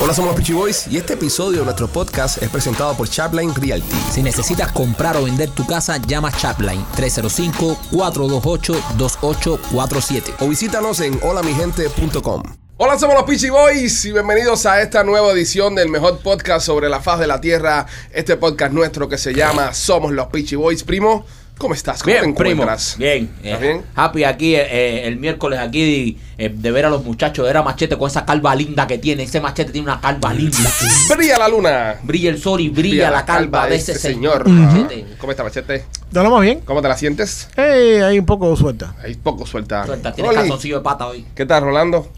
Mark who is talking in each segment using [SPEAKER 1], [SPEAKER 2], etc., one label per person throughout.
[SPEAKER 1] Hola, somos los Peachy Boys y este episodio de nuestro podcast es presentado por Chapline Realty.
[SPEAKER 2] Si necesitas comprar o vender tu casa, llama Chapline 305-428-2847.
[SPEAKER 1] O visítanos en holamigente.com. Hola, somos los Peachy Boys y bienvenidos a esta nueva edición del mejor podcast sobre la faz de la tierra. Este podcast nuestro que se llama Somos los Peachy Boys. Primo, ¿cómo estás? ¿Cómo
[SPEAKER 3] Bien, primo.
[SPEAKER 1] encuentras?
[SPEAKER 3] Bien.
[SPEAKER 1] ¿Estás
[SPEAKER 3] Eh,
[SPEAKER 1] bien?
[SPEAKER 3] Happy aquí eh, eh, el miércoles aquí eh, de ver a los muchachos de era machete con esa calva linda que tiene. Ese machete tiene una calva
[SPEAKER 1] Mm.
[SPEAKER 3] linda.
[SPEAKER 1] Brilla la luna.
[SPEAKER 3] brilla el sol y brilla, la calva de
[SPEAKER 1] este
[SPEAKER 3] ese señor. Machete.
[SPEAKER 1] ¿Cómo está, Machete?
[SPEAKER 4] ¿Te lo más bien?
[SPEAKER 1] ¿Cómo te la sientes?
[SPEAKER 4] Eh, hay un poco suelta.
[SPEAKER 1] Ahí poco suelta.
[SPEAKER 3] Suelta, tiene
[SPEAKER 1] Rolly,
[SPEAKER 3] calzoncillo de pata hoy.
[SPEAKER 1] ¿Qué tal, Rolando?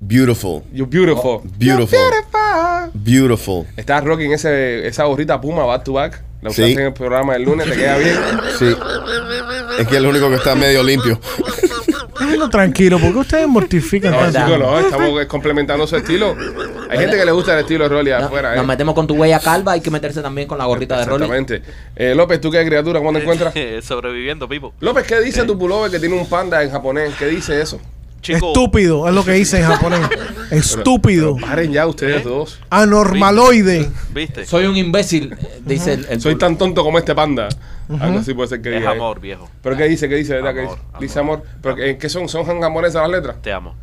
[SPEAKER 5] Beautiful.
[SPEAKER 1] You're
[SPEAKER 3] Oh,
[SPEAKER 1] beautiful.
[SPEAKER 5] Beautiful.
[SPEAKER 1] You're beautiful.
[SPEAKER 5] Beautiful.
[SPEAKER 1] Estás rocking ese, esa gorrita Puma back to back. La
[SPEAKER 5] Sí.
[SPEAKER 1] usaste en el programa del lunes, te queda bien.
[SPEAKER 5] Sí. Es que es lo único que está medio limpio.
[SPEAKER 4] Déjenlo tranquilo, porque ustedes mortifican
[SPEAKER 1] No,
[SPEAKER 4] tanto.
[SPEAKER 1] chicos, no, estamos complementando su estilo. Hay gente que le gusta el estilo de Rolly
[SPEAKER 3] No,
[SPEAKER 1] afuera.
[SPEAKER 3] nos
[SPEAKER 1] eh.
[SPEAKER 3] metemos con tu huella calva, hay que meterse también con la gorrita de Rolly.
[SPEAKER 1] Exactamente. Eh, López, ¿tú qué criatura? ¿Cuándo encuentras?
[SPEAKER 6] Eh, Sobreviviendo, Pipo.
[SPEAKER 1] López, ¿qué dice tu pullover que tiene un panda en japonés? ¿Qué dice eso?
[SPEAKER 6] Chico,
[SPEAKER 4] Estúpido, es lo que dice en japonés. Estúpido.
[SPEAKER 1] Paren ya ustedes
[SPEAKER 6] ¿Eh?
[SPEAKER 1] dos.
[SPEAKER 4] Anormaloide.
[SPEAKER 6] ¿viste?
[SPEAKER 3] Soy un imbécil, eh, dice el, el-
[SPEAKER 1] Soy tan tonto como este panda. Algo así puede ser que
[SPEAKER 6] es
[SPEAKER 1] diga. eh.
[SPEAKER 6] amor, viejo.
[SPEAKER 1] ¿Pero qué dice? ¿Qué dice? ¿Verdad que
[SPEAKER 6] Amor,
[SPEAKER 1] dice? Dice amor. ¿Pero qué, qué son? ¿Son japonesas las letras?
[SPEAKER 6] Te amo.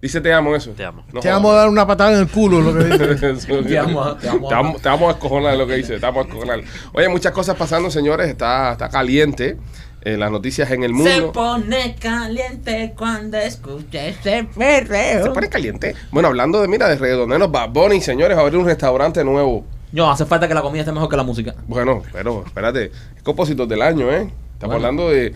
[SPEAKER 1] Dice te amo eso.
[SPEAKER 6] Te amo.
[SPEAKER 1] No
[SPEAKER 4] Te vamos a dar una patada en el culo, lo que dice.
[SPEAKER 1] te
[SPEAKER 3] Te amo,
[SPEAKER 1] amo,
[SPEAKER 3] ah, te amo.
[SPEAKER 1] te vamos a escojonar lo que dice, te vamos a escojonar. Oye, muchas cosas pasando, señores, está, está caliente eh, las noticias en el
[SPEAKER 3] Se
[SPEAKER 1] mundo.
[SPEAKER 3] pone caliente cuando escucha ese perreo.
[SPEAKER 1] Se pone caliente. Bueno, hablando de, mira, de reggaetoneros, Bad Bunny, señores, va a abrir un restaurante nuevo.
[SPEAKER 3] No, hace falta que la comida esté mejor que la música.
[SPEAKER 1] Bueno, pero espérate, es compositor del año, ¿eh?
[SPEAKER 3] Bueno.
[SPEAKER 1] Estamos hablando de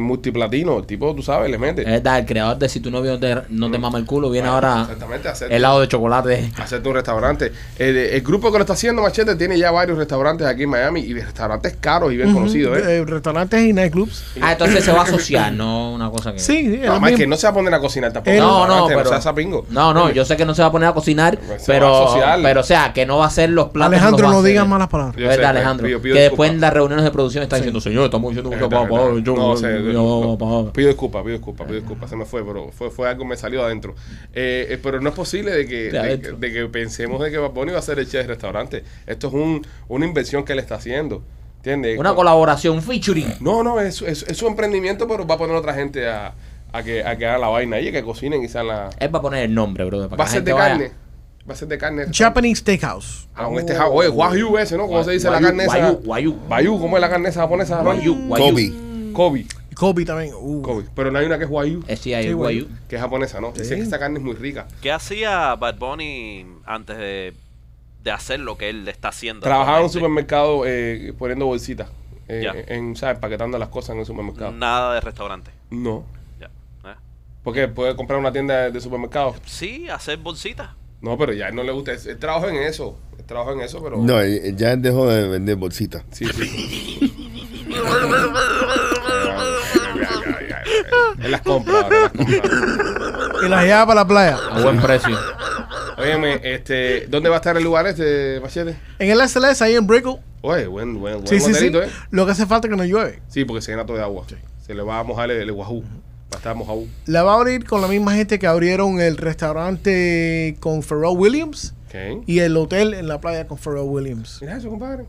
[SPEAKER 1] multiplatino, el tipo, tú sabes, le mete.
[SPEAKER 3] Es verdad, el creador de Si tu novio no te, no te mama el culo viene ahora
[SPEAKER 1] Mm. Exactamente, hacer,
[SPEAKER 3] helado de chocolate.
[SPEAKER 1] hacerte un restaurante. Eh, de- el grupo que lo está haciendo, Machete, tiene ya varios restaurantes aquí en Miami y restaurantes caros y bien conocidos, ¿eh?
[SPEAKER 4] Eh, Restaurantes y nightclubs.
[SPEAKER 3] Ah, entonces se va a asociar, no una cosa que.
[SPEAKER 4] Sí, sí, es
[SPEAKER 1] Nada
[SPEAKER 4] lo
[SPEAKER 1] más que
[SPEAKER 4] mismo.
[SPEAKER 1] Eh. no se va a poner a cocinar tampoco. Este
[SPEAKER 4] Él-
[SPEAKER 3] No, no,
[SPEAKER 1] Restaurante,
[SPEAKER 3] pero.
[SPEAKER 1] sea sapingo.
[SPEAKER 3] No, no, yo sé que no se va a poner a cocinar,
[SPEAKER 1] Se va a
[SPEAKER 3] pero.
[SPEAKER 1] asociar.
[SPEAKER 3] pero, o sea, que no va a ser los platos.
[SPEAKER 4] Alejandro, no digas
[SPEAKER 3] digas
[SPEAKER 4] malas palabras.
[SPEAKER 1] Yo
[SPEAKER 3] Es
[SPEAKER 1] sé,
[SPEAKER 3] verdad, Alejandro.
[SPEAKER 1] pido- pido
[SPEAKER 3] que
[SPEAKER 1] disculpas.
[SPEAKER 3] después en las reuniones de producción están diciendo, señor, estamos diciendo mucho
[SPEAKER 1] Verdad,
[SPEAKER 3] papá,
[SPEAKER 1] verdad.
[SPEAKER 3] yo,
[SPEAKER 1] No,
[SPEAKER 3] yo,
[SPEAKER 1] sé,
[SPEAKER 3] yo, Eh.
[SPEAKER 1] no,
[SPEAKER 3] papá".
[SPEAKER 1] Pido disculpas, pido disculpas, pido disculpas. Se me fue, pero fue, fue algo que me salió adentro. Eh, eh, pero no es posible de que,
[SPEAKER 3] De
[SPEAKER 1] de,
[SPEAKER 3] adentro.
[SPEAKER 1] de que pensemos de que Bad Bunny va a ser el chef de restaurante. Esto es un, una inversión que él está haciendo. ¿Entiendes?
[SPEAKER 3] Una colaboración featuring.
[SPEAKER 1] No, no, es, es, es su emprendimiento, pero va a poner otra gente a, a que, a que haga la vaina y a que cocinen y sean la...
[SPEAKER 3] Él va a poner el nombre, bro.
[SPEAKER 1] Va a ser de carne. Va a ser de carne.
[SPEAKER 4] Japanese Steakhouse.
[SPEAKER 1] Aún este ja- Oye, Wagyu ese, ¿no? ¿Cómo se dice la carne esa?
[SPEAKER 3] Guayú, guayú.
[SPEAKER 1] Wagyu, ¿cómo es la carne esa japonesa?
[SPEAKER 3] Guayú, guayú.
[SPEAKER 5] Kobe.
[SPEAKER 1] Kobe.
[SPEAKER 4] Kobe también. Uh.
[SPEAKER 1] Kobe. Pero no hay una que es Wagyu,
[SPEAKER 3] Eh, sí, ahí,
[SPEAKER 4] Sí, guayú.
[SPEAKER 3] guayú.
[SPEAKER 1] que es japonesa, ¿no? Dicen que esa carne es muy rica.
[SPEAKER 6] ¿Qué hacía Bad Bunny antes de, de hacer lo que él está haciendo?
[SPEAKER 1] Trabajaba en un
[SPEAKER 6] actualmente?
[SPEAKER 1] supermercado eh, poniendo bolsitas. eh,
[SPEAKER 6] Ya.
[SPEAKER 1] en, ¿sabes? Paquetando las cosas en el supermercado.
[SPEAKER 6] Nada de restaurante.
[SPEAKER 1] No.
[SPEAKER 6] Ya. ¿eh?
[SPEAKER 1] Porque puede comprar una tienda de, de supermercado.
[SPEAKER 6] Sí, hacer bolsitas.
[SPEAKER 1] No, pero ya no le gusta. Él trabaja en eso. Él trabaja en eso, pero.
[SPEAKER 5] No, eh, ya él dejó de vender bolsitas.
[SPEAKER 1] Sí, sí. en las compras, ahora, en las compras.
[SPEAKER 4] Y las lleva para la playa.
[SPEAKER 3] A buen precio.
[SPEAKER 1] Óyeme, este, ¿dónde va a estar el lugar este, Machete?
[SPEAKER 4] En el SLS, ahí en Brickle.
[SPEAKER 1] Oye, buen, buen, buen
[SPEAKER 4] Sí, sí, sí.
[SPEAKER 1] hotelito, ¿eh?
[SPEAKER 4] Lo que hace falta es que no llueve.
[SPEAKER 1] Sí, porque se llena todo de agua. Se le va a mojar el, el guajú. Va a estar mojado.
[SPEAKER 4] La va a abrir con la misma gente que abrieron el restaurante con Pharrell Williams
[SPEAKER 1] Ok.
[SPEAKER 4] y el hotel en la playa con Pharrell Williams.
[SPEAKER 1] Mira eso, compadre.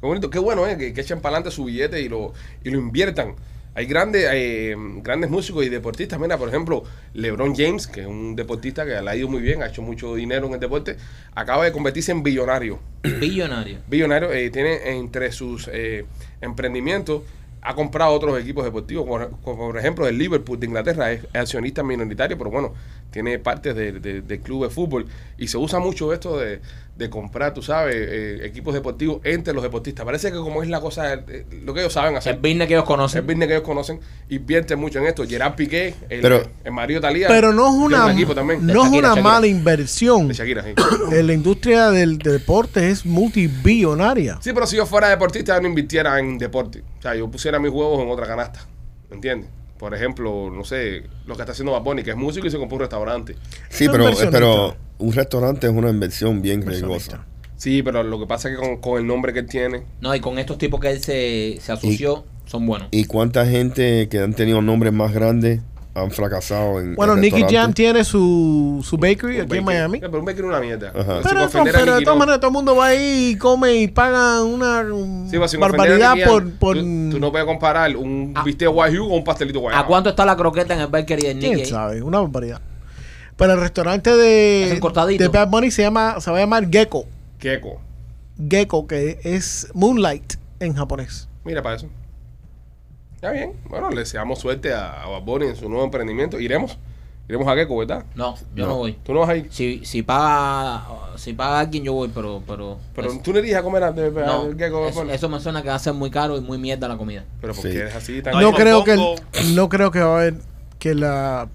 [SPEAKER 1] Qué bonito, qué bueno, ¿eh? Que, que echen para adelante su billete y lo, y lo inviertan. Hay grandes, eh, grandes músicos y deportistas. Mira, por ejemplo, LeBron James, que es un deportista que le ha ido muy bien, ha hecho mucho dinero en el deporte, acaba de convertirse en billonario.
[SPEAKER 3] Billonario.
[SPEAKER 1] Billonario eh, tiene entre sus eh, emprendimientos, ha comprado otros equipos deportivos, como, como por ejemplo el Liverpool de Inglaterra, es accionista minoritario, pero bueno, tiene partes de- de- del club de fútbol y se usa mucho esto de, de comprar, tú sabes, eh, equipos deportivos entre los deportistas. Parece que como es la cosa, eh, lo que ellos saben hacer.
[SPEAKER 3] El business que ellos
[SPEAKER 1] El
[SPEAKER 3] conocen.
[SPEAKER 1] business que ellos conocen, invierten mucho en esto. Gerard Piqué, el,
[SPEAKER 5] Pero-
[SPEAKER 1] el marido Talía.
[SPEAKER 4] Pero no es una,
[SPEAKER 1] equipo también.
[SPEAKER 4] no es
[SPEAKER 3] Shakira,
[SPEAKER 4] una
[SPEAKER 3] Shakira.
[SPEAKER 4] mala inversión.
[SPEAKER 1] De Shakira, sí.
[SPEAKER 4] Eh, La industria del deporte es multibillonaria.
[SPEAKER 1] Sí, pero si yo fuera deportista, no invirtiera en deporte. O sea, yo pusiera mis huevos en otra canasta. ¿Entiendes? Por ejemplo, no sé, lo que está haciendo Bad Bunny, que es músico y se compró un restaurante.
[SPEAKER 5] Sí,
[SPEAKER 4] Son
[SPEAKER 5] pero, eh,
[SPEAKER 4] inversionistas.
[SPEAKER 5] pero un restaurante es una inversión bien riesgosa.
[SPEAKER 1] Sí, pero lo que pasa es que con, con el nombre que él tiene,
[SPEAKER 3] No, y con estos tipos que él se, se asoció, son buenos.
[SPEAKER 5] ¿Y cuánta gente que han tenido nombres más grandes han fracasado en.
[SPEAKER 4] Bueno,
[SPEAKER 5] en
[SPEAKER 4] Nicky Jam
[SPEAKER 5] restaurantes.
[SPEAKER 4] tiene su, su bakery
[SPEAKER 1] Un
[SPEAKER 4] aquí en
[SPEAKER 1] bakery.
[SPEAKER 4] Miami.
[SPEAKER 1] Eh, pero un bakery es una mierda.
[SPEAKER 5] Ajá.
[SPEAKER 4] Pero,
[SPEAKER 1] Si para ofender a
[SPEAKER 4] pero de
[SPEAKER 1] Nicky,
[SPEAKER 4] todas
[SPEAKER 1] no.
[SPEAKER 4] maneras, todo el mundo va ahí y come y paga una um,
[SPEAKER 1] Sí, pero sin ofender a
[SPEAKER 4] barbaridad
[SPEAKER 1] Nicky,
[SPEAKER 4] por.
[SPEAKER 1] tú-
[SPEAKER 4] por Ah.
[SPEAKER 1] Tú, no puedes comparar un bistec Wagyu con un pastelito Wagyu.
[SPEAKER 3] ¿A cuánto está la croqueta en el bakery de
[SPEAKER 4] ¿Quién
[SPEAKER 3] Nicky?
[SPEAKER 4] sabe? Una barbaridad. Pero el restaurante
[SPEAKER 3] Hacen
[SPEAKER 4] de,
[SPEAKER 3] cortadito.
[SPEAKER 4] de Bad Bunny se, llama, se va a llamar Gecko.
[SPEAKER 1] Queco.
[SPEAKER 4] Gecko, que es Moonlight en japonés.
[SPEAKER 1] Mira para eso. Ya bien. Bueno, le deseamos suerte a, a Bad Bunny en su nuevo emprendimiento. Iremos. Iremos a Queco, ¿verdad?
[SPEAKER 3] No, yo no, voy.
[SPEAKER 1] Tú no vas a ir.
[SPEAKER 3] Si, si paga si paga alguien, yo voy, pero. Pero,
[SPEAKER 1] Pero
[SPEAKER 3] es-
[SPEAKER 1] tú no irías a comer a, a- a
[SPEAKER 3] no,
[SPEAKER 1] Gecko, Bad
[SPEAKER 3] eso,
[SPEAKER 1] Bunny.
[SPEAKER 3] eso me suena que va a ser muy caro y muy mierda la comida.
[SPEAKER 1] Pero porque
[SPEAKER 5] Sí.
[SPEAKER 1] eres así tan...
[SPEAKER 6] No hay
[SPEAKER 4] No creo, que el-
[SPEAKER 6] mofongo.
[SPEAKER 4] no creo que va a haber que la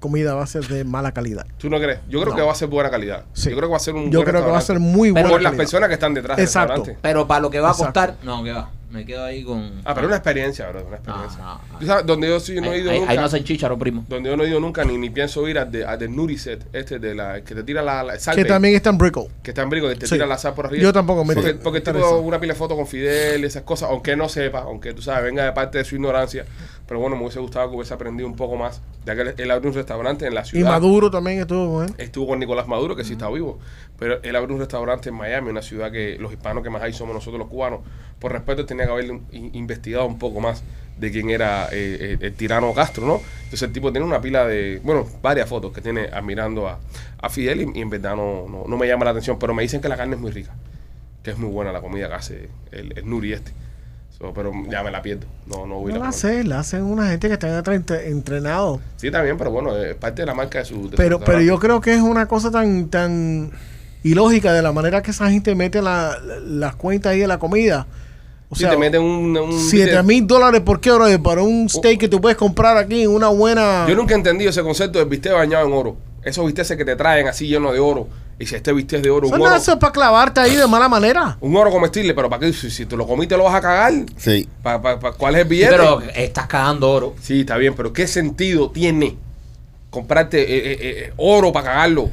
[SPEAKER 4] comida va a ser de mala calidad.
[SPEAKER 1] ¿Tú no crees? Yo creo
[SPEAKER 4] No.
[SPEAKER 1] que va a ser buena calidad.
[SPEAKER 4] Sí.
[SPEAKER 1] Yo creo que va a ser un
[SPEAKER 4] Yo
[SPEAKER 1] buen
[SPEAKER 4] creo que va a ser
[SPEAKER 1] restaurante.
[SPEAKER 4] muy
[SPEAKER 3] Pero
[SPEAKER 4] buena.
[SPEAKER 1] Por las
[SPEAKER 4] calidad.
[SPEAKER 1] personas que están detrás del
[SPEAKER 4] Exacto.
[SPEAKER 1] restaurante.
[SPEAKER 3] Pero para lo que va a
[SPEAKER 4] Exacto.
[SPEAKER 3] costar. No, que va. Me quedo ahí con.
[SPEAKER 1] Ah, pero una experiencia, bro. Una experiencia.
[SPEAKER 3] No, no, no.
[SPEAKER 1] Tú sabes, donde yo sí no he
[SPEAKER 3] ahí,
[SPEAKER 1] ido
[SPEAKER 3] ahí-
[SPEAKER 1] nunca.
[SPEAKER 3] ahí no hacen chícharo, primo.
[SPEAKER 1] Donde yo no he ido nunca ni, ni pienso ir a de, a de Nuriset, este de la que te tira la, la sal.
[SPEAKER 4] Que
[SPEAKER 1] de-
[SPEAKER 4] también está en Brickle.
[SPEAKER 1] que está en brico, que te
[SPEAKER 4] Sí.
[SPEAKER 1] tira la sal por arriba.
[SPEAKER 4] Yo tampoco me
[SPEAKER 1] Porque,
[SPEAKER 4] interesa.
[SPEAKER 1] porque tengo una pila de fotos con Fidel y esas cosas, aunque no sepa, aunque tú sabes, venga de parte de su ignorancia. Pero bueno, me hubiese gustado que hubiese aprendido un poco más. Ya que él, él abre un restaurante en la
[SPEAKER 4] Y
[SPEAKER 1] ciudad. Eh,
[SPEAKER 4] Maduro también estuvo con él.
[SPEAKER 1] Estuvo con Nicolás Maduro, que sí está vivo, pero él abrió un restaurante en Miami, una ciudad que los hispanos que más hay somos nosotros los cubanos. Por respeto, tenía que haber in- investigado un poco más de quién era eh, eh, el tirano Castro, ¿no? Entonces el tipo tiene una pila de, bueno, varias fotos que tiene admirando a, a Fidel y, y en verdad no, no, no me llama la atención, pero me dicen que la carne es muy rica, que es muy buena la comida que hace el, el Nuri este. So, pero ya me la pierdo, no, no
[SPEAKER 4] No
[SPEAKER 1] voy a ir a
[SPEAKER 4] la
[SPEAKER 1] comer.
[SPEAKER 4] hacen, la hacen una gente que está entrenado.
[SPEAKER 1] Sí, también, pero bueno, es parte de la marca de su... de su
[SPEAKER 4] Pero, pero
[SPEAKER 1] restaurante.
[SPEAKER 4] yo creo que es una cosa tan, tan ilógica de la manera que esa gente mete la- la- las cuentas ahí de la comida. O
[SPEAKER 1] Sí,
[SPEAKER 4] sea,
[SPEAKER 1] te meten un... un Oh.
[SPEAKER 4] 7 mil dólares por qué, brother, para un steak que tú puedes comprar aquí en una buena.
[SPEAKER 1] Yo nunca he entendido ese concepto de bistec bañado en oro. Esos bisteces que te traen así lleno de oro. Y si este bistec es de oro, un
[SPEAKER 4] Son
[SPEAKER 1] oro,
[SPEAKER 4] eso para clavarte ahí de mala manera.
[SPEAKER 1] un oro comestible, pero ¿para qué? Si, si tú lo comiste, lo vas a cagar.
[SPEAKER 5] Sí.
[SPEAKER 1] ¿Pa, pa- pa- cuál es el
[SPEAKER 3] Sí,
[SPEAKER 1] billete?
[SPEAKER 3] pero estás cagando oro.
[SPEAKER 1] Sí, está bien, pero ¿qué sentido tiene comprarte eh, eh, eh, oro para cagarlo?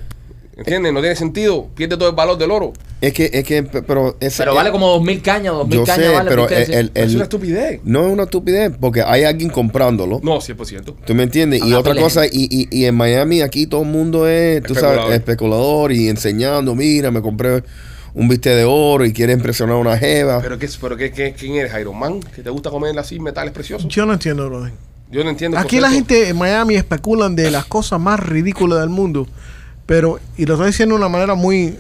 [SPEAKER 1] ¿Entiendes? No tiene sentido. Pierde todo el valor del oro.
[SPEAKER 5] Es que, es que, pero. ese-
[SPEAKER 3] Pero vale como dos mil cañas, dos mil
[SPEAKER 5] Yo
[SPEAKER 3] cañas
[SPEAKER 5] sé,
[SPEAKER 3] vale.
[SPEAKER 5] pero
[SPEAKER 3] ¿por qué
[SPEAKER 5] el,
[SPEAKER 3] decir?
[SPEAKER 5] el-
[SPEAKER 1] es
[SPEAKER 5] el-
[SPEAKER 1] una estupidez.
[SPEAKER 5] no es una estupidez porque hay alguien comprándolo.
[SPEAKER 1] No, 100%.
[SPEAKER 5] ¿Tú me entiendes?
[SPEAKER 3] A
[SPEAKER 5] Y
[SPEAKER 3] la
[SPEAKER 5] otra
[SPEAKER 3] pila de
[SPEAKER 5] cosa, y, y, y en Miami aquí todo el mundo es, tú
[SPEAKER 1] Especulador.
[SPEAKER 5] sabes, especulador y enseñando, mira, me compré un bistec de oro y quiere impresionar a una jeva.
[SPEAKER 1] ¿Pero, qué, pero qué, qué- quién eres, Iron Man? ¿Que te gusta comer así metales preciosos?
[SPEAKER 4] Yo no entiendo, brother.
[SPEAKER 1] Yo no entiendo. el
[SPEAKER 4] Aquí la
[SPEAKER 1] concepto.
[SPEAKER 4] gente en Miami especulan de las cosas más ridículas del mundo. Pero, y lo estoy diciendo de una manera muy.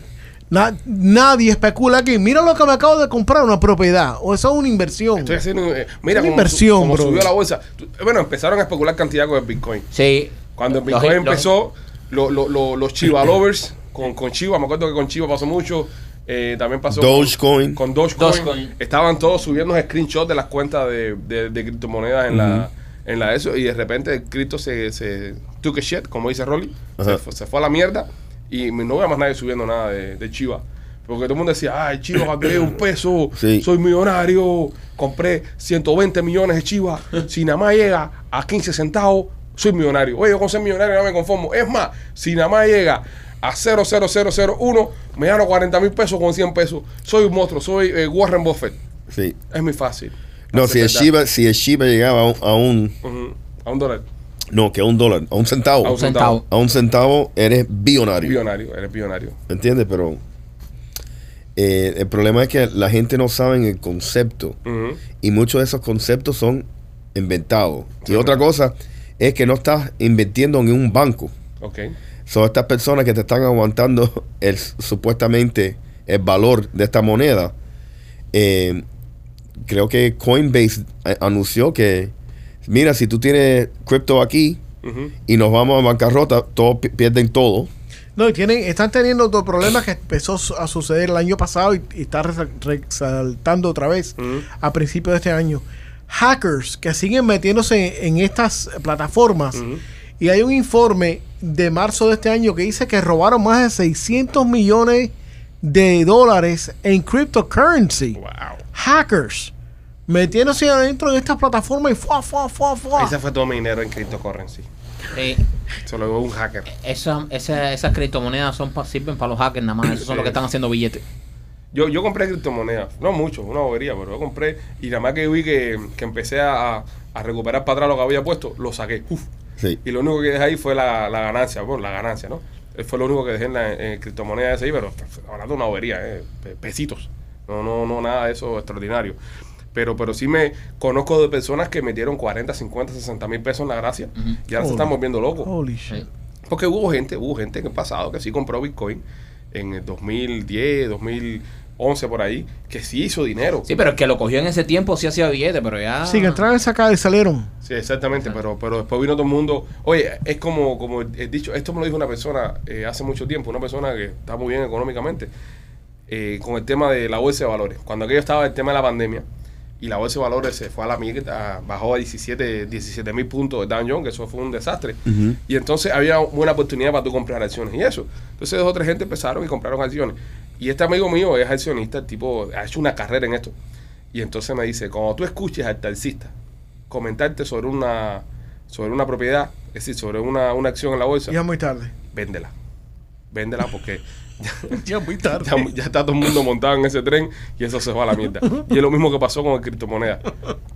[SPEAKER 4] na- nadie especula aquí. Mira lo que me acabo de comprar, una propiedad. O eso es una inversión.
[SPEAKER 1] Estoy haciendo, eh, mira,
[SPEAKER 4] Una
[SPEAKER 1] como,
[SPEAKER 4] inversión,
[SPEAKER 1] como
[SPEAKER 4] bro.
[SPEAKER 1] subió la bolsa. Tú- eh, Bueno, empezaron a especular cantidad con el Bitcoin.
[SPEAKER 3] Sí.
[SPEAKER 1] Cuando el
[SPEAKER 3] Los-
[SPEAKER 1] Bitcoin
[SPEAKER 3] los-
[SPEAKER 1] empezó, lo- lo- lo- los Chiva Lovers con, con Chiva, me acuerdo que con Chiva pasó mucho. eh, también pasó con-
[SPEAKER 5] Dogecoin.
[SPEAKER 1] Con, Dogecoin,
[SPEAKER 3] Dogecoin.
[SPEAKER 1] Estaban todos subiendo screenshots de las cuentas de, de- de criptomonedas en la en la eso. Y de repente el cripto se, se took a shit, como dice Rolly. Se,
[SPEAKER 5] Ajá.
[SPEAKER 1] fue- se fue a la mierda. Y no veo más nadie subiendo nada de, de Chiva. Porque todo el mundo decía, ay, Chiva, compré un peso,
[SPEAKER 5] Sí.
[SPEAKER 1] soy millonario, compré 120 millones de Chivas, si nada más llega a 15 centavos, soy millonario. Oye, yo con ser millonario no me conformo. Es más, si nada más llega a 00001, me gano 40 mil pesos con 100 pesos. Soy un monstruo, soy eh, Warren Buffett.
[SPEAKER 5] Sí.
[SPEAKER 1] Es muy fácil.
[SPEAKER 5] No, si
[SPEAKER 1] Hacer
[SPEAKER 5] el, Shiba,
[SPEAKER 1] verdad.
[SPEAKER 5] si el Shiba llegaba a un, a un-
[SPEAKER 1] Ujú. A un dólar.
[SPEAKER 5] no, que a un dólar, a un centavo,
[SPEAKER 1] A
[SPEAKER 5] a Oh,
[SPEAKER 1] un
[SPEAKER 5] un,
[SPEAKER 3] Un centavo.
[SPEAKER 5] centavo eres billonario.
[SPEAKER 1] Billonario, eres billonario.
[SPEAKER 5] ¿Entiendes? Pero eh, el problema es que la gente no sabe el concepto.
[SPEAKER 1] Ujú.
[SPEAKER 5] y muchos de esos conceptos son inventados. Y otra cosa es que no estás invirtiendo en un banco.
[SPEAKER 1] Ok.
[SPEAKER 5] Son estas personas que te están aguantando el, supuestamente el valor de esta moneda. Eh, creo que Coinbase eh, anunció que, mira, si tú tienes cripto aquí
[SPEAKER 1] Ujú.
[SPEAKER 5] y nos vamos a bancarrota, todos pi- pierden todo.
[SPEAKER 4] No, y tienen, están teniendo otro problema que empezó su- a suceder el año pasado y, y está resa- resaltando otra vez
[SPEAKER 1] Ujú.
[SPEAKER 4] a principios de este año. Hackers que siguen metiéndose en, en estas plataformas. Y hay un informe de marzo de este año que dice que robaron más de 600 millones de dólares en cryptocurrency.
[SPEAKER 1] Wow.
[SPEAKER 4] Hackers metiéndose adentro de estas plataformas y fuá, fuá, fuá, fuá.
[SPEAKER 1] Ese fue todo mi dinero en cryptocurrency.
[SPEAKER 3] Sí.
[SPEAKER 1] Se lo dio un hacker.
[SPEAKER 3] Esas- esas- esas criptomonedas son pa- sirven para los hackers nada más. Esos son los que están haciendo billetes.
[SPEAKER 1] Yo, yo compré criptomonedas, no mucho, una bobería, pero yo compré y nada más que vi que, que empecé a, a recuperar para atrás lo que había puesto, lo saqué. Uf,
[SPEAKER 5] Sí.
[SPEAKER 1] Y lo único que dejé ahí fue la, la ganancia, bueno, la ganancia, ¿no? Eh, Fue lo único que dejé en la en criptomoneda ese ahí, pero pf, hablando de una bobería, eh, pe- pesitos. No, no, no, nada de eso extraordinario. Pero, pero sí me conozco de personas que metieron 40, 50, 60 mil pesos en la gracia y ahora se
[SPEAKER 4] Holy-
[SPEAKER 1] están volviendo locos.
[SPEAKER 4] Holy
[SPEAKER 3] Sí.
[SPEAKER 4] shit.
[SPEAKER 1] Porque hubo gente, hubo gente en el pasado que sí compró Bitcoin en el 2010, 2011 por ahí, que sí hizo dinero.
[SPEAKER 3] Sí, pero el que lo cogió en ese tiempo sí hacía billete, pero ya.
[SPEAKER 1] Ah.
[SPEAKER 4] Sí, que entraron en esa casa y salieron.
[SPEAKER 1] Sí, exactamente, pero, pero después vino todo el mundo. Oye, es como, como he dicho, esto me lo dijo una persona eh, hace mucho tiempo, una persona que está muy bien económicamente, eh, con el tema de la bolsa de valores. Cuando aquello estaba el tema de la pandemia y la bolsa de valores se fue a la mierda, bajó a 17 17 mil puntos de Dow Jones, que eso fue un desastre.
[SPEAKER 5] Ujú.
[SPEAKER 1] Y entonces había buena oportunidad para tú comprar acciones y eso. Entonces dos o tres gente empezaron y compraron acciones. Y este amigo mío es accionista, el tipo ha hecho una carrera en esto. Y entonces me dice, cuando tú escuches al taxista comentarte sobre una sobre una propiedad, es decir, sobre una, una acción en la bolsa,
[SPEAKER 4] Ya muy tarde.
[SPEAKER 1] véndela. Véndela porque
[SPEAKER 4] Ya muy tarde.
[SPEAKER 1] ya, ya está todo el mundo montado en ese tren y eso se va a la mierda. Y es lo mismo que pasó con el criptomoneda.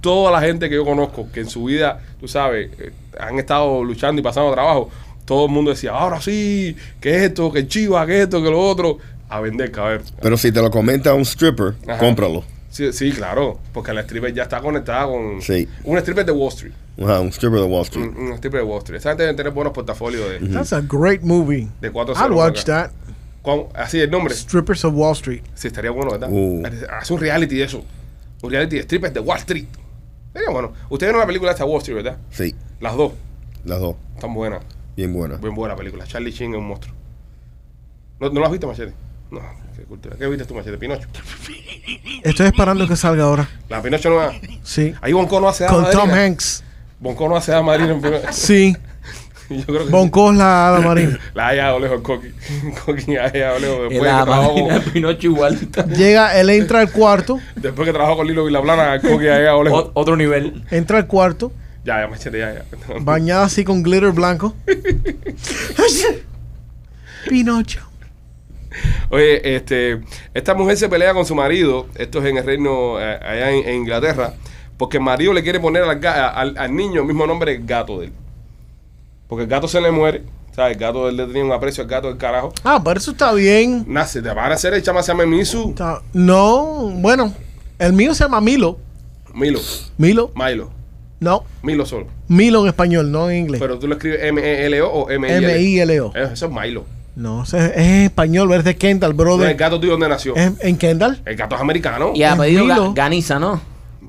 [SPEAKER 1] Toda la gente que yo conozco, que en su vida, tú sabes, eh, han estado luchando y pasando trabajo, todo el mundo decía, ahora sí, que esto, que chiva, que esto, que lo otro, a vender cabrón.
[SPEAKER 5] Pero si te lo comenta un stripper,
[SPEAKER 1] Ajá.
[SPEAKER 5] cómpralo.
[SPEAKER 1] Sí, sí, claro, porque la stripper ya está conectada con
[SPEAKER 5] Sí.
[SPEAKER 1] un stripper de Wall Street.
[SPEAKER 5] Ajá, un stripper de Wall Street.
[SPEAKER 1] Un, un stripper de Wall Street. Esa gente debe tener buenos portafolios de,
[SPEAKER 4] That's a great movie.
[SPEAKER 1] Mm. de 4
[SPEAKER 4] I'll watch that.
[SPEAKER 1] ¿Cuán- Así el nombre.
[SPEAKER 4] Strippers of Wall Street.
[SPEAKER 1] Sí, estaría bueno, ¿verdad?
[SPEAKER 5] Uh.
[SPEAKER 1] Hace un reality de eso. Un reality de strippers de Wall Street. Sería bueno. Ustedes vieron la película esta Wall Street, ¿verdad?
[SPEAKER 5] Sí,
[SPEAKER 1] Las dos.
[SPEAKER 5] las dos.
[SPEAKER 1] Están buenas.
[SPEAKER 5] Bien buena.
[SPEAKER 1] Bien buena película. Charlie Sheen es un monstruo. ¿No, ¿No lo has visto, Machete? No, qué cultura. ¿Qué viste tú, Machete? Pinocho.
[SPEAKER 4] Estoy esperando que salga ahora.
[SPEAKER 1] La Pinocho nueva.
[SPEAKER 4] Sí.
[SPEAKER 1] Ahí Bonco no hace a
[SPEAKER 4] Con Tom
[SPEAKER 1] Madrina.
[SPEAKER 4] Hanks.
[SPEAKER 1] Bonco no hace a Madrina en Pinocho.
[SPEAKER 4] Sí.
[SPEAKER 1] Yo creo que
[SPEAKER 4] Bonco es la hada marina.
[SPEAKER 1] La haya dado lejos, Coqui. Coqui la haya dado lejos.
[SPEAKER 3] El
[SPEAKER 1] Después, que trabajó
[SPEAKER 3] Amadina
[SPEAKER 1] con,
[SPEAKER 3] Pinocho igualita.
[SPEAKER 4] Llega, él entra al cuarto.
[SPEAKER 1] después que trabajó con Lilo Vilaplana, Coqui la haya dado lejos.
[SPEAKER 3] Ot- Otro nivel.
[SPEAKER 4] Entra al cuarto.
[SPEAKER 1] Ya, ya, Machete, ya, ya.
[SPEAKER 4] Bañada así con glitter blanco. Pinocho.
[SPEAKER 1] Oye, este, esta mujer se pelea con su marido, esto es en el reino, eh, allá en, en Inglaterra, porque el marido le quiere poner al, ga- al, al niño el mismo nombre del gato de él. Porque el gato se le muere, ¿sabes? El gato, él le tenía un aprecio al gato del carajo.
[SPEAKER 4] Ah, pero eso está bien.
[SPEAKER 1] Nace, te van a hacer el chama se llama Misu,
[SPEAKER 4] Está- No, bueno, el mío se llama Milo.
[SPEAKER 1] Milo,
[SPEAKER 4] Milo,
[SPEAKER 1] Milo,
[SPEAKER 4] no,
[SPEAKER 1] Milo solo.
[SPEAKER 4] Milo en español, no en inglés.
[SPEAKER 1] Pero tú lo escribes M-E-L-O o M-I-L.
[SPEAKER 4] M-I-L-O.
[SPEAKER 1] Eh, Eso es Milo.
[SPEAKER 4] No, ese es, es español, es de Kendall,
[SPEAKER 1] Entonces, ¿El
[SPEAKER 4] brother.
[SPEAKER 1] gato tuyo dónde nació?
[SPEAKER 4] ¿Es en Kendall?
[SPEAKER 1] El gato es americano.
[SPEAKER 3] Y a
[SPEAKER 4] Es
[SPEAKER 3] pedido
[SPEAKER 4] Milo.
[SPEAKER 3] Ga- Ganiza, ¿no?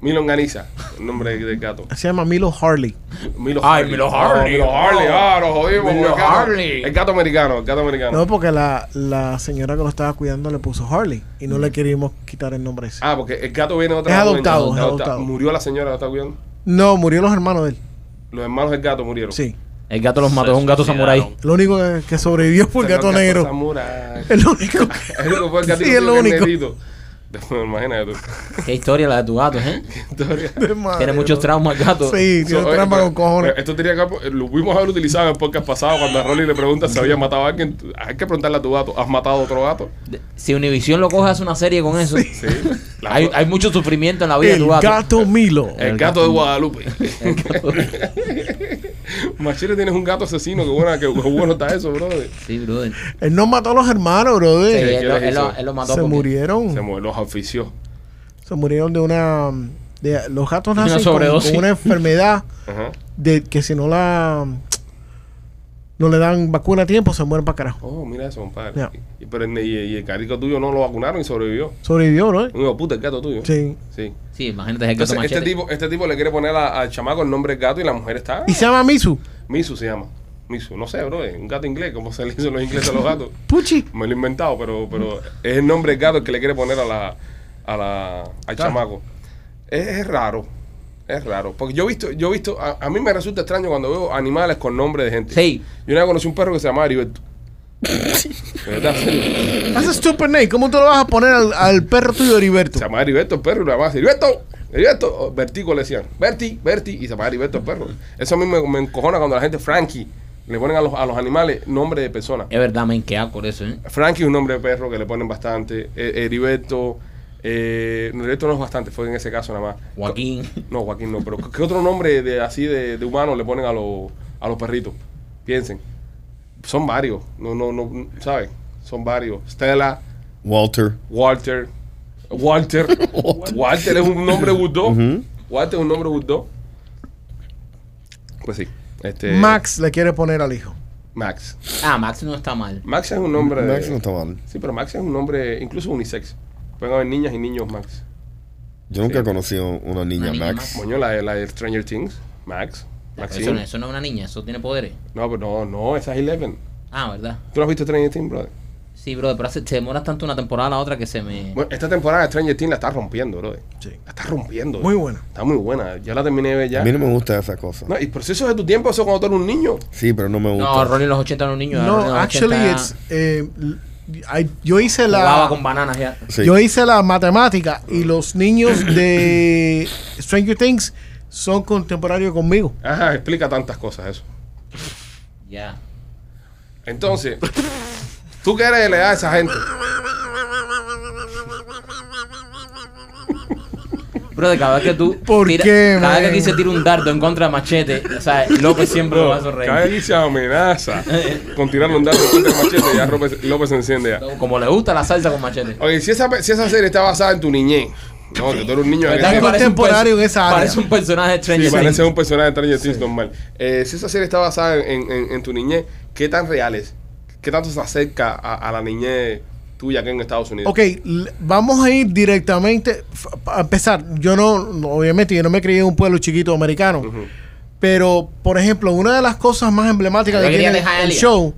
[SPEAKER 1] Milo Organiza, el nombre del gato.
[SPEAKER 4] Se llama Milo Harley.
[SPEAKER 1] Milo
[SPEAKER 3] Ay, Milo Harley.
[SPEAKER 1] Milo Harley. Ah, nos jodimos.
[SPEAKER 3] Milo
[SPEAKER 1] el gato-
[SPEAKER 3] Harley.
[SPEAKER 1] El gato americano, el gato americano.
[SPEAKER 4] No, porque la, la señora que lo estaba cuidando le puso Harley y no le queríamos quitar el nombre ese.
[SPEAKER 1] Mm. Ah, porque el gato viene de otra
[SPEAKER 4] Es
[SPEAKER 1] dueña,
[SPEAKER 4] adoptado,
[SPEAKER 1] adopta-
[SPEAKER 4] es adoptado.
[SPEAKER 1] Murió la señora, ¿la está cuidando?
[SPEAKER 4] No, murió los hermanos de él.
[SPEAKER 1] Los hermanos del gato murieron.
[SPEAKER 4] Sí.
[SPEAKER 3] El gato los mató, es un gato
[SPEAKER 6] suicidaron.
[SPEAKER 3] samurái.
[SPEAKER 4] Lo único que, que sobrevivió fue el
[SPEAKER 1] Señor
[SPEAKER 4] gato negro.
[SPEAKER 1] Samurai.
[SPEAKER 4] El único.
[SPEAKER 1] El único fue el gatito
[SPEAKER 4] Sí, es lo
[SPEAKER 1] que
[SPEAKER 4] único.
[SPEAKER 1] negrito. Después, imagínate tú.
[SPEAKER 3] Qué historia la de tu gato, ¿eh?
[SPEAKER 1] Historia.
[SPEAKER 3] Tiene muchos traumas el gato.
[SPEAKER 4] Sí, tiene
[SPEAKER 1] Eso, eh, oye,
[SPEAKER 4] trampa
[SPEAKER 1] pero-
[SPEAKER 4] con cojones.
[SPEAKER 1] pero Esto tenía que. Lo pudimos haber utilizado en el podcast pasado cuando a Rolly le pregunta si había matado a alguien. Hay que preguntarle a tu gato: ¿has matado a otro gato?
[SPEAKER 3] De- Si Univision lo coge, hace una serie con eso.
[SPEAKER 1] Sí. La-
[SPEAKER 3] Hay, hay mucho sufrimiento en la vida de
[SPEAKER 4] El
[SPEAKER 3] tu gato.
[SPEAKER 4] gato Milo.
[SPEAKER 1] el gato de Guadalupe. Machete tienes un gato asesino, qué buena, qué bueno está eso, brother.
[SPEAKER 3] Sí, brother.
[SPEAKER 4] Él no mató a los hermanos,
[SPEAKER 3] Sí,
[SPEAKER 4] brother.
[SPEAKER 1] ¿qué
[SPEAKER 3] él, lo,
[SPEAKER 1] les
[SPEAKER 3] él lo-
[SPEAKER 1] hizo?
[SPEAKER 3] él lo mató.
[SPEAKER 4] se
[SPEAKER 3] porque-
[SPEAKER 4] murieron.
[SPEAKER 1] Se mueve los oficios.
[SPEAKER 4] se murieron de una de, los gatos
[SPEAKER 3] De una
[SPEAKER 4] nacen con,
[SPEAKER 3] sobredosis.
[SPEAKER 4] con una enfermedad
[SPEAKER 1] Ajá.
[SPEAKER 4] de que si no la no le dan vacuna a tiempo se mueren para carajo
[SPEAKER 1] Oh, mira eso, compadre.
[SPEAKER 4] Ya.
[SPEAKER 1] Y, pero el, y, y el carico tuyo no lo vacunaron y sobrevivió.
[SPEAKER 4] sobrevivió ¿no?
[SPEAKER 1] Un hijo de puta el gato tuyo.
[SPEAKER 4] sí
[SPEAKER 1] Sí.
[SPEAKER 3] Sí, imagínate el gato
[SPEAKER 1] Entonces,
[SPEAKER 3] machete.
[SPEAKER 1] este tipo, este tipo le quiere poner a- al chamaco el nombre del gato y la mujer está.
[SPEAKER 4] y se llama Misu
[SPEAKER 1] Misu se llama. Misu, no sé, bro, es un gato inglés, como se le dicen los ingleses a los gatos.
[SPEAKER 4] Puchi
[SPEAKER 1] Me lo he inventado, pero, pero es el nombre del gato el que le quiere poner a la, a la, al chamaco. Es, es raro, es raro. Porque yo he visto, yo he visto, a, a mí me resulta extraño cuando veo animales con nombre de gente.
[SPEAKER 3] Sí.
[SPEAKER 1] Yo una vez conocí un perro que se llamaba Heriberto. De verdad, en serio.
[SPEAKER 4] that's a stupid name ¿cómo tú lo vas a poner al, al perro tuyo Heriberto?
[SPEAKER 1] Se llamaba Heriberto el perro y lo llamaba así, Heriberto, Heriberto. O Bertico le decían, Berti, Berti, y se llamaba Heriberto el perro. Eso a mí me, me encojona cuando la gente Frankie le ponen a los, a los animales nombre de personas.
[SPEAKER 3] Es verdad, me enquea por eso, ¿eh?
[SPEAKER 1] Frankie es un nombre de perro que le ponen bastante. Eh, Heriberto. Eh, no, Heriberto no es bastante, fue en ese caso nada más.
[SPEAKER 3] Joaquín.
[SPEAKER 1] No, Joaquín no, pero ¿qué otro nombre de así de, de humano le ponen a los a los perritos. Piensen. Son varios. No, no, no, ¿saben? Son varios. Stella,
[SPEAKER 5] Walter.
[SPEAKER 1] Walter, Walter. Walter es un nombre burdo.
[SPEAKER 5] Ujú.
[SPEAKER 1] Walter es un nombre burdo. Pues sí. Este,
[SPEAKER 4] Max le quiere poner al hijo.
[SPEAKER 1] Max.
[SPEAKER 3] Ah, Max no está mal.
[SPEAKER 1] Max es un nombre de-
[SPEAKER 5] Max no está mal.
[SPEAKER 1] Sí, pero Max es un nombre incluso unisex. Pueden haber niñas y niños Max.
[SPEAKER 5] Yo nunca
[SPEAKER 1] Sí.
[SPEAKER 5] he conocido una niña,
[SPEAKER 3] Una niña,
[SPEAKER 5] Max.
[SPEAKER 1] Moño, la de, la de Stranger Things. Max.
[SPEAKER 3] Eso, no-
[SPEAKER 1] Maxine.
[SPEAKER 3] eso no es una niña, eso tiene poderes.
[SPEAKER 1] No, pero no, no, esa es Eleven.
[SPEAKER 3] Ah, ¿verdad?
[SPEAKER 1] ¿Tú no has visto Stranger Things, brother?
[SPEAKER 3] Sí, brother, pero hace- se demora tanto una temporada a la otra que se me...
[SPEAKER 1] Bueno, esta temporada de Stranger Things la está rompiendo, brother.
[SPEAKER 4] Sí.
[SPEAKER 1] La está rompiendo.
[SPEAKER 4] Muy buena.
[SPEAKER 1] Está muy buena. Ya la terminé de ver ya.
[SPEAKER 5] A mí no me gusta esa cosa.
[SPEAKER 1] No, y por eso es de tu tiempo, eso cuando tú eres un niño.
[SPEAKER 5] Sí, pero no me gusta.
[SPEAKER 3] No, Ronnie en los 80 era un niño. Ronnie en
[SPEAKER 4] No,
[SPEAKER 3] los
[SPEAKER 4] actually,
[SPEAKER 3] 80
[SPEAKER 4] it's, eh, l- I- yo hice
[SPEAKER 3] Jugaba
[SPEAKER 4] la.
[SPEAKER 3] con bananas ya.
[SPEAKER 5] Sí.
[SPEAKER 4] Yo hice la matemática y los niños de Stranger Things son contemporáneos conmigo.
[SPEAKER 1] Ajá, explica tantas cosas eso.
[SPEAKER 3] Ya.
[SPEAKER 1] Entonces, tú que eres de la edad de esa gente.
[SPEAKER 3] Brother, cada vez que tú.
[SPEAKER 4] ¿Por
[SPEAKER 3] tira-
[SPEAKER 4] qué,
[SPEAKER 3] Cada vez que
[SPEAKER 4] man?
[SPEAKER 3] aquí se tira un dardo en contra de Machete, o sea, López siempre lo va a
[SPEAKER 1] Cada
[SPEAKER 3] sonreír.
[SPEAKER 1] vez que se amenaza con tirarle un dardo contra el machete, ya López, López se enciende ya.
[SPEAKER 3] Como le gusta la salsa con Machete.
[SPEAKER 1] Oye, si esa, pe- si esa serie está basada en tu niñez, no, que tú eres un niño
[SPEAKER 3] ¿Verdad que
[SPEAKER 1] agresivo.
[SPEAKER 3] parece un
[SPEAKER 4] contemporáneo
[SPEAKER 3] perso-
[SPEAKER 4] en esa área?
[SPEAKER 3] Parece un personaje de
[SPEAKER 1] Sí,
[SPEAKER 3] Stranger
[SPEAKER 1] parece
[SPEAKER 3] Things.
[SPEAKER 1] un personaje de Stranger Things normal. Eh, si esa serie está basada en, en- en tu niñez, ¿qué tan real es? ¿Qué tanto se acerca a, a la niñez tuya aquí en Estados Unidos?
[SPEAKER 4] Ok, l- vamos a ir directamente f- a empezar. Yo no, no, obviamente, yo no me crié en un pueblo chiquito americano. Pero, por ejemplo, una de las cosas más emblemáticas
[SPEAKER 3] Yo
[SPEAKER 4] que
[SPEAKER 3] quería
[SPEAKER 4] tiene
[SPEAKER 3] dejar a
[SPEAKER 4] el
[SPEAKER 3] Elia.
[SPEAKER 4] show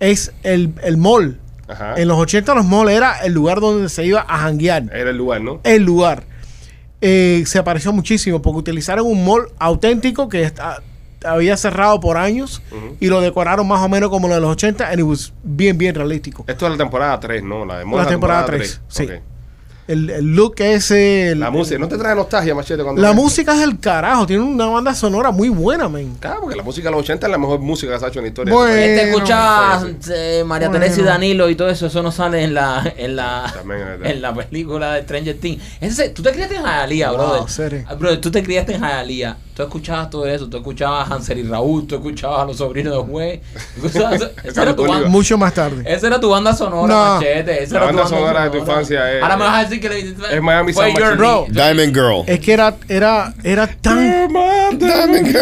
[SPEAKER 4] es el, el mall.
[SPEAKER 1] Ajá.
[SPEAKER 4] En los 80 los malls era el lugar donde se iba a janguear.
[SPEAKER 1] Era el lugar, ¿no?
[SPEAKER 4] el lugar. Eh, se apareció muchísimo porque utilizaron un mall auténtico que está- había cerrado por años y lo decoraron más o menos como lo de los 80 and it was bien, bien realístico.
[SPEAKER 1] Esto es la temporada 3, ¿no? La de Mola,
[SPEAKER 4] La temporada tres, sí.
[SPEAKER 1] Ok.
[SPEAKER 4] El, el look ese... el-
[SPEAKER 1] La música. ¿No te trae nostalgia, Machete? Cuando
[SPEAKER 4] la
[SPEAKER 1] ves?
[SPEAKER 4] música es el carajo, tiene una banda sonora muy buena, men.
[SPEAKER 1] Claro, porque la música de los 80 es la mejor música que se ha hecho en la historia.
[SPEAKER 4] Bueno.
[SPEAKER 3] Este escuchaba
[SPEAKER 1] Sí,
[SPEAKER 3] eh, María
[SPEAKER 4] Bueno.
[SPEAKER 3] Teresa y Danilo y todo eso, eso no sale en la en la,
[SPEAKER 1] También es verdad.
[SPEAKER 3] en la película de Stranger Things. Ese- tú te criaste en Hialeah,
[SPEAKER 4] Wow,
[SPEAKER 3] brother.
[SPEAKER 4] serio.
[SPEAKER 3] Ah, Brother, tú te criaste en Hialeah. Tú escuchabas todo eso, tú escuchabas a Hansel y Raúl, tú escuchabas a los sobrinos de juez. Tú escuchabas- Esa era tu banda-
[SPEAKER 4] Mucho más tarde.
[SPEAKER 3] esa era tu banda sonora,
[SPEAKER 4] No.
[SPEAKER 3] Machete. Esa
[SPEAKER 1] La
[SPEAKER 3] era tu
[SPEAKER 1] banda sonora de tu infancia es-
[SPEAKER 3] Ahora me vas a decir que le
[SPEAKER 1] es Miami
[SPEAKER 3] fue
[SPEAKER 1] Sound
[SPEAKER 3] your-
[SPEAKER 1] Machete.
[SPEAKER 4] Bro.
[SPEAKER 5] Diamond Girl.
[SPEAKER 4] Es que era, era, era tan...
[SPEAKER 5] Diamond Girl.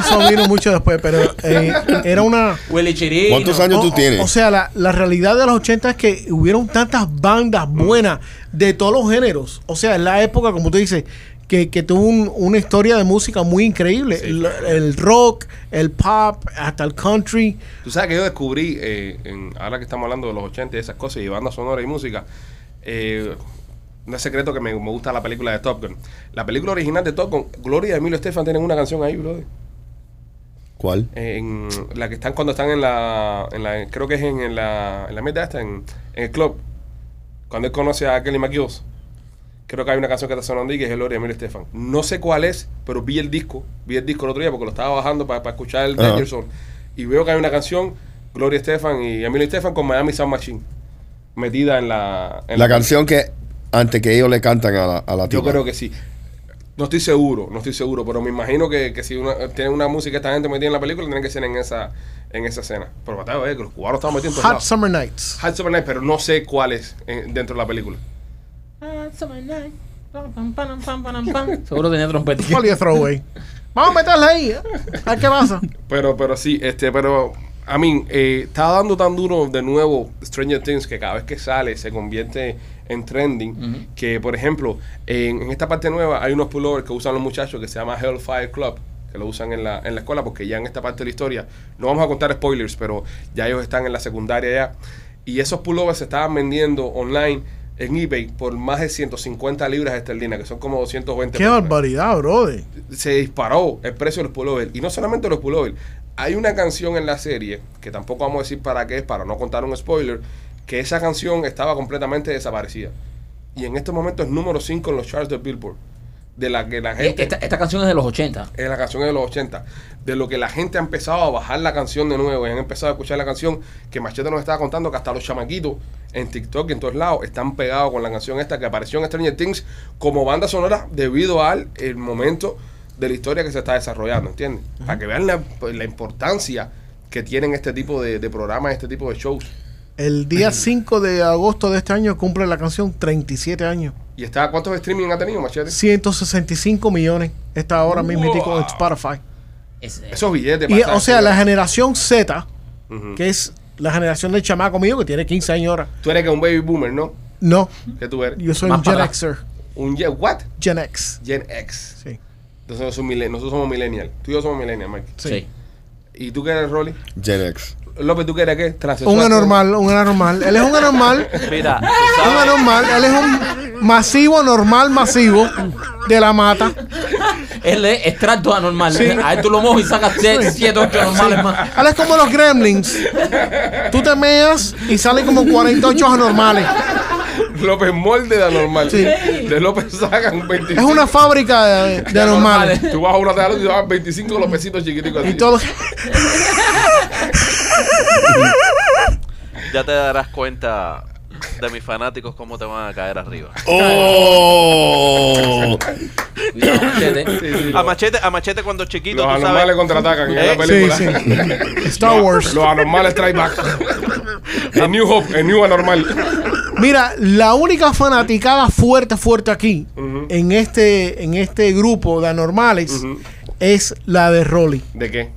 [SPEAKER 4] Eso vino mucho después, pero eh, era una...
[SPEAKER 3] Willy Chirino.
[SPEAKER 5] ¿Cuántos años tú
[SPEAKER 4] O-
[SPEAKER 5] tienes?
[SPEAKER 4] O, o sea, la, la realidad de los 80 es que hubieron tantas bandas buenas de todos los géneros. O sea, es la época, como tú dices, que, que tuvo un- una historia de música muy increíble.
[SPEAKER 1] Sí,
[SPEAKER 4] el, el rock, el pop, hasta el country.
[SPEAKER 1] Tú sabes que yo descubrí, eh, en- ahora que estamos hablando de los 80 y esas cosas, y banda sonora y música, eh, no es secreto que me, me gusta la película de Top Gun. La película original de Top Gun, Gloria y Emilio Estefan tienen una canción ahí, brother.
[SPEAKER 5] ¿Cuál?
[SPEAKER 1] En la que están cuando están en la, en la creo que es en, en la, en la meta esta, en, en el club. Cuando él conoce a Kelly McGillis. Creo que hay una canción que está sonando y que es Gloria Emilio Estefan. No sé cuál es, pero vi el disco. Vi el disco el otro día porque lo estaba bajando para, para escuchar el
[SPEAKER 5] Ajá.
[SPEAKER 1] Danger Zone. Y veo que hay una canción, Gloria Estefan y Emilio Estefan con Miami Sound Machine. Metida en la... en
[SPEAKER 5] La canción que antes que ellos le cantan a la, a la
[SPEAKER 1] yo
[SPEAKER 5] tipa.
[SPEAKER 1] creo que sí. No estoy seguro, no estoy seguro, pero me imagino que, que si una, tiene una música esta gente metida en la película, tiene que ser en esa en esa escena. Pero batalla, que los cubanos estaban metiendo en todos
[SPEAKER 4] Hot
[SPEAKER 1] lados.
[SPEAKER 4] Summer Nights.
[SPEAKER 1] Hot Summer Night, pero no sé cuál es eh, dentro de la película.
[SPEAKER 3] Seguro tenía trompeta.
[SPEAKER 4] ¿Cuál es el throwaway? Vamos a meterla ahí. ¿eh? A ver qué pasa.
[SPEAKER 1] Pero, pero sí, este, pero a mí, eh, está dando tan duro de nuevo Stranger Things que cada vez que sale se convierte en trending. Que, por ejemplo, en, en esta parte nueva hay unos pullovers que usan los muchachos que se llama Hellfire Club, que lo usan en la, en la escuela, porque ya en esta parte de la historia, no vamos a contar spoilers, pero ya ellos están en la secundaria ya. Y esos pullovers se estaban vendiendo online en eBay por más de 150 libras esterlinas, que son como 220
[SPEAKER 4] qué
[SPEAKER 1] pesos
[SPEAKER 4] barbaridad, brother.
[SPEAKER 1] se disparó el precio de los pullovers. Y no solamente los pullovers. Hay una canción en la serie, que tampoco vamos a decir para qué es, para no contar un spoiler, que esa canción estaba completamente desaparecida. Y en estos momentos es número 5 en los charts de Billboard. De la que la
[SPEAKER 3] Eh,
[SPEAKER 1] gente...
[SPEAKER 3] Esta, esta canción es de los 80.
[SPEAKER 1] Es la canción de los 80. De lo que la gente ha empezado a bajar la canción de nuevo. Y han empezado a escuchar la canción que Machete nos estaba contando que hasta los chamaquitos en TikTok y en todos lados están pegados con la canción esta que apareció en Stranger Things como banda sonora debido al el momento de la historia que se está desarrollando, ¿entiendes? Para que vean la, la importancia que tienen este tipo de, de programas, este tipo de shows.
[SPEAKER 4] El día 5 de agosto de este año cumple la canción 37 años.
[SPEAKER 1] ¿Y está cuántos streaming ha tenido, Machete?
[SPEAKER 4] 165 millones está ahora mismo con Spotify.
[SPEAKER 3] Ese-
[SPEAKER 1] Esos billetes.
[SPEAKER 4] Y,
[SPEAKER 1] pasan,
[SPEAKER 4] o sea,
[SPEAKER 1] tío.
[SPEAKER 4] la generación Z,
[SPEAKER 1] Ujú.
[SPEAKER 3] Mm.
[SPEAKER 4] que es la generación del chamaco mío que tiene 15 años ahora.
[SPEAKER 1] Tú eres que un baby boomer, ¿no?
[SPEAKER 4] No,
[SPEAKER 1] Que tú eres.
[SPEAKER 4] yo soy
[SPEAKER 3] Más
[SPEAKER 4] un Gen
[SPEAKER 3] para-
[SPEAKER 4] Xer.
[SPEAKER 1] Un Gen, ¿what?
[SPEAKER 4] Gen X.
[SPEAKER 1] Gen X.
[SPEAKER 4] Sí.
[SPEAKER 1] Entonces nosotros somos, millen- nosotros somos millennial. Tú y yo somos millennial, Mike.
[SPEAKER 3] sí.
[SPEAKER 1] ¿Y tú qué eres, Rolly?
[SPEAKER 5] Gen X.
[SPEAKER 1] López, ¿tú qué eres qué? Transexual.
[SPEAKER 4] Un anormal, un anormal. Él es un anormal.
[SPEAKER 6] Mira, tú
[SPEAKER 4] Un
[SPEAKER 6] sabes,
[SPEAKER 4] anormal. Él es un masivo, normal, masivo de la mata.
[SPEAKER 3] Él es extracto anormal. A él tú lo mojas y sacas 7, 8 normales más.
[SPEAKER 4] Él es como los gremlins. Tú te meas y salen como 48 anormales.
[SPEAKER 1] López molde de anormal.
[SPEAKER 4] Sí.
[SPEAKER 1] De López sacan 25.
[SPEAKER 4] Es una fábrica de, de anormales.
[SPEAKER 1] Tú vas a una tarde y te dan 25 Lópezitos chiquiticos.
[SPEAKER 4] Y
[SPEAKER 1] así.
[SPEAKER 4] todo.
[SPEAKER 6] ya te darás cuenta de mis fanáticos cómo te van a caer arriba.
[SPEAKER 5] ¡Oh!
[SPEAKER 3] Cuidado, machete.
[SPEAKER 1] Sí, sí,
[SPEAKER 6] A
[SPEAKER 1] los-
[SPEAKER 6] Machete, a Machete cuando chiquito,
[SPEAKER 1] los
[SPEAKER 6] tú sabes.
[SPEAKER 1] anormales contraatacan en
[SPEAKER 6] Eh,
[SPEAKER 1] la
[SPEAKER 4] Sí,
[SPEAKER 1] película.
[SPEAKER 4] sí. Star Wars.
[SPEAKER 1] Los anormales strike back. El New Hope, el New Anormal.
[SPEAKER 4] Mira, la única fanaticada fuerte, fuerte aquí, en, este, en este grupo de anormales,
[SPEAKER 1] Ujú.
[SPEAKER 4] es la de Rolly.
[SPEAKER 1] ¿De qué?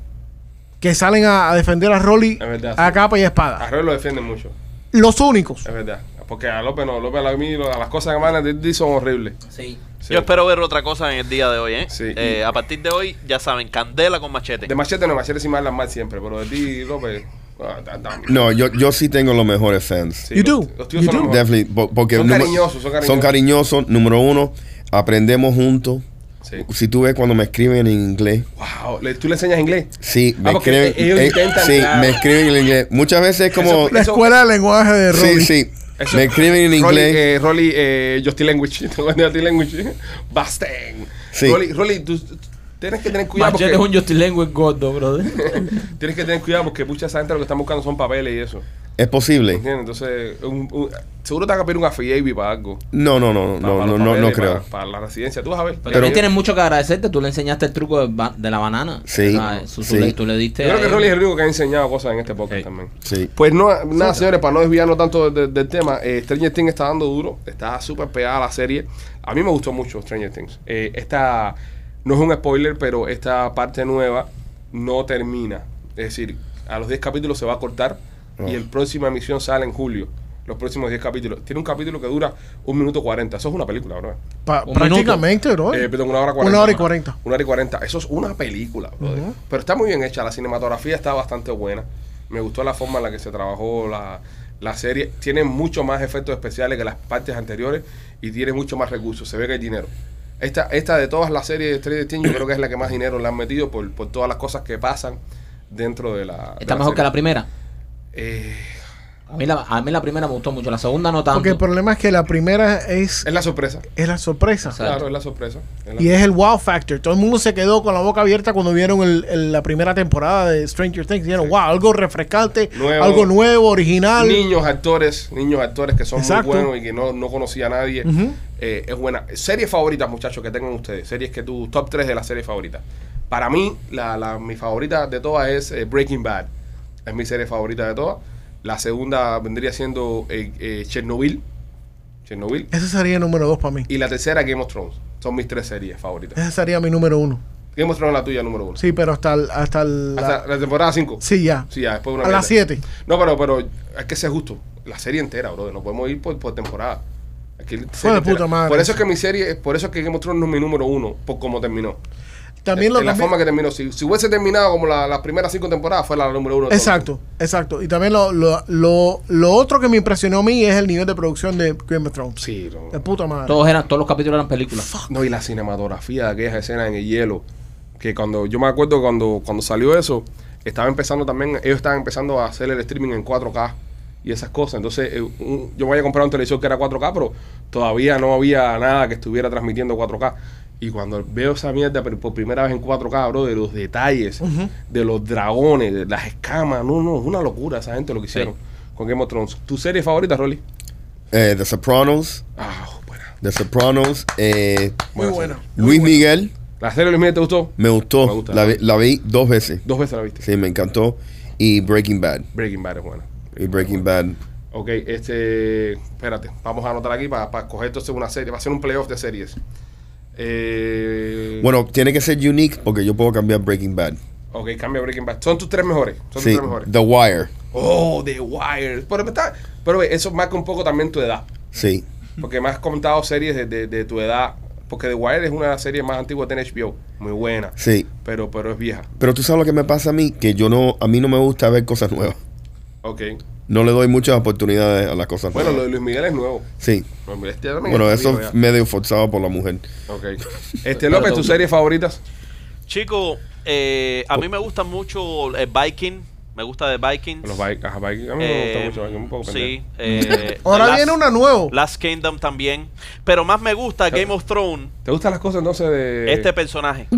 [SPEAKER 4] Que salen a, a defender a Rolly
[SPEAKER 1] Es verdad,
[SPEAKER 4] a
[SPEAKER 1] sí.
[SPEAKER 4] capa y espada.
[SPEAKER 1] Arroyo lo defiende mucho,
[SPEAKER 4] Los únicos.
[SPEAKER 1] es verdad. Porque a López no, López a mí, a las cosas que mandan de ti son horribles.
[SPEAKER 3] Sí.
[SPEAKER 1] Sí.
[SPEAKER 6] Yo espero ver otra cosa en el día de hoy, ¿eh?
[SPEAKER 1] Sí,
[SPEAKER 6] Eh,
[SPEAKER 1] y-
[SPEAKER 6] A partir de hoy, ya saben, candela con machete.
[SPEAKER 1] De machete no, machete sí me hablan mal siempre, pero de ti, López. ah, ta- ta-
[SPEAKER 5] No, yo, yo sí tengo los mejores fans.
[SPEAKER 1] sí,
[SPEAKER 4] You
[SPEAKER 1] los-
[SPEAKER 4] do.
[SPEAKER 1] Los tíos
[SPEAKER 4] You
[SPEAKER 1] son los
[SPEAKER 4] do.
[SPEAKER 1] mejores.
[SPEAKER 5] Definitely, po- porque
[SPEAKER 1] Son
[SPEAKER 5] número-
[SPEAKER 1] cariñosos, son
[SPEAKER 5] son
[SPEAKER 1] cariñosos.
[SPEAKER 5] cariñosos, número uno, aprendemos juntos.
[SPEAKER 1] Sí.
[SPEAKER 5] Si tú ves cuando me escriben en inglés,
[SPEAKER 1] Wow, ¿le- ¿tú le enseñas inglés?
[SPEAKER 5] sí, me
[SPEAKER 1] Ah, porque
[SPEAKER 5] escriben, eh,
[SPEAKER 1] ellos intentan,
[SPEAKER 5] sí,
[SPEAKER 1] claro.
[SPEAKER 5] me escriben en inglés. Muchas veces es como,
[SPEAKER 1] Eso-
[SPEAKER 4] La escuela de lenguaje de Rolly.
[SPEAKER 5] sí, sí,
[SPEAKER 1] Eso-
[SPEAKER 5] me escriben en
[SPEAKER 1] Rolly,
[SPEAKER 5] inglés.
[SPEAKER 1] eh, Rolly, eh, Justin Language. ¿Te acuerdas de Justin Language? Basten.
[SPEAKER 5] Sí.
[SPEAKER 1] Rolly, Rolly, tú tú tienes que tener cuidado
[SPEAKER 3] Machete
[SPEAKER 1] porque...
[SPEAKER 3] es un Justin Language gordo, brother.
[SPEAKER 1] Tienes que tener cuidado porque mucha gente lo que están buscando son papeles y eso.
[SPEAKER 5] es posible.
[SPEAKER 1] ¿Entiendes? Entonces, un- un- seguro te van a pedir un affidavit para algo.
[SPEAKER 5] No, no, no, no,
[SPEAKER 1] para- para
[SPEAKER 5] no, no,
[SPEAKER 1] los
[SPEAKER 5] no,
[SPEAKER 1] papeles,
[SPEAKER 5] creo.
[SPEAKER 1] Para, para la residencia, tú vas a ver.
[SPEAKER 3] Pero, ellos tienen mucho que agradecerte. Tú le enseñaste el truco de, ba- de la banana.
[SPEAKER 5] Sí,
[SPEAKER 3] ¿sabes? Tú, tú
[SPEAKER 5] sí.
[SPEAKER 3] le, tú le diste.
[SPEAKER 1] Yo creo que
[SPEAKER 3] ahí-
[SPEAKER 1] Rolly es el único que ha enseñado cosas en este podcast
[SPEAKER 3] Sí.
[SPEAKER 1] también.
[SPEAKER 5] Sí.
[SPEAKER 1] Pues no, nada, señores, para no desviarnos tanto de- de- del tema, eh, Stranger Things está dando duro, está súper pegada a la serie. A mí me gustó mucho Stranger Things. Eh, esta, no es un spoiler, pero esta parte nueva no termina. Es decir, a los 10 capítulos se va a cortar y el próxima emisión sale en julio. Los próximos 10 capítulos. Tiene un capítulo que dura un minuto 40. Eso es una película, ¿verdad?
[SPEAKER 4] Pa-
[SPEAKER 3] Un
[SPEAKER 4] prácticamente, bro.
[SPEAKER 1] Eh, perdón, una hora cuarenta.
[SPEAKER 4] Una hora y cuarenta.
[SPEAKER 1] Una hora y cuarenta. Eso es una película, brother.
[SPEAKER 4] Ujú.
[SPEAKER 1] Pero está muy bien hecha. La cinematografía está bastante buena. Me gustó la forma en la que se trabajó la, la serie. Tiene mucho más efectos especiales que las partes anteriores y tiene mucho más recursos. Se ve que hay dinero. Esta, esta de todas las series de Stranger Things, yo creo que es la que más dinero le han metido por, por todas las cosas que pasan dentro de la. Eh,
[SPEAKER 3] Está mejor que la primera.
[SPEAKER 1] primera.
[SPEAKER 3] A mí la, a mí la primera me gustó mucho. La segunda no tanto.
[SPEAKER 4] Porque el problema es que la primera es,
[SPEAKER 1] es la sorpresa.
[SPEAKER 4] es la sorpresa.
[SPEAKER 3] Exacto.
[SPEAKER 1] Claro, es la sorpresa. Es la-
[SPEAKER 4] Y es el wow factor. Todo el mundo se quedó con la boca abierta cuando vieron el- el- la primera temporada de Stranger Things. Dijeron, wow, algo refrescante,
[SPEAKER 1] Nuevo.
[SPEAKER 4] algo nuevo, original.
[SPEAKER 1] niños actores, niños actores que son
[SPEAKER 4] Exacto.
[SPEAKER 1] muy buenos y que no, no conocía a nadie.
[SPEAKER 4] Ujú.
[SPEAKER 1] Eh, es buena. Series favoritas, muchachos, que tengan ustedes. Series que tú, top 3 de las series favoritas. Para mí, la, la- mi favorita de todas es eh, Breaking Bad. Es mi serie favorita de todas. La segunda vendría siendo eh, eh, Chernobyl. Chernobyl.
[SPEAKER 4] Ese sería el número dos para mí.
[SPEAKER 1] Y la tercera, Game of Thrones. Son mis tres series favoritas.
[SPEAKER 4] Ese sería mi número uno.
[SPEAKER 1] Game of Thrones es la tuya, número uno.
[SPEAKER 4] Eh. Sí, pero hasta, el- hasta, el- la-
[SPEAKER 1] Hasta la temporada 5.
[SPEAKER 4] Sí, ya.
[SPEAKER 1] Sí, ya, después una
[SPEAKER 4] a las
[SPEAKER 1] mierda.
[SPEAKER 4] 7.
[SPEAKER 1] No, pero, pero hay que ser justo. La serie entera, bro. No podemos ir por, por temporada. Hay que ir serie
[SPEAKER 4] de puta
[SPEAKER 1] entera.
[SPEAKER 4] madre.
[SPEAKER 1] Por eso es que mi serie, por eso es que Game of Thrones no es mi número uno, por cómo terminó.
[SPEAKER 4] También lo
[SPEAKER 1] En la
[SPEAKER 4] también-
[SPEAKER 1] forma que terminó. Si, si hubiese terminado como la- las primeras cinco temporadas, fue la número uno. de todo.
[SPEAKER 4] Exacto, exacto. Y también lo, lo, lo, lo otro que me impresionó a mí es el nivel de producción de Game of Thrones.
[SPEAKER 1] Sí, no.
[SPEAKER 4] De puta madre.
[SPEAKER 3] Todos, eran, todos los capítulos eran películas.
[SPEAKER 1] No, y la cinematografía de aquellas escenas en el hielo. Que cuando, yo me acuerdo cuando, cuando salió eso, estaba empezando también, ellos estaban empezando a hacer el streaming en 4K y esas cosas. Entonces, eh, un- yo me había comprado un televisor que era 4K, pero todavía no había nada que estuviera transmitiendo 4K. Y cuando veo esa mierda pero por primera vez en 4K, bro, de los detalles, de los dragones, de las escamas, no, no, es una locura esa gente lo que hicieron con Game of Thrones. ¿Tu serie favorita, Rolly?
[SPEAKER 5] Eh, The Sopranos,
[SPEAKER 1] Ah, buena.
[SPEAKER 5] The Sopranos, eh,
[SPEAKER 4] Muy
[SPEAKER 1] Buena
[SPEAKER 4] buena.
[SPEAKER 5] Luis Miguel,
[SPEAKER 1] ¿La serie de Luis Miguel te gustó?
[SPEAKER 5] Me gustó.
[SPEAKER 1] Me gusta.
[SPEAKER 5] la, vi, la vi dos veces.
[SPEAKER 1] Dos veces la viste.
[SPEAKER 5] Sí, me encantó. Y Breaking Bad.
[SPEAKER 1] Breaking Bad es buena.
[SPEAKER 5] Y Breaking Bad.
[SPEAKER 1] Ok, este. Espérate, vamos a anotar aquí para, para coger entonces una serie. Va a ser un playoff de series. Eh,
[SPEAKER 5] Bueno, tiene que ser unique porque yo puedo cambiar Breaking Bad.
[SPEAKER 1] Ok, cambia Breaking Bad. Son tus tres mejores. Son
[SPEAKER 5] Sí,
[SPEAKER 1] tus tres mejores.
[SPEAKER 5] The Wire.
[SPEAKER 1] Oh, The Wire. Pero, me está, pero ve, eso marca un poco también tu edad.
[SPEAKER 5] Sí.
[SPEAKER 1] Porque me has comentado series de, de- de tu edad. Porque The Wire es una serie más antigua que tiene HBO. Muy buena.
[SPEAKER 5] Sí.
[SPEAKER 1] Pero, pero es vieja.
[SPEAKER 5] Pero tú sabes lo que me pasa a mí, que yo no, a mí no me gusta ver cosas nuevas.
[SPEAKER 1] Ok.
[SPEAKER 5] No le doy muchas oportunidades a las cosas
[SPEAKER 1] Bueno, lo
[SPEAKER 5] nuevas.
[SPEAKER 1] de Luis Miguel es nuevo.
[SPEAKER 5] Sí.
[SPEAKER 1] Luis Miguel este también
[SPEAKER 5] Bueno,
[SPEAKER 1] es
[SPEAKER 5] eso
[SPEAKER 1] viejo
[SPEAKER 5] es
[SPEAKER 1] ya.
[SPEAKER 5] medio forzado por la mujer.
[SPEAKER 1] Ok. Este López, tus series favoritas.
[SPEAKER 6] Chico, eh, a mí me gusta mucho el Viking. Me gusta de Vikings.
[SPEAKER 1] Los Vikings. Ajá, Vikings. A mí me gusta
[SPEAKER 6] Eh,
[SPEAKER 1] mucho. Vikings, Un poco
[SPEAKER 6] sí.
[SPEAKER 1] pendejo.
[SPEAKER 6] eh,
[SPEAKER 4] Ahora
[SPEAKER 6] Last-
[SPEAKER 4] viene una nueva.
[SPEAKER 6] Last Kingdom también. Pero más me gusta Game of Thrones,
[SPEAKER 1] ¿Te gustan las cosas entonces de.
[SPEAKER 6] este personaje.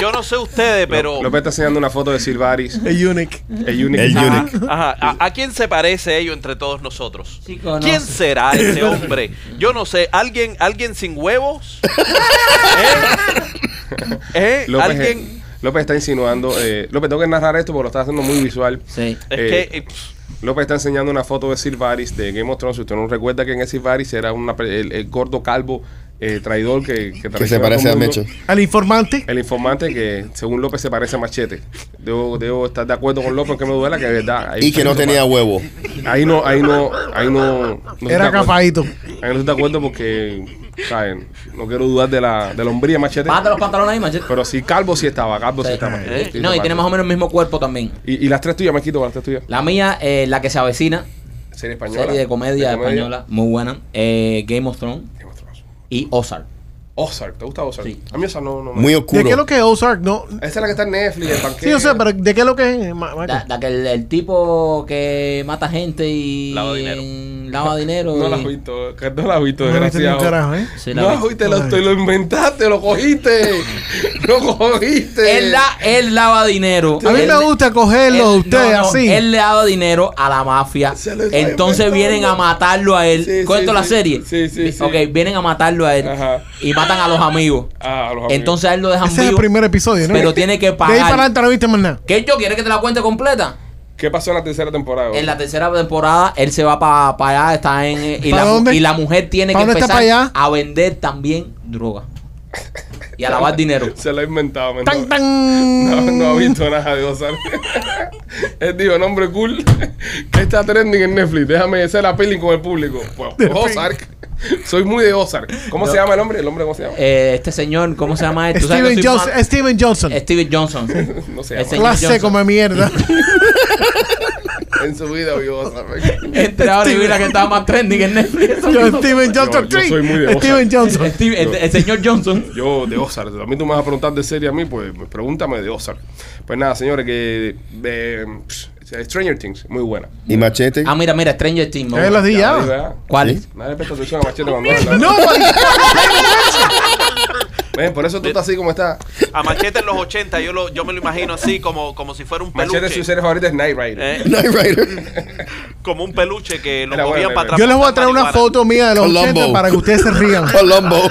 [SPEAKER 6] Yo no sé ustedes, pero.
[SPEAKER 1] López está enseñando una foto de Silvaris.
[SPEAKER 4] El Unique.
[SPEAKER 1] El Unique.
[SPEAKER 5] El
[SPEAKER 1] Ah,
[SPEAKER 5] Unique.
[SPEAKER 6] Ajá, ¿a, a quién se parece ello entre todos nosotros?
[SPEAKER 3] Chico, no
[SPEAKER 6] ¿Quién
[SPEAKER 3] sé.
[SPEAKER 6] será ese hombre? Yo no sé, ¿alguien, alguien sin huevos? ¿Eh? ¿Eh?
[SPEAKER 1] López,
[SPEAKER 6] ¿Alguien?
[SPEAKER 1] López está insinuando. eh, López, tengo que narrar esto porque lo está haciendo muy visual.
[SPEAKER 3] Sí.
[SPEAKER 6] Es
[SPEAKER 1] eh,
[SPEAKER 6] que eh, pff,
[SPEAKER 1] López está enseñando una foto de Silvaris de Game of Thrones. Si usted no recuerda que en el Silvaris era una, pe- el, el gordo calvo eh, traidor que,
[SPEAKER 5] Que
[SPEAKER 1] traiciona
[SPEAKER 5] se
[SPEAKER 1] todo
[SPEAKER 5] parece a
[SPEAKER 1] el mundo.
[SPEAKER 5] Meche.
[SPEAKER 4] Al informante.
[SPEAKER 1] El informante que, según López, se parece a Machete. Debo, debo estar de acuerdo con López, que me duela que de verdad. ahí
[SPEAKER 5] Y que no
[SPEAKER 1] se-
[SPEAKER 5] tenía huevo.
[SPEAKER 1] Ahí no, ahí no, ahí no. no estoy de
[SPEAKER 4] Era
[SPEAKER 1] acuerdo.
[SPEAKER 4] capadito.
[SPEAKER 1] Ahí no estoy de acuerdo porque, ¿saben? No quiero dudar de la, de la hombría de Machete.
[SPEAKER 3] Bájate los pantalones ahí, machete.
[SPEAKER 1] Pero sí, calvo sí estaba, calvo sí,
[SPEAKER 3] Sí.
[SPEAKER 1] estaba.
[SPEAKER 6] Eh,
[SPEAKER 1] Sí,
[SPEAKER 3] No, y
[SPEAKER 1] estaba.
[SPEAKER 3] tiene más o menos el mismo cuerpo también.
[SPEAKER 1] Y, y las tres tuyas, me quito las tres tuyas.
[SPEAKER 3] La mía, eh, la que se avecina,
[SPEAKER 1] Serie española.
[SPEAKER 3] serie de comedia, española, muy buena. eh, Game of Thrones
[SPEAKER 1] Game of Thrones.
[SPEAKER 3] y Ozark.
[SPEAKER 1] Ozark, ¿te gusta Ozark?
[SPEAKER 3] Sí.
[SPEAKER 1] A mí Ozark no, no me-
[SPEAKER 5] Muy
[SPEAKER 4] ¿De
[SPEAKER 5] oscuro.
[SPEAKER 4] qué es lo que es Ozark? No.
[SPEAKER 1] Esa es la que está en Netflix, el banquero.
[SPEAKER 4] Sí, yo sé, pero ¿de qué es lo que es? eh, Ma-
[SPEAKER 3] Da,
[SPEAKER 4] Michael?
[SPEAKER 3] da que el, el tipo que mata gente y
[SPEAKER 6] Lava dinero.
[SPEAKER 3] en- lava dinero
[SPEAKER 1] No
[SPEAKER 3] y-
[SPEAKER 1] la has visto, que no la has visto,
[SPEAKER 4] No me viste ni un
[SPEAKER 1] desgraciado.
[SPEAKER 4] carajo, ¿eh?
[SPEAKER 3] Sí, la
[SPEAKER 1] no,
[SPEAKER 3] vi.
[SPEAKER 1] has visto, lo, te lo inventaste, lo cogiste. lo cogiste.
[SPEAKER 3] Él, la- él lava dinero.
[SPEAKER 4] A mí
[SPEAKER 3] Él-
[SPEAKER 4] me gusta cogerlo de
[SPEAKER 3] él-
[SPEAKER 4] ustedes
[SPEAKER 3] no, no,
[SPEAKER 4] así.
[SPEAKER 3] Él le daba dinero a la mafia.
[SPEAKER 1] Se lo está
[SPEAKER 3] Entonces
[SPEAKER 1] inventando.
[SPEAKER 3] vienen a matarlo a él.
[SPEAKER 1] Sí, sí,
[SPEAKER 3] ¿Cuento la
[SPEAKER 1] sí.
[SPEAKER 3] serie?
[SPEAKER 1] Sí, sí,
[SPEAKER 3] Vi-
[SPEAKER 1] sí.
[SPEAKER 3] Ok, vienen a matarlo a él.
[SPEAKER 1] Ajá.
[SPEAKER 3] Y matan a los amigos.
[SPEAKER 1] Ah, los amigos.
[SPEAKER 3] Entonces a él lo dejan
[SPEAKER 4] Ese es el
[SPEAKER 3] vivo.
[SPEAKER 4] primer episodio, ¿no?
[SPEAKER 3] pero tiene que
[SPEAKER 4] De ahí para
[SPEAKER 3] pagar.
[SPEAKER 4] adelante no viste más nada.
[SPEAKER 3] ¿Qué yo? ¿Quieres que te la cuente completa?
[SPEAKER 1] ¿Qué pasó en la tercera temporada?
[SPEAKER 3] En la tercera temporada, él se va para allá, está en. eh, Y,
[SPEAKER 4] ¿Pa
[SPEAKER 3] la,
[SPEAKER 4] dónde?
[SPEAKER 3] y la mujer tiene
[SPEAKER 4] ¿Pa
[SPEAKER 3] que
[SPEAKER 4] dónde está
[SPEAKER 3] empezar
[SPEAKER 4] pa allá?
[SPEAKER 3] a vender también droga. Y a lavar dinero.
[SPEAKER 1] Se lo ha inventado, me
[SPEAKER 4] ¡Tan, tan!
[SPEAKER 1] No, no ha visto nada de Ozark. Él dijo, nombre cool, que está trending en Netflix. Déjame hacer la peli con el público. Bueno, Ozark. Soy muy de Ozark. ¿Cómo se llama el hombre? ¿El hombre cómo se llama?
[SPEAKER 3] Eh, este señor, ¿cómo se llama él? Tú sabes que
[SPEAKER 4] Steven,
[SPEAKER 3] soy
[SPEAKER 4] Johnson,
[SPEAKER 3] mal-
[SPEAKER 4] Steven Johnson.
[SPEAKER 3] Steven Johnson.
[SPEAKER 1] no se
[SPEAKER 3] el
[SPEAKER 1] llama.
[SPEAKER 3] señor
[SPEAKER 4] Clase
[SPEAKER 3] Johnson.
[SPEAKER 4] como mierda.
[SPEAKER 1] En su vida vio Ozark.
[SPEAKER 3] Entre ahora y vi la que estaba más trending en Netflix.
[SPEAKER 4] Yo, Steven Johnson.
[SPEAKER 1] yo
[SPEAKER 4] sí.
[SPEAKER 1] soy muy de Ozark.
[SPEAKER 4] Steven Johnson.
[SPEAKER 3] Steve- el, el señor Johnson.
[SPEAKER 1] Yo de Ozark. También tú me vas a preguntar de serie a mí, pues pues, pregúntame de Ozark. Pues nada, señores, que de, pss, Stranger Things, muy buena.
[SPEAKER 5] Y Machete. ¿Eh?
[SPEAKER 3] Ah, mira, mira, Stranger Things.
[SPEAKER 4] Ya lo
[SPEAKER 3] ¿no?
[SPEAKER 4] dije
[SPEAKER 1] Ahí
[SPEAKER 4] ya.
[SPEAKER 1] va.
[SPEAKER 3] ¿Cuál?
[SPEAKER 5] ¿Sí?
[SPEAKER 1] Nadie le presta atención a Machete cuando habla.
[SPEAKER 4] No,
[SPEAKER 1] Ven, por eso tú estás así como estás.
[SPEAKER 6] a Machete en los 80, yo, lo, yo me lo imagino así, como, como si fuera un
[SPEAKER 1] Machete,
[SPEAKER 6] peluche.
[SPEAKER 1] su serie favorita es Night Rider.
[SPEAKER 6] ¿eh?
[SPEAKER 5] Knight Rider.
[SPEAKER 6] Como un peluche que lo
[SPEAKER 1] Era bueno,
[SPEAKER 6] cogían para
[SPEAKER 1] era bueno.
[SPEAKER 6] atrás.
[SPEAKER 4] yo les voy a traer una foto mía de los
[SPEAKER 5] Columbo.
[SPEAKER 4] 80 para que ustedes se rían.
[SPEAKER 5] Columbo.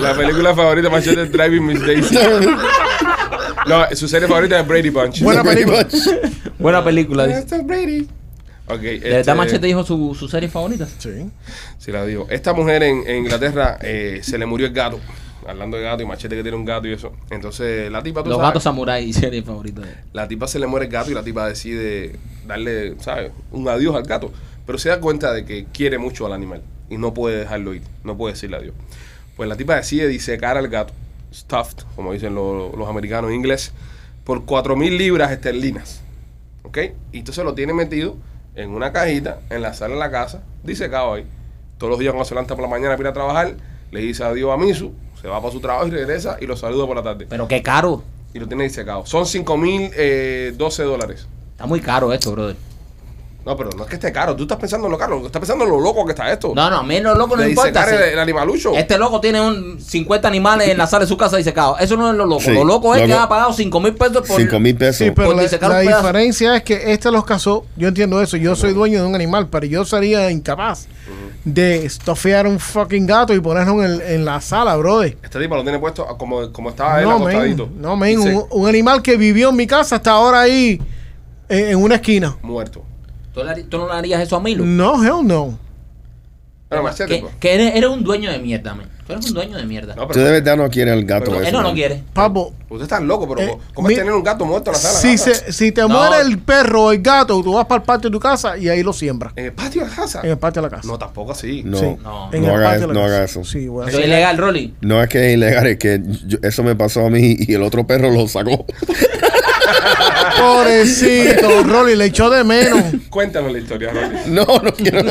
[SPEAKER 1] La película favorita de Machete es Driving Miss Daisy. No, su serie favorita es Brady Bunch.
[SPEAKER 4] Buena
[SPEAKER 5] Pretty
[SPEAKER 4] película.
[SPEAKER 5] much.
[SPEAKER 3] Buena película, dice.
[SPEAKER 1] Mr. Brady. Ok,
[SPEAKER 3] ¿De
[SPEAKER 1] este,
[SPEAKER 3] verdad Machete dijo su- sus series favoritas?
[SPEAKER 4] Sí.
[SPEAKER 1] Sí, la digo. Esta mujer en, en Inglaterra eh, se le murió el gato. Hablando de gato y machete que tiene un gato y eso. Entonces, la tipa, tú
[SPEAKER 3] Los
[SPEAKER 1] sabes,
[SPEAKER 3] gatos samurai, serie favorita.
[SPEAKER 1] la tipa se le muere el gato y la tipa decide darle, ¿sabes? Un adiós al gato. Pero se da cuenta de que quiere mucho al animal y no puede dejarlo ir, no puede decirle adiós. Pues la tipa decide disecar al gato, stuffed, como dicen lo- los americanos en inglés, por 4.000 libras esterlinas. ¿Ok? Y entonces lo tiene metido en una cajita, en la sala de la casa, disecado ahí. Todos los días cuando se levanta por la mañana para ir a trabajar, le dice adiós a Misu, se va para su trabajo y regresa y lo saluda por la tarde
[SPEAKER 3] Pero qué caro.
[SPEAKER 1] y lo tiene disecado. Son 5.012 eh, dólares.
[SPEAKER 3] Está muy caro esto, brother.
[SPEAKER 1] No, No, pero no es que esté caro. Tú estás pensando en lo caro. Estás pensando en lo loco que está esto.
[SPEAKER 3] No, no, a mí lo loco no
[SPEAKER 1] Oh. Le dice,
[SPEAKER 3] importa.
[SPEAKER 1] "Cara,
[SPEAKER 3] sí.
[SPEAKER 1] el, el animalucho.
[SPEAKER 3] Este loco tiene un 50 animales en la sala de su casa disecados. Eso no es lo loco.
[SPEAKER 5] Sí,
[SPEAKER 3] lo loco es que
[SPEAKER 5] loco.
[SPEAKER 3] ha pagado 5 mil pesos por.
[SPEAKER 5] 5 mil pesos.
[SPEAKER 4] Sí, pero
[SPEAKER 3] Por
[SPEAKER 4] la,
[SPEAKER 3] disecar
[SPEAKER 4] la
[SPEAKER 3] un pedazo.
[SPEAKER 4] diferencia es que este los casó. Yo entiendo eso. Yo soy dueño de un animal, pero yo sería incapaz de estofear un fucking gato y ponerlo en, el- en la sala, brother.
[SPEAKER 1] Este tipo lo tiene puesto a- como, como estaba Ah, él
[SPEAKER 4] No,
[SPEAKER 1] acostadito.
[SPEAKER 4] men. No, men.
[SPEAKER 1] Dice,
[SPEAKER 4] Un, un animal que vivió en mi casa hasta ahora ahí en, en una esquina.
[SPEAKER 1] Muerto.
[SPEAKER 3] ¿Tú, le harí- tú no le harías eso a Milo?
[SPEAKER 4] No, hell no.
[SPEAKER 1] Pero machete,
[SPEAKER 3] Que,
[SPEAKER 1] pues.
[SPEAKER 3] que eres, eres un dueño de mierda, man. Tú eres un dueño de mierda.
[SPEAKER 1] No,
[SPEAKER 5] Tú de verdad no quieres el gato.
[SPEAKER 1] Pero-
[SPEAKER 5] ese,
[SPEAKER 3] Él no
[SPEAKER 5] man.
[SPEAKER 3] lo quiere.
[SPEAKER 4] Papo,
[SPEAKER 1] Usted está loco, pero
[SPEAKER 4] Eh,
[SPEAKER 1] ¿cómo
[SPEAKER 4] mi-
[SPEAKER 1] es tener un gato muerto en la sala? de
[SPEAKER 4] si,
[SPEAKER 1] casa?
[SPEAKER 4] se- si te
[SPEAKER 3] No.
[SPEAKER 4] muere el perro o el gato, tú vas para el patio de tu casa y ahí lo siembras.
[SPEAKER 1] ¿En el patio de la casa?
[SPEAKER 4] En el patio de la casa.
[SPEAKER 1] No, tampoco así.
[SPEAKER 5] No,
[SPEAKER 4] Sí.
[SPEAKER 5] no,
[SPEAKER 3] No.
[SPEAKER 4] En el
[SPEAKER 5] haga,
[SPEAKER 4] patio de la
[SPEAKER 5] no
[SPEAKER 4] casa.
[SPEAKER 5] haga eso.
[SPEAKER 4] Sí, güey.
[SPEAKER 3] Eso es ilegal, Rolly.
[SPEAKER 5] No es que es ilegal, es que yo- eso me pasó a mí y el otro perro lo sacó.
[SPEAKER 4] Pobrecito, Rolly, le echó de menos.
[SPEAKER 1] Cuéntanos la historia, Rolly.
[SPEAKER 5] No, no quiero.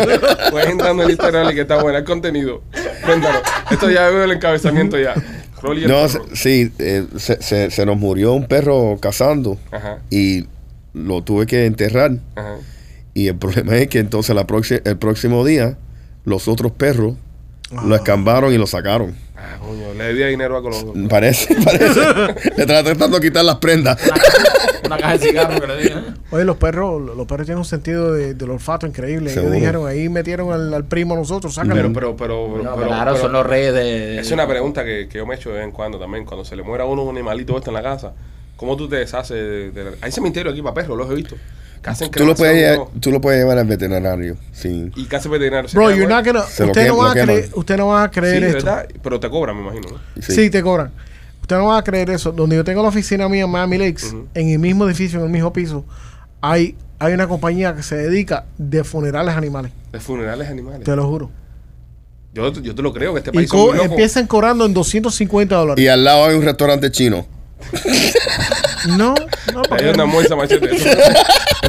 [SPEAKER 1] Cuéntanos la historia, Rolly, que está buena. El contenido. Cuéntanos. Esto ya veo el encabezamiento ya. Rolly el
[SPEAKER 5] No,
[SPEAKER 1] perro.
[SPEAKER 5] se- sí, eh, se, se- se nos murió un perro cazando
[SPEAKER 1] Ajá,
[SPEAKER 5] y lo tuve que enterrar.
[SPEAKER 1] ajá.
[SPEAKER 5] Y el problema es que entonces la proxi- el próximo día los otros perros lo escambaron y lo sacaron.
[SPEAKER 1] Ah, coño, le debía dinero a
[SPEAKER 5] Mm.
[SPEAKER 1] Colón.
[SPEAKER 5] Parece, parece. Le están tratando de quitar las prendas.
[SPEAKER 3] Una caja, una caja de cigarros que le digan. ¿eh?
[SPEAKER 4] Oye, los perros, los perros tienen un sentido de- del olfato increíble. Ellos
[SPEAKER 5] Seguro.
[SPEAKER 4] dijeron, ahí metieron al, al primo a nosotros, sácalo.
[SPEAKER 1] Pero, pero, pero, pero,
[SPEAKER 3] No,
[SPEAKER 1] pero-
[SPEAKER 3] claro,
[SPEAKER 1] pero-
[SPEAKER 3] son los reyes de.
[SPEAKER 1] es una pregunta que, que yo me echo de vez en cuando también. Cuando se le muera a uno un animalito esto en la casa, ¿cómo tú te deshaces? De, de la- Hay cementerios aquí para perros, los he visto. Que hacen
[SPEAKER 5] Tú lo, puedes
[SPEAKER 1] cremación,
[SPEAKER 5] llevar, tú lo puedes llevar al veterinario. Sí.
[SPEAKER 1] ¿no? Y casi veterinarios.
[SPEAKER 4] Bro, you're not gonna-
[SPEAKER 5] Se lo
[SPEAKER 4] usted,
[SPEAKER 5] quem-
[SPEAKER 4] no va a
[SPEAKER 5] lo queman.
[SPEAKER 4] creer, usted no va a
[SPEAKER 1] Sí,
[SPEAKER 4] creer esto.
[SPEAKER 1] ¿verdad? Pero te cobran, me imagino. ¿no?
[SPEAKER 5] Sí.
[SPEAKER 4] Sí, te cobran. Usted no va a creer eso. Donde yo tengo la oficina mía en Miami Lakes,
[SPEAKER 1] Ujú.
[SPEAKER 4] en el mismo edificio, en el mismo piso, hay, hay una compañía que se dedica de funerales animales.
[SPEAKER 1] De funerales animales.
[SPEAKER 4] Te lo juro.
[SPEAKER 1] Yo, yo te lo creo que este
[SPEAKER 4] Y
[SPEAKER 1] país son
[SPEAKER 4] co-
[SPEAKER 1] muy locos.
[SPEAKER 4] empiezan cobrando en 250 dólares.
[SPEAKER 5] Y al lado hay un restaurante chino.
[SPEAKER 4] No, no,
[SPEAKER 1] Le
[SPEAKER 4] para
[SPEAKER 1] dio
[SPEAKER 4] qué.
[SPEAKER 1] una muerza machete. Eso fue-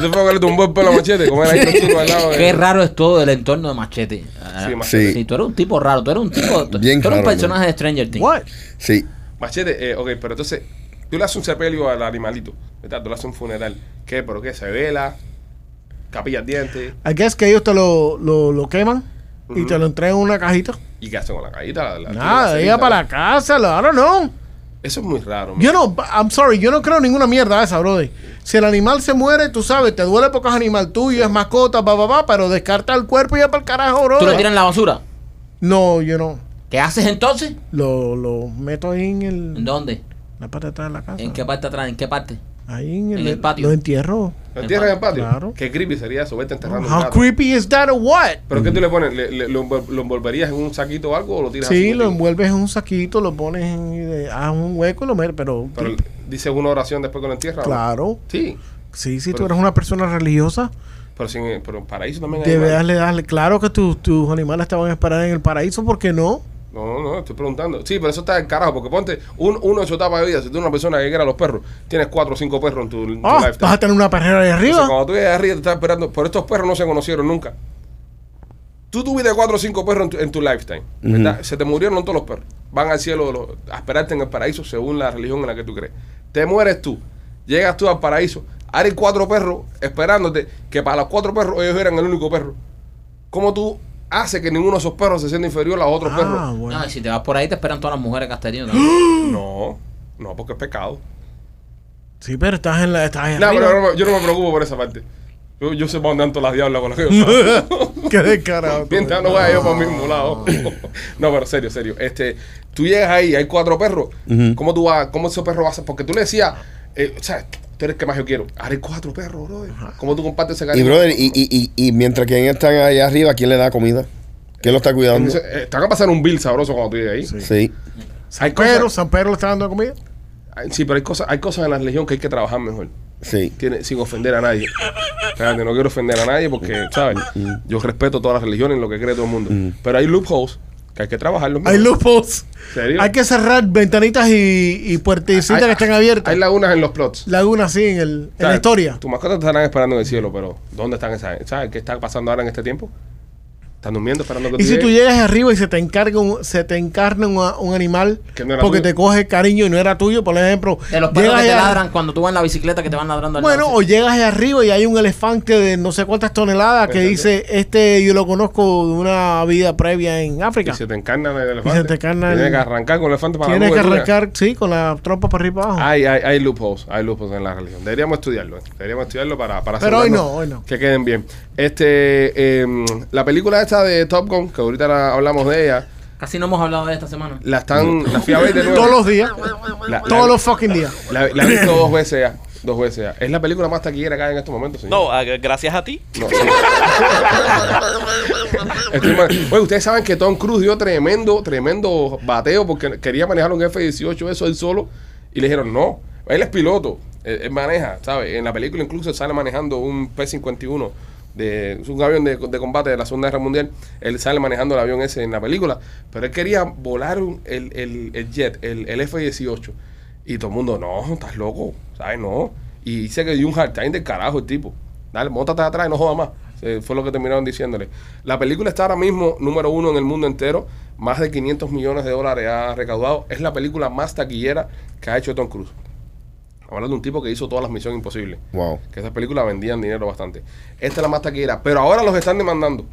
[SPEAKER 1] eso fue que le tumbó el pelo a machete. Como era ahí los chinos al lado. de-
[SPEAKER 3] Qué raro es todo el entorno de Machete. Ah,
[SPEAKER 1] Sí, machete.
[SPEAKER 5] Sí.
[SPEAKER 3] sí, tú eres un tipo raro, tú eres un tipo. Tú,
[SPEAKER 5] Bien
[SPEAKER 3] tú eres
[SPEAKER 5] raro,
[SPEAKER 3] un personaje de Stranger Things.
[SPEAKER 4] What?
[SPEAKER 5] Sí.
[SPEAKER 1] Machete, eh, ok, pero entonces, tú le haces un sepelio al animalito, ¿verdad? Tú le haces un funeral. ¿Qué? ¿Pero qué? ¿Se vela? ¿Capilla dientes?
[SPEAKER 4] I guess que ellos te lo, lo, lo queman y
[SPEAKER 1] Ujú.
[SPEAKER 4] te lo entregan en una cajita.
[SPEAKER 1] ¿Y qué hacen con la cajita? La- la-
[SPEAKER 4] Nada,
[SPEAKER 1] la-
[SPEAKER 4] ella
[SPEAKER 1] la-
[SPEAKER 4] para la casa, la- I don't know.
[SPEAKER 1] Eso es muy raro. man.
[SPEAKER 4] Yo no, I'm sorry, yo no creo en ninguna mierda esa, brother. Si el animal se muere, tú sabes, te duele porque es animal tuyo, es mascota, pa, pa, pa, pero descarta el cuerpo y ya para el carajo,
[SPEAKER 3] ¿Tú lo tiras
[SPEAKER 4] brother.
[SPEAKER 3] en la basura?
[SPEAKER 4] No, yo no.
[SPEAKER 3] ¿Qué haces entonces?
[SPEAKER 4] Lo, lo meto ahí en el,
[SPEAKER 3] ¿En dónde?
[SPEAKER 4] la parte de atrás de la casa.
[SPEAKER 3] ¿En qué parte atrás? ¿En qué parte?
[SPEAKER 4] Ahí en el,
[SPEAKER 3] en el patio?
[SPEAKER 4] Lo entierro.
[SPEAKER 1] ¿Lo entierran en el patio?
[SPEAKER 4] Claro.
[SPEAKER 1] Qué creepy sería eso, vete enterrando un
[SPEAKER 4] How
[SPEAKER 1] gato.
[SPEAKER 4] creepy is that or what?
[SPEAKER 1] ¿Pero qué tú le pones? ¿Le- le- lo, envol- lo envolverías en un saquito o algo o lo tiras
[SPEAKER 4] Sí,
[SPEAKER 1] así?
[SPEAKER 4] lo envuelves en un saquito, lo pones en, a un hueco y lo metes, pero,
[SPEAKER 1] Pero dices una oración después con la entierra. o no?
[SPEAKER 4] claro.
[SPEAKER 1] Sí,
[SPEAKER 4] Sí, si tú
[SPEAKER 1] Pero-
[SPEAKER 4] eres una persona religiosa,
[SPEAKER 1] pero, sin, pero en paraíso también hay
[SPEAKER 4] debes
[SPEAKER 1] animales.
[SPEAKER 4] darle, darle- Claro que tus- tus animales te van a esperar en el paraíso, ¿por qué no?
[SPEAKER 1] No, no, estoy preguntando. Sí, pero eso está del carajo, porque ponte un, uno en su etapa de vida. Si tú eres una persona que quiere a los perros, tienes cuatro o cinco perros en tu, en tu
[SPEAKER 4] Ah,
[SPEAKER 1] lifetime.
[SPEAKER 4] vas a tener una perrera ahí
[SPEAKER 1] Entonces,
[SPEAKER 4] arriba.
[SPEAKER 1] cuando tú llegas arriba, te estás esperando. Pero estos perros no se conocieron nunca. Tú tuviste cuatro o cinco perros en tu, en tu lifetime. ¿verdad? Se te murieron todos los perros. Van al cielo de los- a esperarte en el paraíso según la religión en la que tú crees. Te mueres tú. Llegas tú al paraíso. Ahora hay cuatro perros esperándote. Que para los cuatro perros ellos eran el único perro. ¿Cómo tú haces que ninguno de esos perros se sienta inferior a los otros perros?
[SPEAKER 4] Ah, bueno.
[SPEAKER 3] No, y si te vas por ahí te esperan todas las mujeres que has tenido. ¿no?
[SPEAKER 1] No, no, porque es pecado.
[SPEAKER 4] Sí, pero estás en la. Estás ahí
[SPEAKER 1] No,
[SPEAKER 4] arriba.
[SPEAKER 1] pero no me- yo no me preocupo por esa parte. Yo, yo sé para dónde andan todas las diablas con las que yo salgo.
[SPEAKER 4] Qué descarado.
[SPEAKER 1] Mientras no vaya yo para el mismo lado. no, pero serio, serio. Este, tú llegas ahí, hay cuatro perros.
[SPEAKER 5] Ujú.
[SPEAKER 1] ¿Cómo tú vas? ¿Cómo esos perros vas a- Porque tú le decías, eh, o sea, tú eres el que más yo quiero. Ahora hay cuatro perros, brother. ¿Cómo tú compartes ese
[SPEAKER 5] Y,
[SPEAKER 1] cariño?
[SPEAKER 5] brother, y, y, y, y mientras que ellos están allá arriba, ¿quién le da comida? ¿Quién lo está cuidando?
[SPEAKER 1] Entonces, eh, te van a pasar un bill sabroso cuando tú llegues ahí. Sí,
[SPEAKER 5] Sí.
[SPEAKER 4] San Pedro, San Pedro le está dando comida.
[SPEAKER 1] sí pero hay cosas, hay cosas en la religión que hay que trabajar mejor.
[SPEAKER 5] Sí.
[SPEAKER 1] tiene, sin ofender a nadie. Espérate, no quiero ofender a nadie porque, ¿sabes? Yo respeto todas las religiones, lo que cree todo el mundo. Pero hay loopholes que hay que trabajarlos.
[SPEAKER 4] Hay loopholes.
[SPEAKER 1] ¿Serio?
[SPEAKER 4] Hay que cerrar ventanitas y, y puertecitas
[SPEAKER 1] Hay-
[SPEAKER 4] que están
[SPEAKER 1] Hay
[SPEAKER 4] abiertas.
[SPEAKER 1] lagunas en los plots.
[SPEAKER 4] Laguna, sí, en, el, en la
[SPEAKER 1] ¿Sabes?
[SPEAKER 4] historia.
[SPEAKER 1] Tus mascotas te estarán esperando en el cielo, pero ¿dónde están esas? ¿Sabes qué está pasando ahora en este tiempo? Están durmiendo esperando que
[SPEAKER 4] Y si tú
[SPEAKER 1] llegues.
[SPEAKER 4] llegas arriba y se te encarga un, se te encarna un, un animal
[SPEAKER 1] Que no era
[SPEAKER 4] porque
[SPEAKER 1] tuyo.
[SPEAKER 4] te coge cariño y no era tuyo, por ejemplo,
[SPEAKER 3] De los perros
[SPEAKER 4] llegas
[SPEAKER 3] que te
[SPEAKER 4] allá-
[SPEAKER 3] ladran cuando tú vas en la bicicleta que te van ladrando al
[SPEAKER 4] Bueno,
[SPEAKER 3] lado.
[SPEAKER 4] o llegas allá arriba y hay un elefante de no sé cuántas toneladas que dice, este yo lo conozco de una vida previa en África.
[SPEAKER 1] Y se te encarna el elefante.
[SPEAKER 4] te encarna
[SPEAKER 1] Tienes
[SPEAKER 4] el-
[SPEAKER 1] que arrancar con el elefante para la
[SPEAKER 4] Tienes que
[SPEAKER 1] nube tuya.
[SPEAKER 4] arrancar, sí, con la trompa para arriba y para abajo.
[SPEAKER 1] Hay, hay, hay loopholes, hay loopholes en la religión. Deberíamos estudiarlo, ¿eh? deberíamos estudiarlo para, para
[SPEAKER 4] Pero hoy
[SPEAKER 1] asegurarnos
[SPEAKER 4] no, hoy no.
[SPEAKER 1] Que queden bien. Este, em, la película esta de Top Gun, que ahorita la- hablamos de ella,
[SPEAKER 3] Casi no hemos hablado de esta semana.
[SPEAKER 1] la están, la fui a ver de nuevo.
[SPEAKER 4] Todos los días.
[SPEAKER 1] La- la-
[SPEAKER 4] Todos los fucking días.
[SPEAKER 1] La, la he visto dos veces ya, dos veces ya. Es la película más taquillera que hay en estos momentos, señor.
[SPEAKER 6] No, ah, gracias a ti.
[SPEAKER 1] No, sí. Estoy mal. Oye, ustedes saben que Tom Cruise dio tremendo, tremendo bateo porque quería manejar un F-18, eso él solo, y le dijeron no. Él es piloto, él, él maneja, ¿sabes? En la película incluso sale manejando un P-51, de, es un avión de, de combate de la Segunda Guerra Mundial. Él sale manejando el avión ese en la película, pero él quería volar un- el, el- el jet, el, el F-18. Y todo el mundo, no, estás loco, ¿sabes? No. Y dice que dio un hard time del carajo el tipo. Dale, montate atrás y no joda más. Eh, fue lo que terminaron diciéndole. La película está ahora mismo número uno en el mundo entero. Más de 500 millones de dólares ha recaudado. Es la película más taquillera que ha hecho Tom Cruise. Hablando de un tipo que hizo todas las misiones imposibles.
[SPEAKER 5] Wow.
[SPEAKER 1] Que esas películas vendían dinero bastante. Esta es la más taquillera. Pero ahora los están demandando.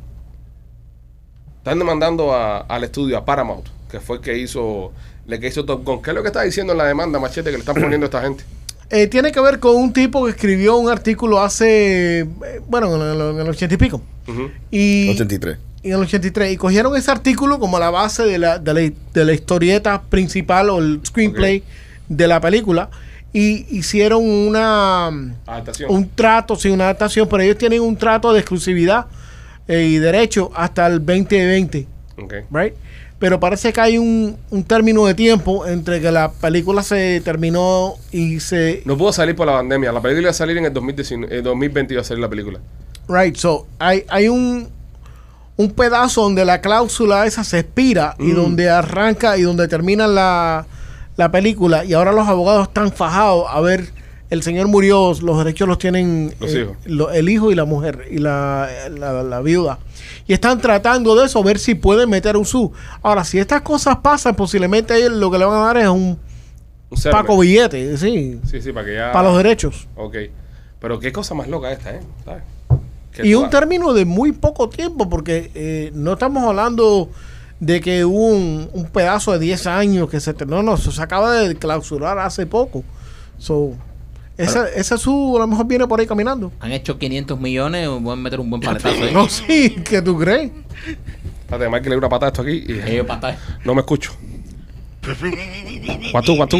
[SPEAKER 1] Están demandando a- al estudio, a Paramount, que fue el que hizo, le que hizo Top Gun. ¿Qué es lo que está diciendo en la demanda, Machete, que le están poniendo a esta gente?
[SPEAKER 4] Eh, tiene que ver con un tipo que escribió un artículo hace, eh, bueno, en el, en el ochenta y pico.
[SPEAKER 1] Ujú.
[SPEAKER 4] Y,
[SPEAKER 5] 83.
[SPEAKER 4] y en el 83. Y cogieron ese artículo como la base de la, de la, de la historieta principal o el screenplay de la película. Y hicieron una,
[SPEAKER 1] Adaptación.
[SPEAKER 4] un trato, sí, una adaptación, pero ellos tienen un trato de exclusividad eh, y derecho hasta el 2020,
[SPEAKER 1] Ok.
[SPEAKER 4] ¿right? Pero parece que hay un, un término de tiempo entre que la película se terminó y se...
[SPEAKER 1] No pudo salir por la pandemia. La película iba a salir en el 2019, eh, 2020 iba a salir la película.
[SPEAKER 4] Right, so hay, hay un, un pedazo donde la cláusula esa se expira
[SPEAKER 1] Mm.
[SPEAKER 4] y donde arranca y donde termina la, la película y ahora los abogados están fajados a ver, el señor murió, los derechos los tienen
[SPEAKER 1] Los
[SPEAKER 4] eh,
[SPEAKER 1] hijos.
[SPEAKER 4] lo- el hijo y la mujer y la, la- la viuda. Y están tratando de eso, ver si pueden meter un su. Ahora, si estas cosas pasan, posiblemente a ellos lo que le van a dar es un
[SPEAKER 1] Un settlement.
[SPEAKER 4] paco billete, sí,
[SPEAKER 1] Sí, sí, para que ya.
[SPEAKER 4] para los derechos.
[SPEAKER 1] Ok. Pero qué cosa más loca esta, ¿eh? ¿Sabes? Que
[SPEAKER 4] Y
[SPEAKER 1] tú
[SPEAKER 4] un
[SPEAKER 1] ha-
[SPEAKER 4] término de muy poco tiempo, porque eh, no estamos hablando de que hubo un, un pedazo de 10 años que se... te- No, no, eso se acaba de clausurar hace poco. So, esa, esa su a lo mejor viene por ahí caminando.
[SPEAKER 3] Han hecho 500 millones, voy a meter un buen paletazo ahí.
[SPEAKER 4] No, sí, ¿qué tú crees?
[SPEAKER 1] Espérate, Mike, le doy una patada a esto aquí y
[SPEAKER 3] Ellos patar.
[SPEAKER 1] no me escucho. Guatú, guatú.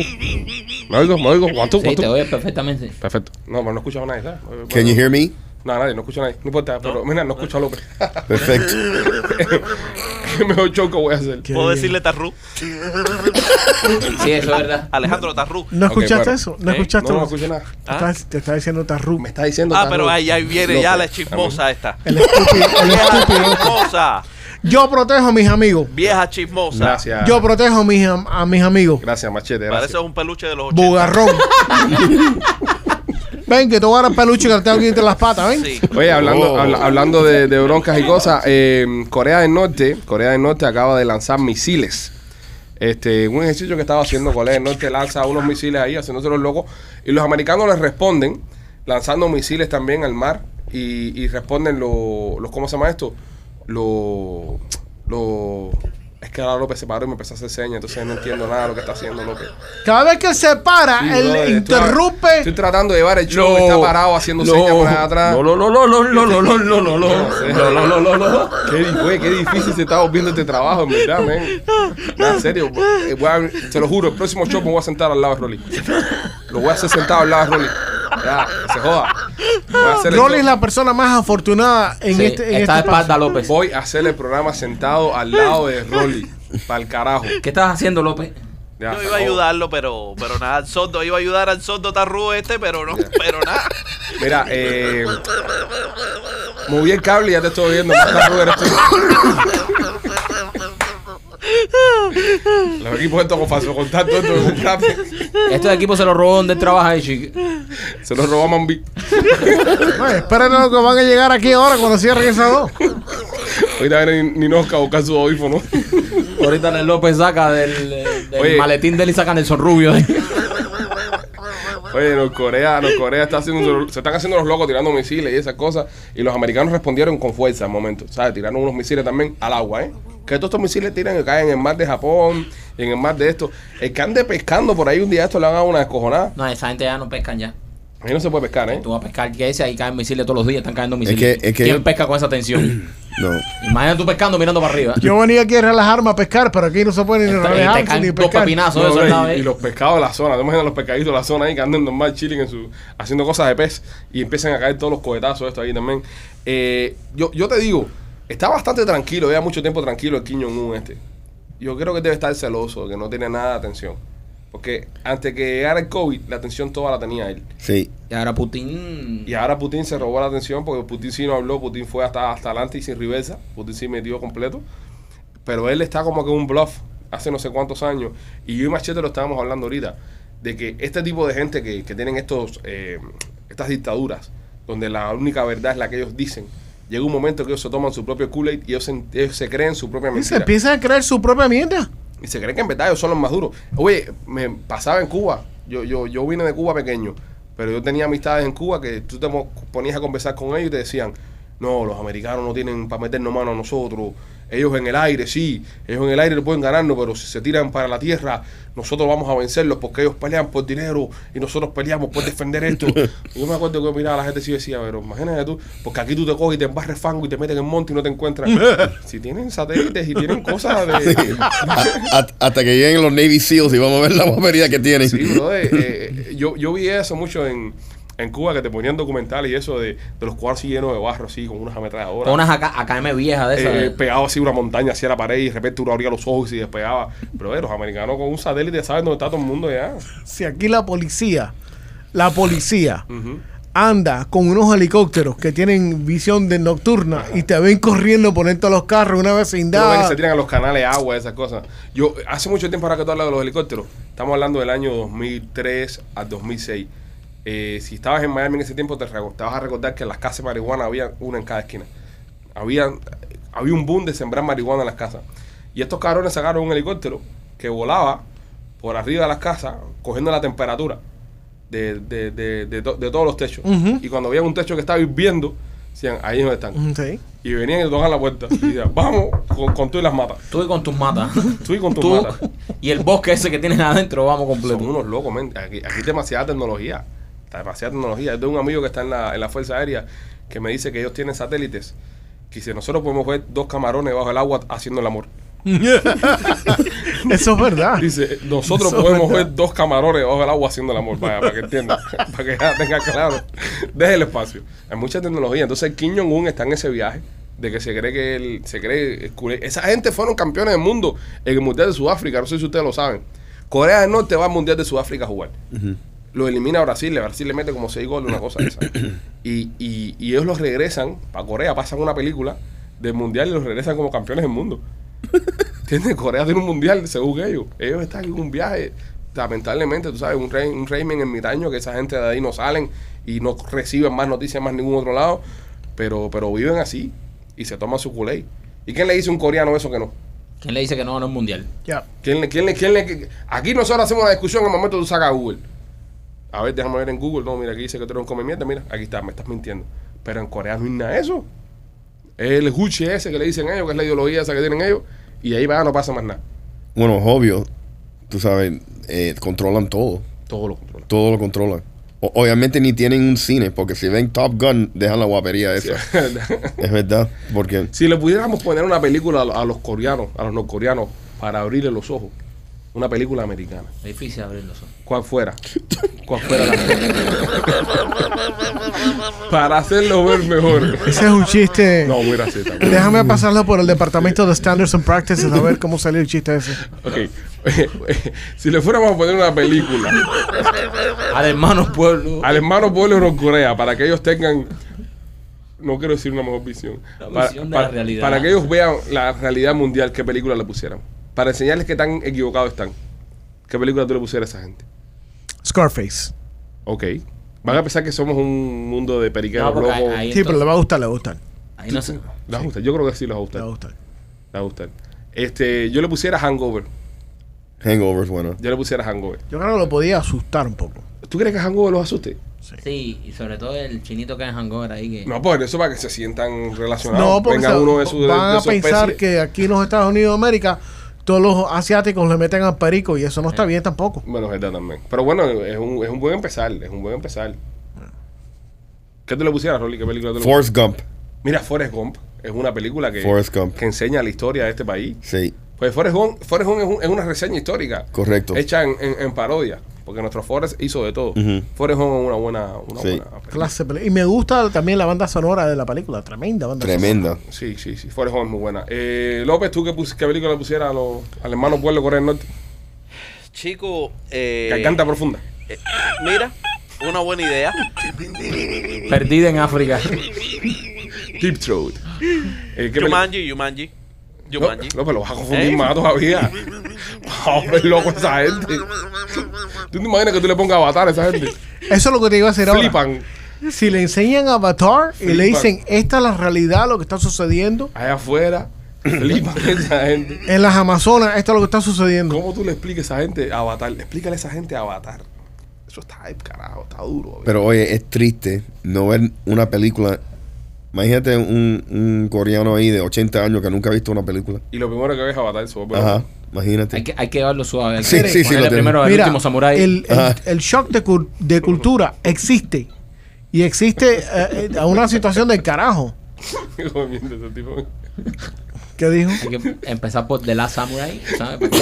[SPEAKER 1] ¿Me oigo? ¿Me oigo? Guatú,
[SPEAKER 3] Sí,
[SPEAKER 1] guatú.
[SPEAKER 3] te oye perfectamente.
[SPEAKER 1] Perfecto. No, pero no escucho a nadie, ¿sabes? Bueno,
[SPEAKER 5] Can you hear me?
[SPEAKER 1] No, nadie, no escucho a nadie. No importa, pero mira, no escucho a López.
[SPEAKER 5] Perfecto.
[SPEAKER 1] qué mejor show que voy a hacer.
[SPEAKER 4] Qué
[SPEAKER 6] Puedo
[SPEAKER 4] bien.
[SPEAKER 6] decirle Tarru.
[SPEAKER 3] Sí, eso es verdad.
[SPEAKER 6] Alejandro Tarru.
[SPEAKER 4] ¿No
[SPEAKER 1] Ok,
[SPEAKER 4] escuchaste
[SPEAKER 1] bueno.
[SPEAKER 4] eso? ¿No
[SPEAKER 6] Eh,
[SPEAKER 4] escuchaste
[SPEAKER 1] No, no
[SPEAKER 4] eso?
[SPEAKER 1] escucho nada.
[SPEAKER 4] Te está- Te está diciendo Tarru.
[SPEAKER 1] Me está diciendo.
[SPEAKER 6] Ah,
[SPEAKER 1] Carlos.
[SPEAKER 6] pero ahí, ahí viene ya la
[SPEAKER 1] López.
[SPEAKER 6] chismosa esta.
[SPEAKER 4] El estúpido, el
[SPEAKER 6] Vieja
[SPEAKER 4] estúpido.
[SPEAKER 6] chismosa.
[SPEAKER 4] Yo protejo a mis amigos.
[SPEAKER 6] Vieja chismosa.
[SPEAKER 1] Gracias.
[SPEAKER 4] Yo protejo a mis, am- a mis amigos.
[SPEAKER 1] Gracias, Machete. Gracias.
[SPEAKER 6] Parece un peluche de los 80.
[SPEAKER 4] Bugarrón. ven, que te voy a dar el peluche que te tengo aquí entre las patas, ven.
[SPEAKER 6] Sí.
[SPEAKER 1] Oye, hablando,
[SPEAKER 5] Oh.
[SPEAKER 1] habla- hablando de, de broncas y cosas, eh, Corea del Norte, Corea del Norte acaba de lanzar misiles. Este, un ejercicio que estaba haciendo Corea del Norte lanza unos misiles ahí, haciéndose los locos, y los americanos les responden lanzando misiles también al mar y, y responden los, los, ¿cómo se llama esto? Los, los, es que ahora López se paró y me empezó a hacer señas, entonces no entiendo nada de lo que está haciendo López.
[SPEAKER 4] Cada vez que se para,
[SPEAKER 1] Sí,
[SPEAKER 4] Ah, él
[SPEAKER 1] brother, estoy-
[SPEAKER 4] interrumpe.
[SPEAKER 1] Estoy tratando de llevar el show, está parado haciendo señas por allá atrás.
[SPEAKER 7] No, no, no, no, no, no, no, no, no, no, no, no, no, no, no, no.
[SPEAKER 1] Qué, di- güey, qué difícil se está volviendo este trabajo, en verdad, men. No, en serio, eh, voy a- te lo juro, el próximo show me voy a sentar al lado de Rolly. Lo voy a hacer sentado al lado de Rolly. Ya, que se joda. Voy a hacer el
[SPEAKER 4] Rolly
[SPEAKER 1] show.
[SPEAKER 4] es la persona más afortunada en
[SPEAKER 3] Sí,
[SPEAKER 4] este. En
[SPEAKER 3] está de
[SPEAKER 4] este
[SPEAKER 3] espalda
[SPEAKER 4] paso.
[SPEAKER 3] López.
[SPEAKER 1] Voy a hacer el programa sentado al lado de Rolly. Para el carajo.
[SPEAKER 3] ¿Qué estás haciendo, López?
[SPEAKER 1] Ya,
[SPEAKER 6] Yo
[SPEAKER 1] se
[SPEAKER 6] iba a
[SPEAKER 1] acabó.
[SPEAKER 6] ayudarlo, pero, pero nada, al sordo, iba a ayudar al sordo Tarru este, pero no, pero nada.
[SPEAKER 1] Mira, eh. Moví el cable y ya te estoy viendo. más tarde eres tú. Los equipos estos con falso contacto, estos que compraste,
[SPEAKER 3] Estos equipos Este se los robó donde él trabaja ahí, chico.
[SPEAKER 1] se los robó a Mambi.
[SPEAKER 4] Bueno, esperen a lo que van a llegar aquí ahora cuando cierren esas dos.
[SPEAKER 1] Ahorita viene Ninosca a buscar su audífono.
[SPEAKER 3] Ahorita Nel López saca del, eh, del
[SPEAKER 1] Oye.
[SPEAKER 3] maletín de él y sacan el sonrubio. eh.
[SPEAKER 1] Oye, Norcorea, Norcorea está haciendo, se están haciendo los locos tirando misiles y esas cosas. Y los americanos respondieron con fuerza al momento. ¿Sabes? Tiraron unos misiles también al agua, ¿eh? Que todos estos misiles tiran y caen en el mar de Japón, en el mar de esto. El que ande pescando por ahí un día esto le van a dar una descojonada.
[SPEAKER 3] No, esa gente ya no pescan ya.
[SPEAKER 1] Ahí no se puede pescar, ¿eh?
[SPEAKER 3] Tú vas a pescar, ¿qué es? Ahí caen misiles todos los días, están cayendo misiles.
[SPEAKER 5] que- es que-
[SPEAKER 3] ¿Quién pesca con esa tensión?
[SPEAKER 5] No.
[SPEAKER 3] Imagina tú pescando mirando para arriba.
[SPEAKER 4] Yo venía aquí a relajarme a pescar, pero aquí no se puede ni
[SPEAKER 3] Está- y te
[SPEAKER 4] relajarse ni
[SPEAKER 3] caen dos
[SPEAKER 4] pescar.
[SPEAKER 3] pepinazos
[SPEAKER 1] No,
[SPEAKER 3] de eso al
[SPEAKER 1] bro,
[SPEAKER 3] lado,
[SPEAKER 1] y,
[SPEAKER 3] ¿eh?
[SPEAKER 1] y los pescados de la zona, te imaginas los pescaditos de la zona ahí que andan normal chilling en su, haciendo cosas de pez y empiezan a caer todos los cohetazos esto ahí también. Eh, yo, yo te digo, está bastante tranquilo, ya mucho tiempo tranquilo el Kim Jong-un este. Yo creo que debe estar celoso, que no tiene nada de atención. Porque antes que llegara el COVID, la atención toda la tenía él.
[SPEAKER 5] Sí.
[SPEAKER 3] Y ahora Putin.
[SPEAKER 1] Y ahora Putin se robó la atención porque Putin sí no habló, Putin fue hasta, hasta adelante y sin reversa, Putin sí metió completo. Pero él está como que en un bluff hace no sé cuántos años. Y yo y Machete lo estábamos hablando ahorita, de que este tipo de gente que, que tienen estos eh, estas dictaduras, donde la única verdad es la que ellos dicen, llega un momento que ellos se toman su propio Kool-Aid y ellos se, ellos se creen su propia
[SPEAKER 4] Y se
[SPEAKER 1] mentira.
[SPEAKER 4] empiezan a creer su propia mierda.
[SPEAKER 1] Y se creen que en verdad ellos son los más duros. Oye, me pasaba en Cuba. Yo, yo, yo vine de Cuba pequeño, pero yo tenía amistades en Cuba que tú te mo- ponías a conversar con ellos y te decían, no, los americanos no tienen para meternos mano a nosotros. Ellos en el aire, sí, ellos en el aire pueden ganarnos, pero si se tiran para la tierra, nosotros vamos a vencerlos porque ellos pelean por dinero y nosotros peleamos por defender esto. Y yo me acuerdo que yo miraba a la gente así y decía, pero imagínate tú, porque aquí tú te coges y te embarres fango y te meten en el monte y no te encuentran. si tienen satélites y tienen cosas de,
[SPEAKER 5] A- a- hasta que lleguen los Navy SEALs y vamos a ver la barbaridad que tienen.
[SPEAKER 1] Sí, bro, eh, eh, yo, yo vi eso mucho en, en Cuba, que te ponían documentales y eso de, de los cuartos llenos de barro, así, con unas ametralladoras.
[SPEAKER 3] Con unas AK AKM viejas de esas.
[SPEAKER 1] eh,
[SPEAKER 3] de-
[SPEAKER 1] pegado así una montaña hacia la pared y de repente uno abría los ojos y se despegaba. Pero eh, los americanos con un satélite saben dónde está todo el mundo ya.
[SPEAKER 4] Si aquí la policía, la policía
[SPEAKER 1] Ujú.
[SPEAKER 4] anda con unos helicópteros que tienen visión de nocturna y te ven corriendo por dentro de los carros una
[SPEAKER 1] Uno ve que
[SPEAKER 4] vecindad.
[SPEAKER 1] se tiran a los canales de agua, esas cosas. Yo, hace mucho tiempo ahora que tú hablas de los helicópteros, estamos hablando del año 2003 al 2006. Eh, si estabas en Miami en ese tiempo, te, reco- te vas a recordar que en las casas de marihuana había una en cada esquina. Había, había un boom de sembrar marihuana en las casas. Y estos cabrones sacaron un helicóptero que volaba por arriba de las casas, cogiendo la temperatura de, de- de- de to- de todos los techos.
[SPEAKER 4] Ujú.
[SPEAKER 1] Y cuando veían un techo que estaba hirviendo, decían, ahí no están.
[SPEAKER 4] Mm, Sí.
[SPEAKER 1] Y venían y te tocaban la puerta. Y decían, vamos con, con tú y las matas.
[SPEAKER 3] Tú y con tus matas.
[SPEAKER 1] Tú y con tus
[SPEAKER 3] Tú
[SPEAKER 1] matas.
[SPEAKER 3] y el bosque ese que tienes adentro, vamos
[SPEAKER 1] Son
[SPEAKER 3] completo.
[SPEAKER 1] unos locos, men. Aquí, aquí hay demasiada tecnología. Está demasiada tecnología. Yo tengo un amigo que está en la, en la Fuerza Aérea que me dice que ellos tienen satélites. Que dice, nosotros podemos ver dos camarones bajo el agua haciendo el amor.
[SPEAKER 4] Eso es verdad.
[SPEAKER 1] Dice, nosotros podemos ver dos camarones bajo el agua haciendo el amor. Para, para que entiendan. para que ya tenga claro. Deje el espacio. Hay mucha tecnología. Entonces, Kim Jong-un está en ese viaje de que se cree que él, se cree. el culé. Esa gente fueron campeones del mundo en el Mundial de Sudáfrica. No sé si ustedes lo saben. Corea del Norte va al Mundial de Sudáfrica a jugar. Lo elimina a Brasil, le- Brasil le mete como seis goles, una cosa de esa. Y, y, y ellos los regresan para Corea, pasan una película del mundial y los regresan como campeones del mundo. ¿Entiendes? Corea tiene un mundial, según ellos. Ellos están en un viaje, lamentablemente, tú sabes, un, rey, un régimen ermitaño que esa gente de ahí no salen y no reciben más noticias más ningún otro lado, pero, pero viven así y se toman su culé. ¿Y quién le dice a un coreano eso que no?
[SPEAKER 3] ¿Quién le dice que no, no es mundial?
[SPEAKER 4] Ya.
[SPEAKER 1] ¿Quién le, quién le, quién le, aquí nosotros hacemos una discusión en el momento que tú sacas Google. A ver, déjame ver en Google. No, mira, aquí dice que tú eres un come mierda. Mira, aquí está, me estás mintiendo. Pero en Corea no hay nada de eso. Es El juche ese que le dicen ellos, que es la ideología esa que tienen ellos. Y ahí va, no pasa más nada.
[SPEAKER 5] Bueno, es obvio, tú sabes, eh, controlan todo.
[SPEAKER 1] Todo lo controla.
[SPEAKER 5] Todo lo controlan. O- obviamente ni tienen un cine, porque si ven Top Gun, dejan la guapería esa. Es verdad, porque
[SPEAKER 1] si le pudiéramos poner una película a lo- a los coreanos, a los norcoreanos, para abrirle los ojos, una película americana,
[SPEAKER 3] Es difícil abrir los ojos.
[SPEAKER 1] cual fuera, cual fuera la para hacerlo ver mejor.
[SPEAKER 4] Ese es un chiste.
[SPEAKER 1] No, muy gracioso.
[SPEAKER 4] Déjame pasarlo por el departamento de Standards and Practices a ver cómo salió el chiste ese.
[SPEAKER 1] Ok. si le fuéramos a poner una película
[SPEAKER 3] Al hermano Ah, pueblo.
[SPEAKER 1] al hermano pueblo de Corea para que ellos tengan. No quiero decir una mejor visión.
[SPEAKER 3] La
[SPEAKER 1] para,
[SPEAKER 3] visión de
[SPEAKER 1] para-
[SPEAKER 3] la realidad.
[SPEAKER 1] para que ellos vean la realidad mundial, qué película le pusieran. Para enseñarles qué tan equivocados están. ¿Qué película tú le pusieras a esa gente?
[SPEAKER 4] Scarface.
[SPEAKER 1] Ok. Van a pensar que somos un mundo de periqueros
[SPEAKER 3] No, porque
[SPEAKER 1] locos.
[SPEAKER 3] ahí-
[SPEAKER 4] Sí, pero le va a gustar, le va a gustar.
[SPEAKER 3] Ahí
[SPEAKER 7] Y no sé.
[SPEAKER 1] Le va a gustar. Yo creo que sí les va a
[SPEAKER 4] Te
[SPEAKER 1] gustar.
[SPEAKER 4] va a
[SPEAKER 1] Les
[SPEAKER 4] gustar.
[SPEAKER 1] va a gustar. Este, yo le pusiera Hangover.
[SPEAKER 5] Hangover es bueno.
[SPEAKER 1] Yo le pusiera Hangover.
[SPEAKER 4] Yo creo que lo podía asustar un poco.
[SPEAKER 1] ¿Tú crees que Hangover los asuste?
[SPEAKER 7] Sí, y sobre todo el chinito que es hangover ahí que...
[SPEAKER 1] No, pues eso para que se sientan relacionados.
[SPEAKER 4] No, porque
[SPEAKER 1] Venga
[SPEAKER 4] se-
[SPEAKER 1] uno de sus de-
[SPEAKER 4] van
[SPEAKER 1] de
[SPEAKER 4] a
[SPEAKER 1] su
[SPEAKER 4] pensar
[SPEAKER 1] especie.
[SPEAKER 4] que aquí en los Estados Unidos de América todos los asiáticos le meten al perico y eso no está bien tampoco.
[SPEAKER 1] Bueno, es verdad también. Pero bueno, es un, es un buen empezar. Es un buen empezar. ¿Qué tú le pusieras, Rolly? ¿Qué película tú le
[SPEAKER 5] Forrest Gump.
[SPEAKER 1] Mira, Forrest Gump es una película que,
[SPEAKER 5] Forrest Gump.
[SPEAKER 1] que enseña la historia de este país.
[SPEAKER 5] Sí,
[SPEAKER 1] Pues Forrest Gump, Forrest Gump es, un- es una reseña histórica.
[SPEAKER 5] correcto.
[SPEAKER 1] Hecha en, en- en parodia. Porque nuestro Forrest hizo de todo.
[SPEAKER 5] Ujú.
[SPEAKER 1] Forrest Gump es una buena, una
[SPEAKER 5] Sí.
[SPEAKER 1] buena película.
[SPEAKER 4] Clase de pele- y me gusta también la banda sonora de la película, tremenda banda
[SPEAKER 5] Tremenda.
[SPEAKER 1] Sí, sí, sí. Forrest Gump es muy buena. Eh, López, ¿tú qué, pus- qué película le pusieras a los- al hermano pueblo Corea del Norte?
[SPEAKER 6] Chico, eh,
[SPEAKER 1] Garganta profunda.
[SPEAKER 6] eh, mira, una buena idea.
[SPEAKER 3] Perdida en África.
[SPEAKER 1] Deep Throat. Eh, ¿qué peli-
[SPEAKER 6] Yumanji, Yumanji. Yumanji.
[SPEAKER 1] No, pero lo vas a confundir
[SPEAKER 6] ¿Eh?
[SPEAKER 1] más todavía. Vamos a ver loco a esa gente. ¿Tú te imaginas que tú le pongas avatar a esa gente?
[SPEAKER 4] sonora. Eso es lo que te iba a decir ahora.
[SPEAKER 1] Flipan.
[SPEAKER 4] Si le enseñan Avatar y le
[SPEAKER 1] Flipan.
[SPEAKER 4] dicen esta es la realidad, lo que está sucediendo
[SPEAKER 1] Allá afuera. Flipan esa gente.
[SPEAKER 4] en las Amazonas, esto es lo que está sucediendo.
[SPEAKER 1] ¿Cómo tú le explicas a esa gente avatar? Explícale a esa gente avatar. Eso está hype, carajo. Está duro.
[SPEAKER 5] Pero oye, es triste no ver una película. Imagínate un, un coreano ahí de 80 años que nunca ha visto una película.
[SPEAKER 1] y lo primero que ves es avatar. Eso, bueno.
[SPEAKER 5] Ajá,
[SPEAKER 3] Hay
[SPEAKER 5] imagínate.
[SPEAKER 3] que, hay que llevarlo suave. Hay
[SPEAKER 5] Sí,
[SPEAKER 3] que
[SPEAKER 5] sí, sí, lo
[SPEAKER 3] ponerle
[SPEAKER 5] tiene.
[SPEAKER 3] primero el
[SPEAKER 4] Mira,
[SPEAKER 3] último samurái.
[SPEAKER 4] el, el-
[SPEAKER 5] Ajá.
[SPEAKER 4] el shock de, cul- de cultura existe. Y existe eh, eh, a una situación del carajo.
[SPEAKER 1] Hijo de mierda, ese tipo.
[SPEAKER 4] ¿Qué dijo?
[SPEAKER 3] Hay que empezar por The Last Samurai, ¿sabes? Porque-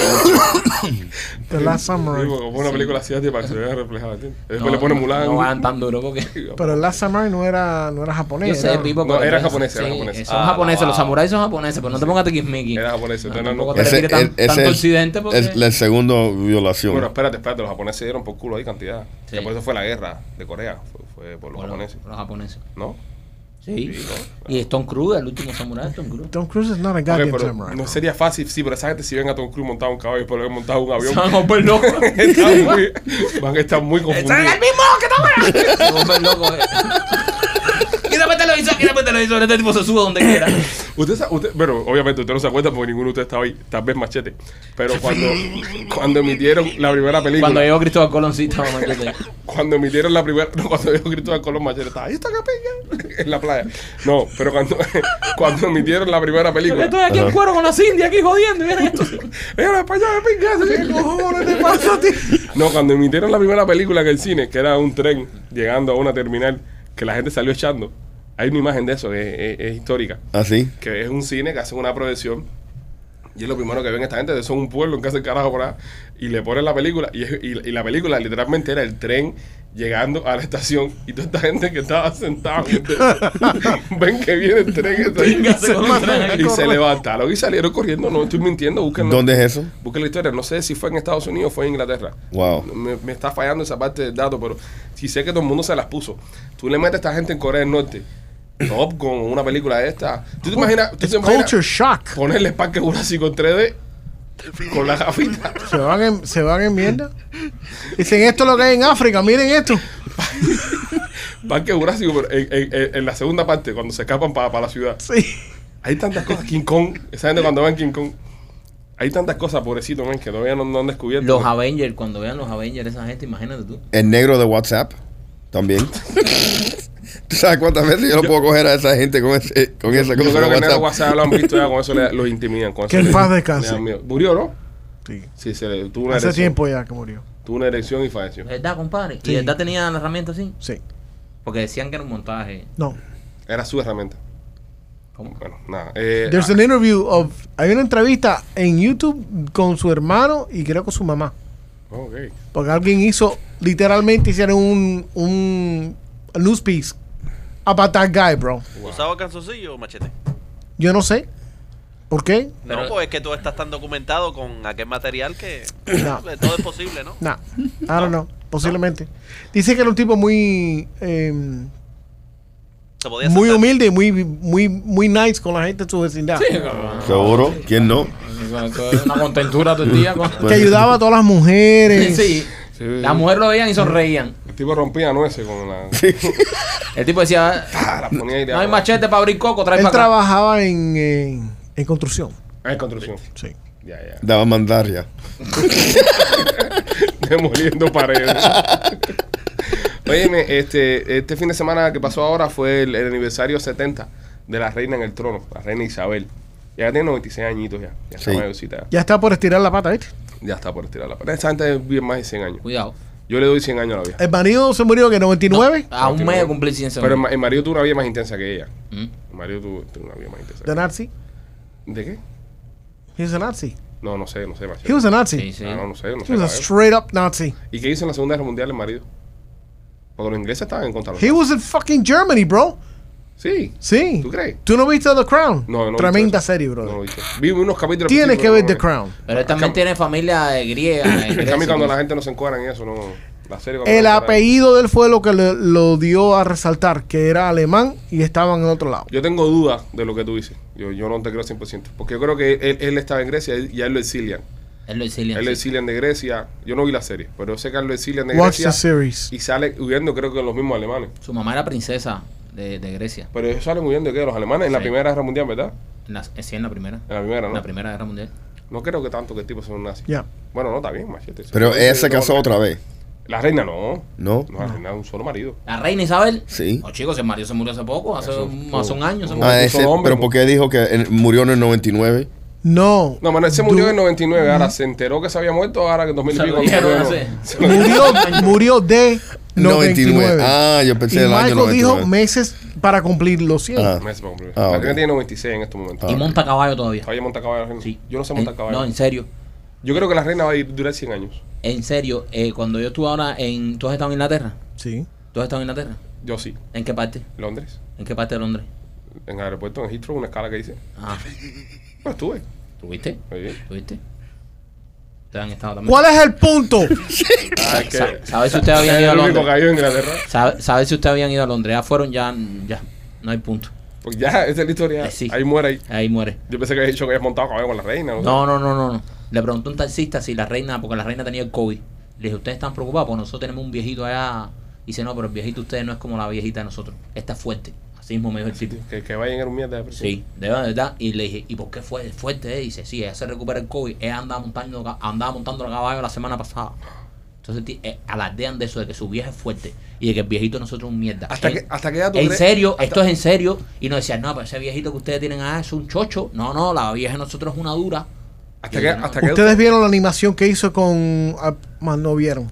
[SPEAKER 4] The Last Samurai.
[SPEAKER 1] Digo, como una película asiática para que se vea reflejada. ¿entiendes? Después
[SPEAKER 3] no,
[SPEAKER 1] le pone
[SPEAKER 3] no-
[SPEAKER 1] Mulan.
[SPEAKER 3] No van tan duro porque...
[SPEAKER 4] Pero el Last Samurai no era, no era japonés.
[SPEAKER 3] Yo sé,
[SPEAKER 4] era-
[SPEAKER 3] Pipo,
[SPEAKER 1] No,
[SPEAKER 3] pero
[SPEAKER 1] era
[SPEAKER 3] entonces-
[SPEAKER 1] japonesa, era
[SPEAKER 3] sí,
[SPEAKER 1] japonesa.
[SPEAKER 3] Son
[SPEAKER 6] Ah,
[SPEAKER 3] japoneses,
[SPEAKER 6] no.
[SPEAKER 3] los samuráis son japoneses, pero no te pongas tiquismiqui.
[SPEAKER 1] Era japonesa, entonces no, no.
[SPEAKER 3] tampoco te
[SPEAKER 5] Ese
[SPEAKER 3] le tires tan-
[SPEAKER 5] ese
[SPEAKER 3] tanto
[SPEAKER 5] el-
[SPEAKER 3] occidente porque...
[SPEAKER 5] es la segunda violación.
[SPEAKER 1] Bueno, espérate, espérate, los japoneses dieron por culo ahí cantidad.
[SPEAKER 3] Sí.
[SPEAKER 1] Que por eso fue la guerra de Corea, fue, fue por los
[SPEAKER 3] Bueno,
[SPEAKER 1] japoneses.
[SPEAKER 3] Los japoneses.
[SPEAKER 1] ¿No?
[SPEAKER 3] Sí. Y Stone Cruise, el último samurái, Stone Cruise.
[SPEAKER 4] Tom Cruise es not a
[SPEAKER 1] Ok,
[SPEAKER 4] goddamn
[SPEAKER 1] pero
[SPEAKER 4] samurai.
[SPEAKER 1] no sería fácil, sí, pero esa gente si ven a Tom Cruise montado un caballo, pero montado un avión,
[SPEAKER 3] Se van a volver locos.
[SPEAKER 1] están muy- van a estar muy confundidos.
[SPEAKER 3] Se van a volver locos. eh. Quítame te lo hizo, quítame te lo hizo. Este tipo se sube donde quiera.
[SPEAKER 1] Usted, sa- usted, bueno, obviamente usted no se acuerda porque ninguno de ustedes estaba ahí, tal vez Machete, pero cuando, cuando emitieron la primera película,
[SPEAKER 3] Cuando
[SPEAKER 1] cuando,
[SPEAKER 3] llegó Cristóbal Colón, sí, estaba machete.
[SPEAKER 1] emitieron la primera, no, cuando yo Cristóbal Colón Machete estaba ahí, está capilla, en la playa. No, pero cuando, cuando emitieron la primera
[SPEAKER 3] Yo
[SPEAKER 1] película,
[SPEAKER 3] estoy aquí en cuero con las indias, aquí jodiendo. y Miren esto.
[SPEAKER 1] ¡Era la España de pingas! ¿Qué cojones te pasa a ti? No, cuando emitieron la primera película en el cine, que era un tren llegando a una terminal que la gente salió echando, hay una imagen de eso que es, es- es histórica,
[SPEAKER 5] Así.
[SPEAKER 1] que es un cine que hace una proyección y es lo primero que ven esta gente, son un pueblo en casa del carajo por allá, y le ponen la película, y, es- y- y la película literalmente era el tren llegando a la estación, y toda esta gente que estaba sentada, ven que viene el tren, está ahí,
[SPEAKER 3] Véngase con un tren aquí,
[SPEAKER 1] y se levantaron y salieron corriendo, no estoy mintiendo, busquen
[SPEAKER 5] ¿Dónde es eso?
[SPEAKER 1] Busque la historia, no sé si fue en Estados Unidos o fue en Inglaterra.
[SPEAKER 5] Wow.
[SPEAKER 1] Me, me está fallando esa parte del dato, pero si sé que todo el mundo se las puso. Tú le metes a esta gente en Corea del Norte, Top con una película de esta. ¿Tú te imaginas, tú
[SPEAKER 4] It's
[SPEAKER 1] te imaginas
[SPEAKER 4] culture shock.
[SPEAKER 1] ponerle Parque Jurásico en 3D con la gafita?
[SPEAKER 4] Se van en, se van en mierda. Dicen esto es lo que hay en África, miren esto.
[SPEAKER 1] Parque Jurásico, pero en, en- en- en la segunda parte, cuando se escapan para la ciudad.
[SPEAKER 4] Sí.
[SPEAKER 1] Hay tantas cosas. King Kong, esa gente cuando van King Kong. Hay tantas cosas, pobrecito, man, que todavía no, no han descubierto.
[SPEAKER 3] Los Avengers, cuando vean los Avengers, esa gente, imagínate tú.
[SPEAKER 5] El negro de WhatsApp. También. ¿Tú sabes cuántas veces yo no puedo coger a esa gente con, ese, con esa
[SPEAKER 1] Yo
[SPEAKER 5] cosa
[SPEAKER 1] creo
[SPEAKER 5] de
[SPEAKER 1] que en el
[SPEAKER 5] WhatsApp?
[SPEAKER 1] WhatsApp lo han visto ya, con eso le- los intimidan. Con eso
[SPEAKER 4] Que en
[SPEAKER 1] le-
[SPEAKER 4] paz
[SPEAKER 1] le dan
[SPEAKER 4] descanse.
[SPEAKER 1] miedo. Murió, ¿no?
[SPEAKER 4] Sí.
[SPEAKER 1] Sí, se le tuvo una
[SPEAKER 4] Hace
[SPEAKER 1] erección.
[SPEAKER 4] tiempo ya que murió.
[SPEAKER 1] Tuvo una erección y falleció.
[SPEAKER 3] ¿Verdad, compadre?
[SPEAKER 4] Sí.
[SPEAKER 3] ¿Y verdad tenía la herramienta así?
[SPEAKER 4] Sí.
[SPEAKER 3] Porque decían que era un montaje.
[SPEAKER 4] No.
[SPEAKER 1] Era su herramienta.
[SPEAKER 3] ¿Cómo?
[SPEAKER 1] Bueno, nada. Eh,
[SPEAKER 3] Ah.
[SPEAKER 4] There's an interview of. Hay una entrevista en YouTube con su hermano y creo que su mamá.
[SPEAKER 1] ah, ok.
[SPEAKER 4] Porque alguien hizo, literalmente hicieron un, un news piece about that guy, bro.
[SPEAKER 6] ¿Usaba calzoncillo o machete?
[SPEAKER 4] Yo no sé. ¿Por qué?
[SPEAKER 6] No,
[SPEAKER 3] Pero-
[SPEAKER 6] pues es que tú estás tan documentado con aquel material que
[SPEAKER 4] No.
[SPEAKER 6] todo es posible, ¿no?
[SPEAKER 4] Nah, I don't know. Posiblemente. Dice que era un tipo muy eh,
[SPEAKER 6] Se podía
[SPEAKER 4] muy
[SPEAKER 6] sentar.
[SPEAKER 4] humilde y muy, muy, muy nice con la gente de su vecindad.
[SPEAKER 5] Seguro. ¿Quién no?
[SPEAKER 3] Una contentura todo el día. con-
[SPEAKER 4] Que ayudaba a todas las mujeres.
[SPEAKER 3] Sí.
[SPEAKER 1] Sí.
[SPEAKER 3] Las mujeres lo veían y sonreían.
[SPEAKER 1] tipo rompía nueces con la.
[SPEAKER 3] El tipo decía,
[SPEAKER 1] Ah, la ponía ahí de
[SPEAKER 3] no hay
[SPEAKER 1] abajo.
[SPEAKER 3] machete para abrir coco, trae
[SPEAKER 4] Él
[SPEAKER 3] para acá.
[SPEAKER 4] trabajaba en, en- en construcción.
[SPEAKER 1] Ah, es construcción.
[SPEAKER 4] Sí.
[SPEAKER 1] Ya, ya.
[SPEAKER 5] Daba mandar ya.
[SPEAKER 1] Demoliendo paredes. Óyeme, este, este fin de semana que pasó ahora fue el, el aniversario 70 de la reina en el trono, la reina Isabel. Ya tiene 96 añitos ya. Ya está
[SPEAKER 5] Sí.
[SPEAKER 1] mayorcita, ya.
[SPEAKER 4] Ya está por estirar la pata, ¿viste?
[SPEAKER 1] Ya está por tirar la pared. Esa gente vive más de 100 años.
[SPEAKER 3] Cuidado.
[SPEAKER 1] Yo le doy 100 años a la vieja.
[SPEAKER 4] El marido se murió que en 99
[SPEAKER 3] A un mes de cumplir cien
[SPEAKER 1] Pero el,
[SPEAKER 3] segundos.
[SPEAKER 1] ma- el marido tuvo una vida más intensa que ella.
[SPEAKER 3] Mm.
[SPEAKER 1] El marido tuvo, tuvo una vida más intensa. que
[SPEAKER 4] de
[SPEAKER 1] ella.
[SPEAKER 4] Nazi.
[SPEAKER 1] ¿De qué?
[SPEAKER 4] He was a Nazi.
[SPEAKER 1] No, no sé, no sé,
[SPEAKER 4] He
[SPEAKER 1] machete.
[SPEAKER 4] was a Nazi.
[SPEAKER 3] Sí, sí.
[SPEAKER 1] Ah, no, no sé, no
[SPEAKER 4] He
[SPEAKER 1] sé.
[SPEAKER 4] was a
[SPEAKER 1] cabrón.
[SPEAKER 4] straight up Nazi.
[SPEAKER 1] ¿Y qué hizo en la Segunda Guerra Mundial el marido? Porque los ingleses estaban en contra de
[SPEAKER 4] He
[SPEAKER 1] los
[SPEAKER 4] was in fucking Germany, bro.
[SPEAKER 1] Sí.
[SPEAKER 4] Sí.
[SPEAKER 1] ¿Tú crees?
[SPEAKER 4] ¿Tú no viste The Crown?
[SPEAKER 1] No, no.
[SPEAKER 4] Tremenda
[SPEAKER 1] he visto eso.
[SPEAKER 4] serie,
[SPEAKER 1] No lo he
[SPEAKER 4] bro.
[SPEAKER 1] visto. Vi unos capítulos.
[SPEAKER 4] Tienes
[SPEAKER 1] pero
[SPEAKER 4] que
[SPEAKER 1] no,
[SPEAKER 4] ver
[SPEAKER 1] no,
[SPEAKER 4] The
[SPEAKER 1] no.
[SPEAKER 4] Crown.
[SPEAKER 3] Pero él también
[SPEAKER 1] Cam-
[SPEAKER 3] tiene familia eh, griega. en
[SPEAKER 1] En cambio,
[SPEAKER 3] Grecia,
[SPEAKER 1] cuando
[SPEAKER 3] ¿no?
[SPEAKER 1] la gente no se encuadra en eso, no. La serie cuando
[SPEAKER 4] El
[SPEAKER 1] no se encuadra en-
[SPEAKER 4] apellido de él fue lo que le- lo dio a resaltar, que era alemán y estaban en otro lado.
[SPEAKER 1] Yo tengo dudas de lo que tú dices. Yo, yo no te creo 100%. Porque yo creo que él, él estaba en Grecia y a él lo exilian.
[SPEAKER 3] Él lo
[SPEAKER 1] Él lo
[SPEAKER 3] exilia. sí.
[SPEAKER 1] exilian de Grecia. Yo no vi la serie, pero yo sé que a él lo exilian de
[SPEAKER 4] Watch the
[SPEAKER 1] Grecia.
[SPEAKER 4] series.
[SPEAKER 1] Y sale huyendo, creo que los mismos alemanes.
[SPEAKER 3] Su mamá era princesa de, de Grecia.
[SPEAKER 1] Pero ellos salen huyendo de qué? Los alemanes en la
[SPEAKER 3] Sí.
[SPEAKER 1] Primera Guerra Mundial, ¿verdad?
[SPEAKER 3] En la, eh, sí, en la primera.
[SPEAKER 1] En la primera, Ah, ¿no?
[SPEAKER 3] En la primera guerra mundial.
[SPEAKER 1] No creo que tanto que el tipo sea un nazi.
[SPEAKER 4] Ya.
[SPEAKER 1] Bueno, no, está bien, machete.
[SPEAKER 5] Pero
[SPEAKER 1] Sí,
[SPEAKER 5] ella se
[SPEAKER 1] no,
[SPEAKER 5] casó
[SPEAKER 1] no.
[SPEAKER 5] otra vez,
[SPEAKER 1] La reina no.
[SPEAKER 5] ¿no?
[SPEAKER 1] No, la reina es un solo marido.
[SPEAKER 3] La reina Isabel.
[SPEAKER 5] Sí.
[SPEAKER 3] No, chicos, el marido se murió hace poco, hace
[SPEAKER 1] Eso
[SPEAKER 3] un,
[SPEAKER 1] fue-
[SPEAKER 3] hace un año. se
[SPEAKER 1] Ah,
[SPEAKER 3] murió.
[SPEAKER 5] Ah,
[SPEAKER 1] puso
[SPEAKER 5] ese,
[SPEAKER 1] hombre,
[SPEAKER 5] pero
[SPEAKER 1] mu-
[SPEAKER 5] ¿por qué dijo que él murió en el 99?
[SPEAKER 4] No.
[SPEAKER 1] No, bueno, él se murió
[SPEAKER 4] Du-
[SPEAKER 1] en 99. Ahora se enteró que se había muerto. Ahora que en 2000 y
[SPEAKER 3] Se
[SPEAKER 1] pico.
[SPEAKER 3] lo dijeron,
[SPEAKER 1] no,
[SPEAKER 3] no sé.
[SPEAKER 1] se lo-
[SPEAKER 4] Murió, murió de 99.
[SPEAKER 5] Ah, yo
[SPEAKER 4] y
[SPEAKER 5] pensé el año
[SPEAKER 4] Michael
[SPEAKER 5] 99.
[SPEAKER 4] dijo meses para cumplir los 100.
[SPEAKER 5] Ah.
[SPEAKER 1] meses para cumplir.
[SPEAKER 5] Ah,
[SPEAKER 1] la
[SPEAKER 5] ok.
[SPEAKER 1] reina tiene 96 en este estos momentos.
[SPEAKER 5] Ah.
[SPEAKER 3] Y monta caballo todavía.
[SPEAKER 1] Todavía monta caballo. la reina.
[SPEAKER 3] Sí.
[SPEAKER 1] Yo no sé
[SPEAKER 3] En-
[SPEAKER 1] montar caballo.
[SPEAKER 3] No, en serio.
[SPEAKER 1] Yo creo que la reina va a ir- durar 100 años.
[SPEAKER 3] En serio. eh, cuando yo estuve ahora en... ¿Tú has estado en Inglaterra?
[SPEAKER 4] Sí.
[SPEAKER 3] ¿Tú has estado en Inglaterra?
[SPEAKER 1] Yo sí.
[SPEAKER 3] ¿En qué parte?
[SPEAKER 1] Londres.
[SPEAKER 3] ¿En qué parte de Londres?
[SPEAKER 1] En el aeropuerto, en Heathrow, una escala que hice.
[SPEAKER 3] Ah,
[SPEAKER 1] Pues estuve.
[SPEAKER 3] ¿tuviste?
[SPEAKER 1] Oye.
[SPEAKER 3] ¿Tuviste? Ustedes han estado también.
[SPEAKER 4] ¿Cuál es el punto?
[SPEAKER 1] Ah, es que-
[SPEAKER 3] Sa- ¿Sabes si ustedes habían
[SPEAKER 1] Es
[SPEAKER 3] ido a
[SPEAKER 1] el único que
[SPEAKER 3] Londres?
[SPEAKER 1] ha ido a Inglaterra.
[SPEAKER 3] ¿Sabes si ustedes habían ido a Londres? Ya fueron, ya, ya. No hay punto.
[SPEAKER 1] Pues ya, esa es la historia.
[SPEAKER 3] Eh, sí.
[SPEAKER 1] Ahí muere ahí.
[SPEAKER 3] Ahí muere.
[SPEAKER 1] Yo pensé que había dicho que habías montado caballo con la reina. o sea.
[SPEAKER 3] No, no, no, no. no. Le preguntó un taxista si la reina, porque la reina tenía el COVID. Le dije, ¿ustedes están preocupados? Porque nosotros tenemos un viejito allá. Y dice, no, pero el viejito de ustedes no es como la viejita de nosotros. Esta es fuerte. Así mismo me dijo el tipo.
[SPEAKER 1] Que, que vayan a un mierda de persona.
[SPEAKER 3] Sí, de verdad, de verdad. Y le dije, ¿y por qué fue fuerte? eh?" Dice, sí, ella se recupera el COVID. Ella andaba montando, ca- andaba montando el caballo la semana pasada. Entonces ti- eh, alardean de eso, de que su vieja es fuerte y de que el viejito de nosotros es un mierda.
[SPEAKER 1] Hasta
[SPEAKER 3] En-
[SPEAKER 1] que- hasta que ya tú
[SPEAKER 3] En
[SPEAKER 1] crees-
[SPEAKER 3] serio,
[SPEAKER 1] hasta-
[SPEAKER 3] esto es en serio. Y nos decían, no, pero ese viejito que ustedes tienen ah, es un chocho. No, no, la vieja de nosotros es una dura.
[SPEAKER 1] Hasta que, hasta que
[SPEAKER 4] Ustedes vieron la animación que hizo con. ah, Más no vieron.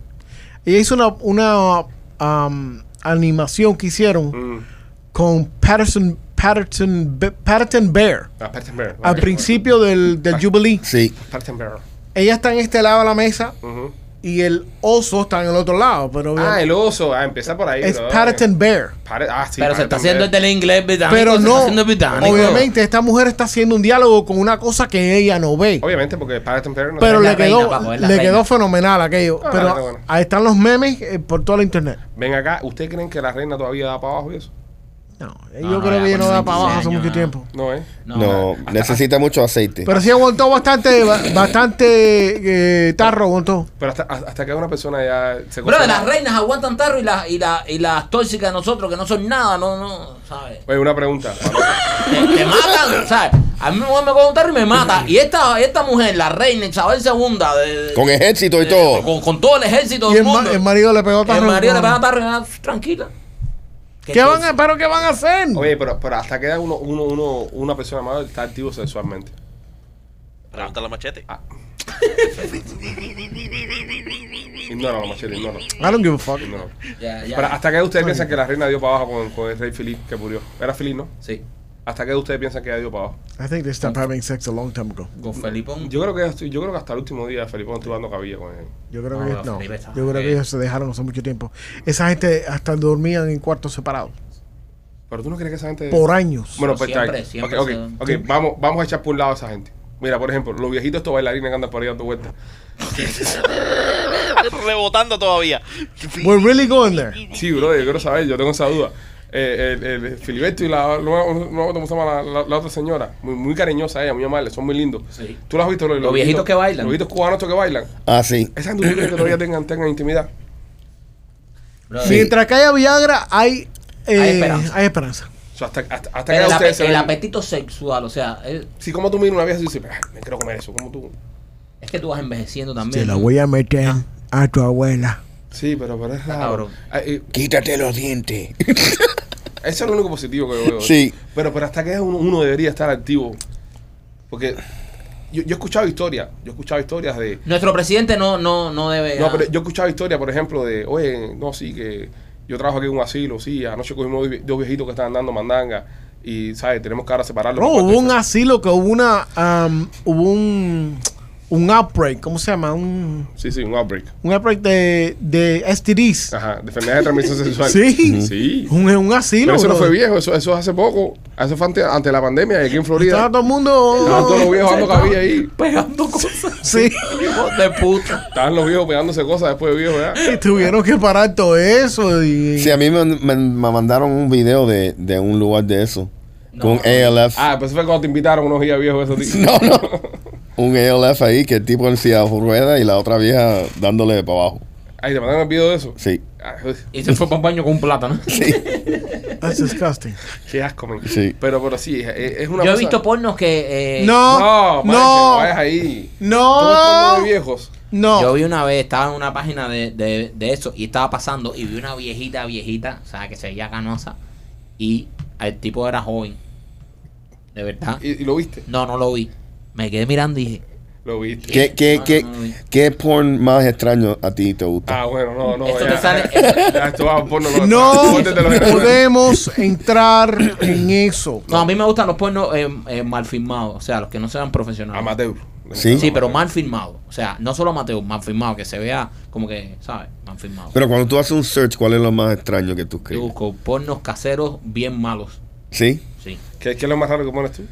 [SPEAKER 4] Ella hizo una, una am, animación que hicieron
[SPEAKER 1] Mm.
[SPEAKER 4] con Patterson, Patterson, Be- Patterson Bear
[SPEAKER 1] Ah, Patton Bear.
[SPEAKER 4] al
[SPEAKER 1] Ok.
[SPEAKER 4] principio del, del Jubilee.
[SPEAKER 5] Sí.
[SPEAKER 1] Patton Bear.
[SPEAKER 4] Ella está en este lado de la mesa
[SPEAKER 1] Ujú.
[SPEAKER 4] y el oso está en el otro lado. Pero
[SPEAKER 1] Ah, el oso. Ah, empieza por ahí.
[SPEAKER 4] es
[SPEAKER 1] bro.
[SPEAKER 4] Patterson Bear.
[SPEAKER 1] Pare- ah, sí,
[SPEAKER 3] pero se
[SPEAKER 1] Patton
[SPEAKER 3] está haciendo
[SPEAKER 1] Bear.
[SPEAKER 3] el del inglés británico.
[SPEAKER 4] Pero
[SPEAKER 3] se está
[SPEAKER 4] no,
[SPEAKER 3] haciendo el británico.
[SPEAKER 4] obviamente, esta mujer está haciendo un diálogo con una cosa que ella no ve.
[SPEAKER 1] Obviamente, porque Patton Bear no
[SPEAKER 4] Pero
[SPEAKER 3] Es
[SPEAKER 1] sabe-
[SPEAKER 3] la
[SPEAKER 4] le quedó,
[SPEAKER 3] reina, papo, es la
[SPEAKER 4] le
[SPEAKER 3] reina.
[SPEAKER 4] quedó fenomenal aquello.
[SPEAKER 1] Ah,
[SPEAKER 4] pero
[SPEAKER 1] está bueno.
[SPEAKER 4] ahí están los memes eh, por toda la internet.
[SPEAKER 1] Ven acá, ¿ustedes creen que la reina todavía da para abajo y eso?
[SPEAKER 4] No,
[SPEAKER 3] No,
[SPEAKER 4] yo
[SPEAKER 3] no,
[SPEAKER 4] creo
[SPEAKER 3] ya
[SPEAKER 4] que ya
[SPEAKER 3] con
[SPEAKER 4] no da
[SPEAKER 3] 26
[SPEAKER 4] para abajo hace
[SPEAKER 3] años,
[SPEAKER 4] mucho
[SPEAKER 3] no.
[SPEAKER 4] tiempo.
[SPEAKER 1] No, ¿eh?
[SPEAKER 5] No, necesita mucho aceite.
[SPEAKER 4] Pero sí aguantó bastante, ba- bastante eh, tarro aguantó.
[SPEAKER 1] Pero hasta, hasta que una persona ya se
[SPEAKER 3] Bro,
[SPEAKER 1] conserva-
[SPEAKER 3] las reinas aguantan tarro y, las y, la- y las tóxicas de nosotros que no son nada, no, no, ¿sabes?
[SPEAKER 1] Oye, una pregunta.
[SPEAKER 3] Te, te matan, ¿sabes? A mí me me coge un tarro y me mata. Y esta, esta mujer, la reina Isabel II, de, de-
[SPEAKER 5] Con ejército y
[SPEAKER 3] de-
[SPEAKER 5] todo.
[SPEAKER 3] con, con todo el ejército
[SPEAKER 4] Y
[SPEAKER 3] del
[SPEAKER 4] el, ma-
[SPEAKER 3] mundo.
[SPEAKER 4] el marido le pegó tarro.
[SPEAKER 3] el marido le pega tarro y ah, tranquila.
[SPEAKER 4] ¿Qué van a, pero qué van a hacer?
[SPEAKER 1] Oye, pero, pero hasta que uno, uno, uno, una persona más está activo sexualmente.
[SPEAKER 6] Pregúntale a Machete.
[SPEAKER 1] Ignóralo, machete, ignóralo.
[SPEAKER 4] I don't give a fuck.
[SPEAKER 1] ignóralo.
[SPEAKER 3] Ya, ya.
[SPEAKER 1] Pero hasta que ustedes piensan que la reina dio para abajo con, con el rey Filipe que murió. Era Filipe, ¿no?
[SPEAKER 3] Sí,
[SPEAKER 1] Hasta que ustedes piensan que ya dio para abajo.
[SPEAKER 4] I think they stopped having sex a long time ago.
[SPEAKER 3] con Felipón.
[SPEAKER 1] Yo creo que estoy- yo creo que hasta el último día Felipón estuvo dando cabilla con él.
[SPEAKER 4] Yo creo
[SPEAKER 3] No,
[SPEAKER 4] que
[SPEAKER 3] no,
[SPEAKER 4] no.
[SPEAKER 3] Felipe está-
[SPEAKER 4] Yo creo que ellos se dejaron hace mucho tiempo. Esa gente hasta dormían en cuartos separados
[SPEAKER 1] Pero tú no crees que esa gente.
[SPEAKER 4] por años.
[SPEAKER 1] Bueno, pues
[SPEAKER 3] Siempre,
[SPEAKER 1] está bien.
[SPEAKER 3] siempre
[SPEAKER 1] Ok,
[SPEAKER 3] se-
[SPEAKER 1] ok, ok, Vamos, vamos a echar por un lado a esa gente. Mira, por ejemplo, los viejitos estos bailarines que andan por ahí dando vueltas. Ah.
[SPEAKER 6] Rebotando todavía.
[SPEAKER 4] We're really going there.
[SPEAKER 1] Sí, bro, yo quiero saber, yo tengo esa duda. Eh, el, el Filiberto y la, nueva- nueva- ¿cómo se llama? la, la- la otra señora, muy, muy cariñosa ella, muy amable, son muy lindos.
[SPEAKER 3] Sí.
[SPEAKER 1] ¿Tú las has visto? Los,
[SPEAKER 3] Los viejitos que bailan.
[SPEAKER 1] Los viejitos cubanos estos que bailan.
[SPEAKER 5] Ah, sí.
[SPEAKER 1] Esa gente ¿tú crees que todavía tengan, tengan intimidad.
[SPEAKER 4] Mientras que haya Viagra, hay, eh,
[SPEAKER 3] Hay esperanza.
[SPEAKER 4] hay esperanza.
[SPEAKER 1] O sea, hasta, hasta, hasta que
[SPEAKER 3] El, ape-
[SPEAKER 1] ustedes se
[SPEAKER 3] el
[SPEAKER 1] ven-
[SPEAKER 3] apetito sexual, o sea, es,
[SPEAKER 1] Si como tú miras una vieja y dices, "Ah, me quiero comer eso, como tú.
[SPEAKER 3] es que tú vas envejeciendo también.
[SPEAKER 4] Se la voy a meter
[SPEAKER 1] Ah.
[SPEAKER 4] a tu abuela.
[SPEAKER 1] Sí, pero, pero es raro.
[SPEAKER 3] cabrón.
[SPEAKER 1] Ah, eh,
[SPEAKER 5] Quítate los dientes.
[SPEAKER 1] Eso es lo único positivo que yo veo.
[SPEAKER 5] Sí.
[SPEAKER 1] Pero, pero hasta que edad uno, uno debería estar activo. Porque yo, yo he escuchado historias. Yo he escuchado historias de.
[SPEAKER 3] Nuestro presidente no, no, no debe.
[SPEAKER 1] No, pero yo he escuchado historias, por ejemplo, de. Oye, no, sí, que yo trabajo aquí en un asilo, sí. Anoche cogimos dos- dos viejitos que estaban dando mandanga. Y, ¿sabes? Tenemos que ahora separarlos.
[SPEAKER 4] No,
[SPEAKER 1] por parte
[SPEAKER 4] hubo
[SPEAKER 1] de
[SPEAKER 4] un
[SPEAKER 1] eso.
[SPEAKER 4] asilo que hubo una am, hubo un un outbreak, ¿cómo se llama? Un,
[SPEAKER 1] Sí, sí, un outbreak.
[SPEAKER 4] un outbreak de, de STDs.
[SPEAKER 1] Ajá, de enfermedad de transmisión sexual.
[SPEAKER 4] Sí.
[SPEAKER 1] Sí.
[SPEAKER 4] Un, un asilo.
[SPEAKER 1] Pero eso no
[SPEAKER 4] brother.
[SPEAKER 1] fue viejo, eso, eso es hace poco. Eso fue ante, ante la pandemia y aquí en Florida.
[SPEAKER 4] Estaba todo el mundo.
[SPEAKER 1] Estaban todos los viejos dando cabilla ahí.
[SPEAKER 3] Pegando cosas.
[SPEAKER 4] Sí.
[SPEAKER 3] Hijo de puta.
[SPEAKER 1] Estaban los viejos pegándose cosas después de viejos, ¿verdad?
[SPEAKER 4] Y tuvieron que parar todo eso. Y,
[SPEAKER 5] Sí, a mí me, me- me mandaron un video de, de un lugar de eso. Con ALF.
[SPEAKER 1] Ah, pues fue cuando te invitaron unos días viejos esos días.
[SPEAKER 5] No, no. Un ALF ahí que el tipo en silla de rueda y la otra vieja dándole para abajo.
[SPEAKER 1] Ay, te mandaron el video de eso. Ah,
[SPEAKER 5] Sí,
[SPEAKER 1] Ay, uy,
[SPEAKER 3] Y se fue para un baño con un plátano.
[SPEAKER 4] That's disgusting.
[SPEAKER 1] qué asco, man.
[SPEAKER 5] Sí.
[SPEAKER 1] Pero, pero sí, es, es una
[SPEAKER 3] Yo he
[SPEAKER 1] cosa-
[SPEAKER 3] visto pornos que. eh,
[SPEAKER 4] No,
[SPEAKER 1] No, man, que no vayas
[SPEAKER 4] no,
[SPEAKER 1] ahí. Todo es porno de
[SPEAKER 4] no,
[SPEAKER 1] viejos.
[SPEAKER 3] Yo
[SPEAKER 4] no.
[SPEAKER 3] vi una vez, estaba en una página de, de, de eso y estaba pasando y vi una viejita, viejita, o sea, que se veía canosa y el tipo era joven. De verdad.
[SPEAKER 1] Y, y lo viste.
[SPEAKER 3] No, no lo vi. Me quedé mirando y dije,
[SPEAKER 1] Lo viste.
[SPEAKER 5] ¿Qué, qué,
[SPEAKER 3] No,
[SPEAKER 5] qué,
[SPEAKER 3] no, no.
[SPEAKER 5] qué porn más extraño a ti te gusta?
[SPEAKER 1] Ah, bueno, no, no.
[SPEAKER 3] Esto
[SPEAKER 1] ya,
[SPEAKER 3] te sale-
[SPEAKER 1] Ya, esto va a porno.
[SPEAKER 4] No
[SPEAKER 1] Córtate los genitales.
[SPEAKER 4] podemos entrar en eso.
[SPEAKER 3] No, a mí me gustan los pornos eh, eh, mal filmados, o sea, los que no sean profesionales.
[SPEAKER 1] Amateur.
[SPEAKER 5] Sí.
[SPEAKER 3] Sí, pero mal filmado. O sea, no solo Mateo, mal filmado, que se vea como que, ¿sabes? Mal filmado.
[SPEAKER 5] Pero cuando tú haces un search, ¿cuál es lo más extraño que tú
[SPEAKER 3] Yo
[SPEAKER 5] crees?
[SPEAKER 3] busco pornos caseros bien malos.
[SPEAKER 5] ¿Sí?
[SPEAKER 3] Sí.
[SPEAKER 1] ¿Qué, ¿Qué es lo más raro que pones tú?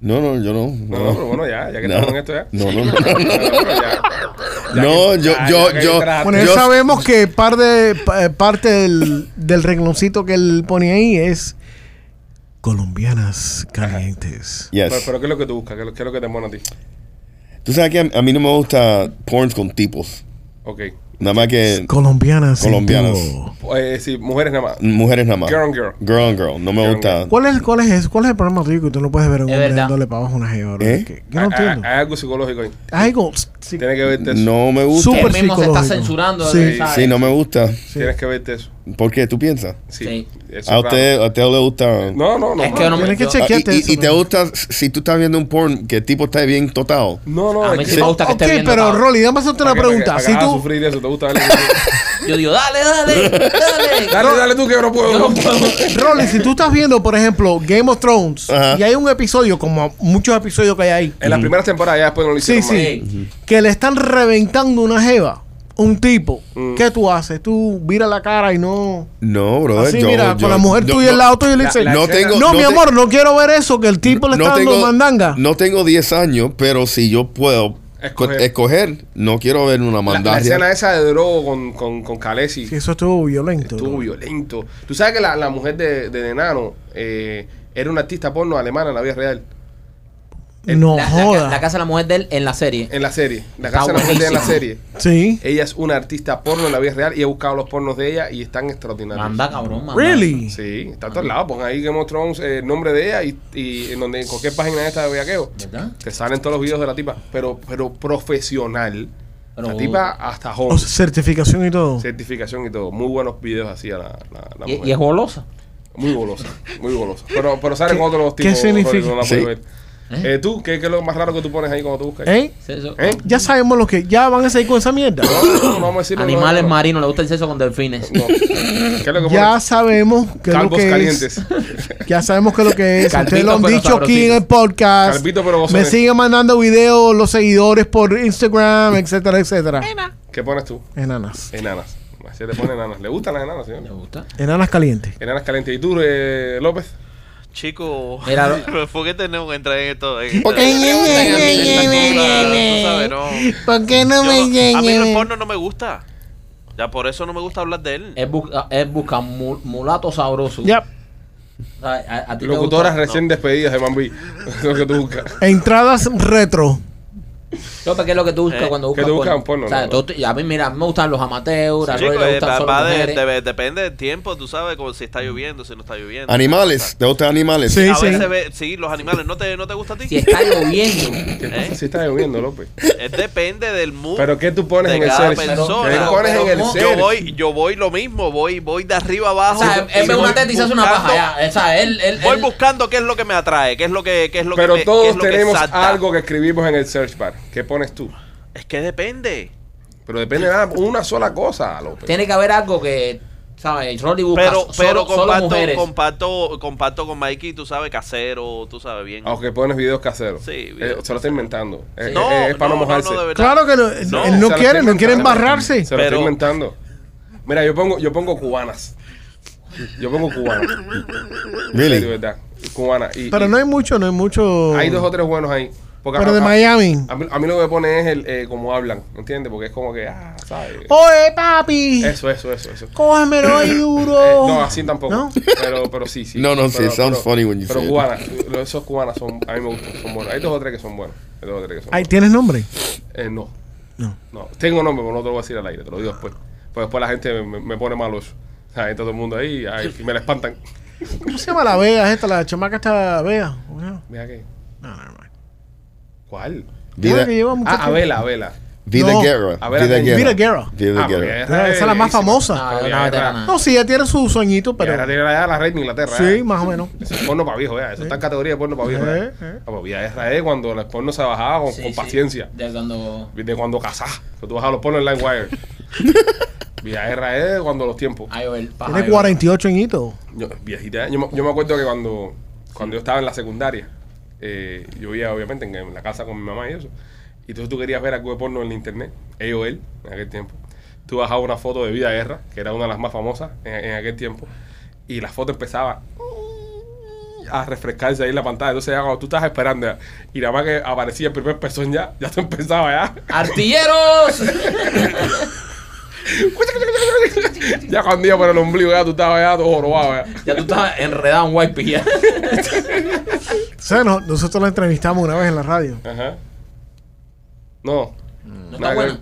[SPEAKER 5] No, no, yo no.
[SPEAKER 1] No, no, pero bueno, ya, ya que
[SPEAKER 5] No.
[SPEAKER 1] estamos en esto ya.
[SPEAKER 5] No, no, no.
[SPEAKER 1] Pero ya- ya
[SPEAKER 5] No,
[SPEAKER 1] que-
[SPEAKER 5] yo-
[SPEAKER 1] ya-
[SPEAKER 5] yo-
[SPEAKER 1] ya que
[SPEAKER 5] yo-
[SPEAKER 1] entraste.
[SPEAKER 4] Bueno, ya
[SPEAKER 5] Yo-
[SPEAKER 4] sabemos que par de, pa- eh, parte del, del renglóncito que él pone ahí es colombianas calientes.
[SPEAKER 5] Yes.
[SPEAKER 1] Pero, pero ¿qué es lo que tú buscas? ¿Qué es lo- qué es lo que te mola a ti?
[SPEAKER 5] Tú sabes que a, a mí no me gusta porns con tipos.
[SPEAKER 1] Ok.
[SPEAKER 5] Nada más que
[SPEAKER 4] Colombianas. en
[SPEAKER 5] Colombianas.
[SPEAKER 4] dúo.
[SPEAKER 1] Eh, sí, mujeres nada más.
[SPEAKER 5] mujeres nada más.
[SPEAKER 1] Girl on girl.
[SPEAKER 5] Girl on girl. No me
[SPEAKER 1] Girl
[SPEAKER 5] gusta.
[SPEAKER 4] ¿Cuál es, cuál, es, eso? ¿Cuál es el problema tuyo que tú no puedes ver a un
[SPEAKER 3] Es
[SPEAKER 4] hombre
[SPEAKER 3] verdad.
[SPEAKER 4] dándole para abajo a una jeva? bro?
[SPEAKER 5] ¿Eh?
[SPEAKER 4] Que- Yo no
[SPEAKER 1] Hay- hay-
[SPEAKER 4] entiendo.
[SPEAKER 1] Ah, Hay algo psicológico ahí.
[SPEAKER 4] Ay, go- sí.
[SPEAKER 1] Tienes que verte eso.
[SPEAKER 5] No me gusta.
[SPEAKER 4] Súper
[SPEAKER 3] Él mismo se
[SPEAKER 4] psicológico.
[SPEAKER 3] está censurando,
[SPEAKER 4] Sí.
[SPEAKER 3] ¿sabes?
[SPEAKER 5] Sí, no me gusta.
[SPEAKER 1] Tienes que verte eso.
[SPEAKER 5] ¿Por qué? ¿Tú piensas?
[SPEAKER 1] Sí.
[SPEAKER 3] Sí.
[SPEAKER 1] Eso
[SPEAKER 5] A
[SPEAKER 1] es
[SPEAKER 5] usted, a usted le gusta.
[SPEAKER 1] raro. No, no, no.
[SPEAKER 3] Es que yo no me...
[SPEAKER 4] Tienes que
[SPEAKER 3] yo-
[SPEAKER 5] Ah, y-
[SPEAKER 4] chequearte
[SPEAKER 5] y,
[SPEAKER 4] eso,
[SPEAKER 5] y te
[SPEAKER 4] bro.
[SPEAKER 5] gusta si tú estás viendo un porn que el tipo está bien totado.
[SPEAKER 1] No, no,
[SPEAKER 3] A
[SPEAKER 1] es
[SPEAKER 3] mí
[SPEAKER 1] que-
[SPEAKER 3] sí me gusta que esté
[SPEAKER 4] Ok,
[SPEAKER 3] bien
[SPEAKER 4] pero
[SPEAKER 3] dotado.
[SPEAKER 4] Rolly, dame hacerte una
[SPEAKER 1] ¿Para qué-
[SPEAKER 4] pregunta.
[SPEAKER 1] para qué
[SPEAKER 4] Si
[SPEAKER 1] vas a
[SPEAKER 4] tú,
[SPEAKER 1] sufrir eso, ¿te gusta verlo? dale,
[SPEAKER 3] Yo digo, dale, dale, dale.
[SPEAKER 1] dale tú que yo no puedo.
[SPEAKER 3] Yo no puedo.
[SPEAKER 4] Rolly, si tú estás viendo, por ejemplo, Game of Thrones
[SPEAKER 5] Ajá.
[SPEAKER 4] y hay un episodio, como muchos episodios que hay ahí,
[SPEAKER 1] En las primeras temporadas ya después no lo
[SPEAKER 4] Sí,
[SPEAKER 1] hicieron más.
[SPEAKER 4] sí. Que le están reventando una jeva, un tipo.
[SPEAKER 1] Mm.
[SPEAKER 4] ¿Qué tú haces? Tú vira la cara y no.
[SPEAKER 5] No, brother.
[SPEAKER 4] Así,
[SPEAKER 5] yo-
[SPEAKER 4] mira,
[SPEAKER 5] yo-
[SPEAKER 4] con la mujer
[SPEAKER 5] yo-
[SPEAKER 4] tuya al
[SPEAKER 5] no-
[SPEAKER 4] lado tuyo y le dices.
[SPEAKER 1] la
[SPEAKER 5] No
[SPEAKER 1] escena-
[SPEAKER 5] tengo.
[SPEAKER 4] no, mi
[SPEAKER 5] te-
[SPEAKER 4] amor, no quiero ver eso, que el tipo le está dando mandanga.
[SPEAKER 5] No tengo 10 años, pero si yo puedo
[SPEAKER 1] Escoger.
[SPEAKER 5] escoger, no quiero ver una
[SPEAKER 1] La, la
[SPEAKER 5] mandanga.
[SPEAKER 1] escena esa de Drogo con, con, con Khaleesi
[SPEAKER 4] Sí, eso estuvo violento.
[SPEAKER 1] estuvo
[SPEAKER 4] bro.
[SPEAKER 1] violento. Tú sabes que la, la mujer de, de Enano eh, era una artista porno alemana en la vida real,
[SPEAKER 4] No
[SPEAKER 3] La, la-
[SPEAKER 4] joda.
[SPEAKER 3] la casa de la mujer de él en la serie.
[SPEAKER 1] en la serie. La
[SPEAKER 3] Está
[SPEAKER 1] casa de la mujer de en la
[SPEAKER 3] buenísimo.
[SPEAKER 1] serie.
[SPEAKER 4] sí.
[SPEAKER 1] Ella es una artista porno en la vida real y he buscado los pornos de ella y están extraordinarios.
[SPEAKER 3] Manda, cabrón, manda.
[SPEAKER 4] Really?
[SPEAKER 1] Sí, está a todos lados. Pon ahí Game of Thrones eh, el nombre de ella y, y en donde en cualquier página de esta de bellaqueo.
[SPEAKER 3] ¿Verdad?
[SPEAKER 1] Te salen todos los videos de la tipa, pero pero profesional.
[SPEAKER 3] Pero-
[SPEAKER 1] la tipa hasta joven.
[SPEAKER 4] O sea, certificación y todo.
[SPEAKER 1] certificación y todo. Muy buenos videos hacía la, la, la
[SPEAKER 3] Y,
[SPEAKER 1] mujer.
[SPEAKER 3] y es golosa.
[SPEAKER 1] muy golosa, muy golosa. Pero, pero salen
[SPEAKER 4] ¿Qué-
[SPEAKER 1] con otros
[SPEAKER 4] qué
[SPEAKER 1] tipos.
[SPEAKER 4] significa?
[SPEAKER 1] Rolly, no la
[SPEAKER 5] Sí.
[SPEAKER 1] puedes ver. Eh, ¿Tú qué, qué es lo más raro que tú pones ahí cuando tú buscas?
[SPEAKER 4] ¿Eh?
[SPEAKER 3] Sí, eso-
[SPEAKER 1] ¿Eh?
[SPEAKER 4] Ya sabemos lo que. Ya van a seguir con esa mierda.
[SPEAKER 1] No, no, no, vamos a decirlo,
[SPEAKER 3] Animales
[SPEAKER 1] no, no,
[SPEAKER 3] marinos, le gusta el sexo con delfines.
[SPEAKER 1] no. ¿Qué es lo que
[SPEAKER 4] Ya
[SPEAKER 1] pones?
[SPEAKER 4] sabemos que es lo
[SPEAKER 1] Calvos
[SPEAKER 4] que
[SPEAKER 1] calientes.
[SPEAKER 4] es. Ya sabemos que lo que es. Ustedes lo
[SPEAKER 3] Calvito,
[SPEAKER 4] han
[SPEAKER 3] pero
[SPEAKER 4] dicho aquí en el podcast.
[SPEAKER 1] Calvito, pero
[SPEAKER 4] Me
[SPEAKER 1] gozones.
[SPEAKER 4] siguen mandando videos los seguidores por Instagram, etcétera, etcétera.
[SPEAKER 1] ¿Qué pones tú?
[SPEAKER 4] Enanas.
[SPEAKER 1] Enanas. Así le ponen enanas. ¿Le gustan las enanas, señor?
[SPEAKER 3] Le gusta.
[SPEAKER 4] Enanas calientes.
[SPEAKER 1] Enanas calientes. ¿Y tú, eh, López?
[SPEAKER 6] Chico,
[SPEAKER 3] Mira,
[SPEAKER 6] ¿por qué tenemos que entrar en esto? Eh, En
[SPEAKER 5] ¿Por
[SPEAKER 6] esta-
[SPEAKER 5] qué?
[SPEAKER 6] Tú sabes, no.
[SPEAKER 4] ¿Por qué
[SPEAKER 6] Yo
[SPEAKER 4] no
[SPEAKER 6] no- a mí el porno no me gusta. Ya por eso no me gusta hablar de él.
[SPEAKER 3] Él busca, él busca ah, mu- mulato sabroso.
[SPEAKER 4] Ya.
[SPEAKER 3] A, a- a ti te
[SPEAKER 1] Locutoras
[SPEAKER 3] gusta-
[SPEAKER 1] recién despedidas de Mambi. Eso es lo que tú buscas.
[SPEAKER 4] Entradas retro.
[SPEAKER 3] No, porque es lo que tú buscas
[SPEAKER 6] Eh,
[SPEAKER 3] cuando
[SPEAKER 1] ¿qué
[SPEAKER 3] buscas
[SPEAKER 1] tú buscas en porno?
[SPEAKER 3] O sea,
[SPEAKER 1] No,
[SPEAKER 3] todo te- y a mí, mira, me gustan los amateurs, a Roy
[SPEAKER 6] Chico,
[SPEAKER 3] le
[SPEAKER 6] eh,
[SPEAKER 3] gustan
[SPEAKER 6] va-
[SPEAKER 3] solo
[SPEAKER 6] va de-
[SPEAKER 3] mujeres.
[SPEAKER 6] de- depende del tiempo, tú sabes, como si está lloviendo, si no está lloviendo.
[SPEAKER 5] Animales, ¿te gustan animales?
[SPEAKER 4] Sí.
[SPEAKER 6] A veces ve- sí, los animales, ¿no te, no te gusta a ti?
[SPEAKER 3] Si está lloviendo,
[SPEAKER 1] ¿Qué
[SPEAKER 6] ¿Eh?
[SPEAKER 1] pasa si está lloviendo, López?
[SPEAKER 6] Eh, Depende del mood.
[SPEAKER 1] ¿Pero qué tú pones
[SPEAKER 6] de
[SPEAKER 1] en el
[SPEAKER 6] cada
[SPEAKER 1] search?
[SPEAKER 6] persona.
[SPEAKER 1] ¿Qué tú pones en el
[SPEAKER 3] Pero
[SPEAKER 6] yo
[SPEAKER 1] search?
[SPEAKER 6] voy, yo voy lo mismo, voy, voy de arriba
[SPEAKER 3] o
[SPEAKER 6] abajo.
[SPEAKER 3] sea, él ve
[SPEAKER 6] voy
[SPEAKER 3] una teta y se hace una
[SPEAKER 6] buscando-
[SPEAKER 3] paja ya. O sea, él, él,
[SPEAKER 6] Voy
[SPEAKER 3] él-
[SPEAKER 6] buscando qué es lo que me atrae, qué es lo que, qué es lo
[SPEAKER 1] Pero
[SPEAKER 6] que me- qué es
[SPEAKER 1] todos
[SPEAKER 6] lo que
[SPEAKER 1] tenemos
[SPEAKER 6] salta.
[SPEAKER 1] algo que escribimos en el search bar. ¿Qué pones tú?
[SPEAKER 6] Es que depende.
[SPEAKER 1] Pero depende de nada, una sola cosa, López.
[SPEAKER 3] tiene que haber algo que, ¿sabes? Rolly busca
[SPEAKER 6] Pero,
[SPEAKER 3] so-
[SPEAKER 6] pero
[SPEAKER 3] solo, solo
[SPEAKER 6] comparto,
[SPEAKER 3] mujeres.
[SPEAKER 6] comparto, comparto con Mikey, tú sabes, casero, tú sabes bien.
[SPEAKER 1] Aunque pones videos caseros.
[SPEAKER 6] Sí, videos
[SPEAKER 1] Eh, se lo está inventando. Eh,
[SPEAKER 3] Sí.
[SPEAKER 1] eh, eh, es para no, mojarse.
[SPEAKER 6] de verdad.
[SPEAKER 4] Claro que no,
[SPEAKER 6] No,
[SPEAKER 4] él no
[SPEAKER 1] se lo
[SPEAKER 4] quiere,
[SPEAKER 1] estoy
[SPEAKER 4] no quiere
[SPEAKER 1] inventando.
[SPEAKER 4] embarrarse.
[SPEAKER 1] Se lo estoy
[SPEAKER 6] Pero-
[SPEAKER 1] inventando. Mira, yo pongo, yo pongo cubanas. Yo pongo cubanas.
[SPEAKER 5] Really?
[SPEAKER 1] Sí, De verdad. Cubanas. Y,
[SPEAKER 4] Pero
[SPEAKER 1] y
[SPEAKER 4] no hay mucho, no hay mucho.
[SPEAKER 1] hay dos o tres buenos ahí. Porque
[SPEAKER 4] Pero
[SPEAKER 1] a-
[SPEAKER 4] de
[SPEAKER 1] a-
[SPEAKER 4] Miami.
[SPEAKER 1] A mí, a mí lo que me pone es el, eh, como hablan, ¿entiendes? Porque es como que, ah, ¿sabes?
[SPEAKER 4] Oye, papi.
[SPEAKER 1] Eso, eso, eso, eso.
[SPEAKER 4] Cógemelo ahí duro.
[SPEAKER 1] Eh, no, así tampoco.
[SPEAKER 4] ¿No?
[SPEAKER 1] Pero, pero sí, sí.
[SPEAKER 5] No, no, sí,
[SPEAKER 1] Pero-
[SPEAKER 5] sounds
[SPEAKER 1] pero-
[SPEAKER 5] funny when you
[SPEAKER 1] Pero
[SPEAKER 5] say it.
[SPEAKER 1] cubanas, lo- esos cubanas son, a mí me gustan, son buenos. Hay dos o tres que son buenos. Hay dos o tres que son
[SPEAKER 4] Ahí
[SPEAKER 1] buenos.
[SPEAKER 4] tienes nombre.
[SPEAKER 1] Eh, no.
[SPEAKER 4] No.
[SPEAKER 1] No. Tengo nombre, pero no te lo voy a decir al aire, te lo digo después. Pues después la gente me, me pone malo eso. O sea, entra todo el mundo ahí ay, y me la espantan.
[SPEAKER 4] ¿Cómo se llama la Bea esta? La chamaca esta Bea. No,
[SPEAKER 1] Mira que.
[SPEAKER 4] no, no.
[SPEAKER 1] ¿Cuál?
[SPEAKER 5] Vida,
[SPEAKER 4] que lleva muchacho.
[SPEAKER 1] Ah, Abela, Abela.
[SPEAKER 5] vida
[SPEAKER 4] No.
[SPEAKER 5] Guerra.
[SPEAKER 1] A ver,
[SPEAKER 5] Vida
[SPEAKER 1] a ver.
[SPEAKER 5] Guerra.
[SPEAKER 4] Vida Guerra.
[SPEAKER 5] Vida
[SPEAKER 1] Ah, porque
[SPEAKER 5] Guerra.
[SPEAKER 4] Esa es la más
[SPEAKER 1] bellísima.
[SPEAKER 4] famosa.
[SPEAKER 3] No, yo
[SPEAKER 1] Había
[SPEAKER 3] no,
[SPEAKER 1] guerra.
[SPEAKER 3] veterana.
[SPEAKER 4] No, sí, ella tiene su sueñito,
[SPEAKER 1] Pero ahora
[SPEAKER 4] pero.
[SPEAKER 1] tiene la, la reina de Inglaterra.
[SPEAKER 4] Sí,
[SPEAKER 1] ya.
[SPEAKER 4] más o menos.
[SPEAKER 1] Eso es porno para viejo, ya. Eso está en categoría de porno para viejo.
[SPEAKER 4] Eh,
[SPEAKER 1] ya.
[SPEAKER 4] eh.
[SPEAKER 1] Ah, pues Vida Guerra es cuando el porno se bajaba con,
[SPEAKER 3] Sí,
[SPEAKER 1] con
[SPEAKER 3] sí.
[SPEAKER 1] paciencia.
[SPEAKER 3] De cuando...
[SPEAKER 1] De cuando casás. Que tú bajabas los pornos en LineWire. Vida Guerra es E, cuando los tiempos.
[SPEAKER 3] Ay, el paja,
[SPEAKER 4] Tiene
[SPEAKER 3] yo-
[SPEAKER 4] 48 añitos.
[SPEAKER 1] Yo, viejita, yo, me- yo me acuerdo que cuando, cuando yo estaba en la secundaria, eh, yo vivía obviamente en, en la casa con mi mamá y eso. Y entonces tú querías ver algo de porno en la internet, él o él, en aquel tiempo. Tú bajabas una foto de Vida Guerra, que era una de las más famosas en, en aquel tiempo, y la foto empezaba a refrescarse ahí en la pantalla. Entonces ya cuando tú estabas esperando, ya, y nada más que aparecía el primer pezón ya, ya te empezaba ya.
[SPEAKER 3] ¡Artilleros!
[SPEAKER 1] ya cuando iba por el ombligo ya tú estabas ya todo jorobado ya.
[SPEAKER 3] ya tú estás enredado en wipe ya.
[SPEAKER 4] O sea, no- nosotros la entrevistamos una vez en la radio.
[SPEAKER 1] Ajá. No.
[SPEAKER 3] No
[SPEAKER 1] Nada
[SPEAKER 3] está
[SPEAKER 1] que
[SPEAKER 3] bueno.
[SPEAKER 1] ver.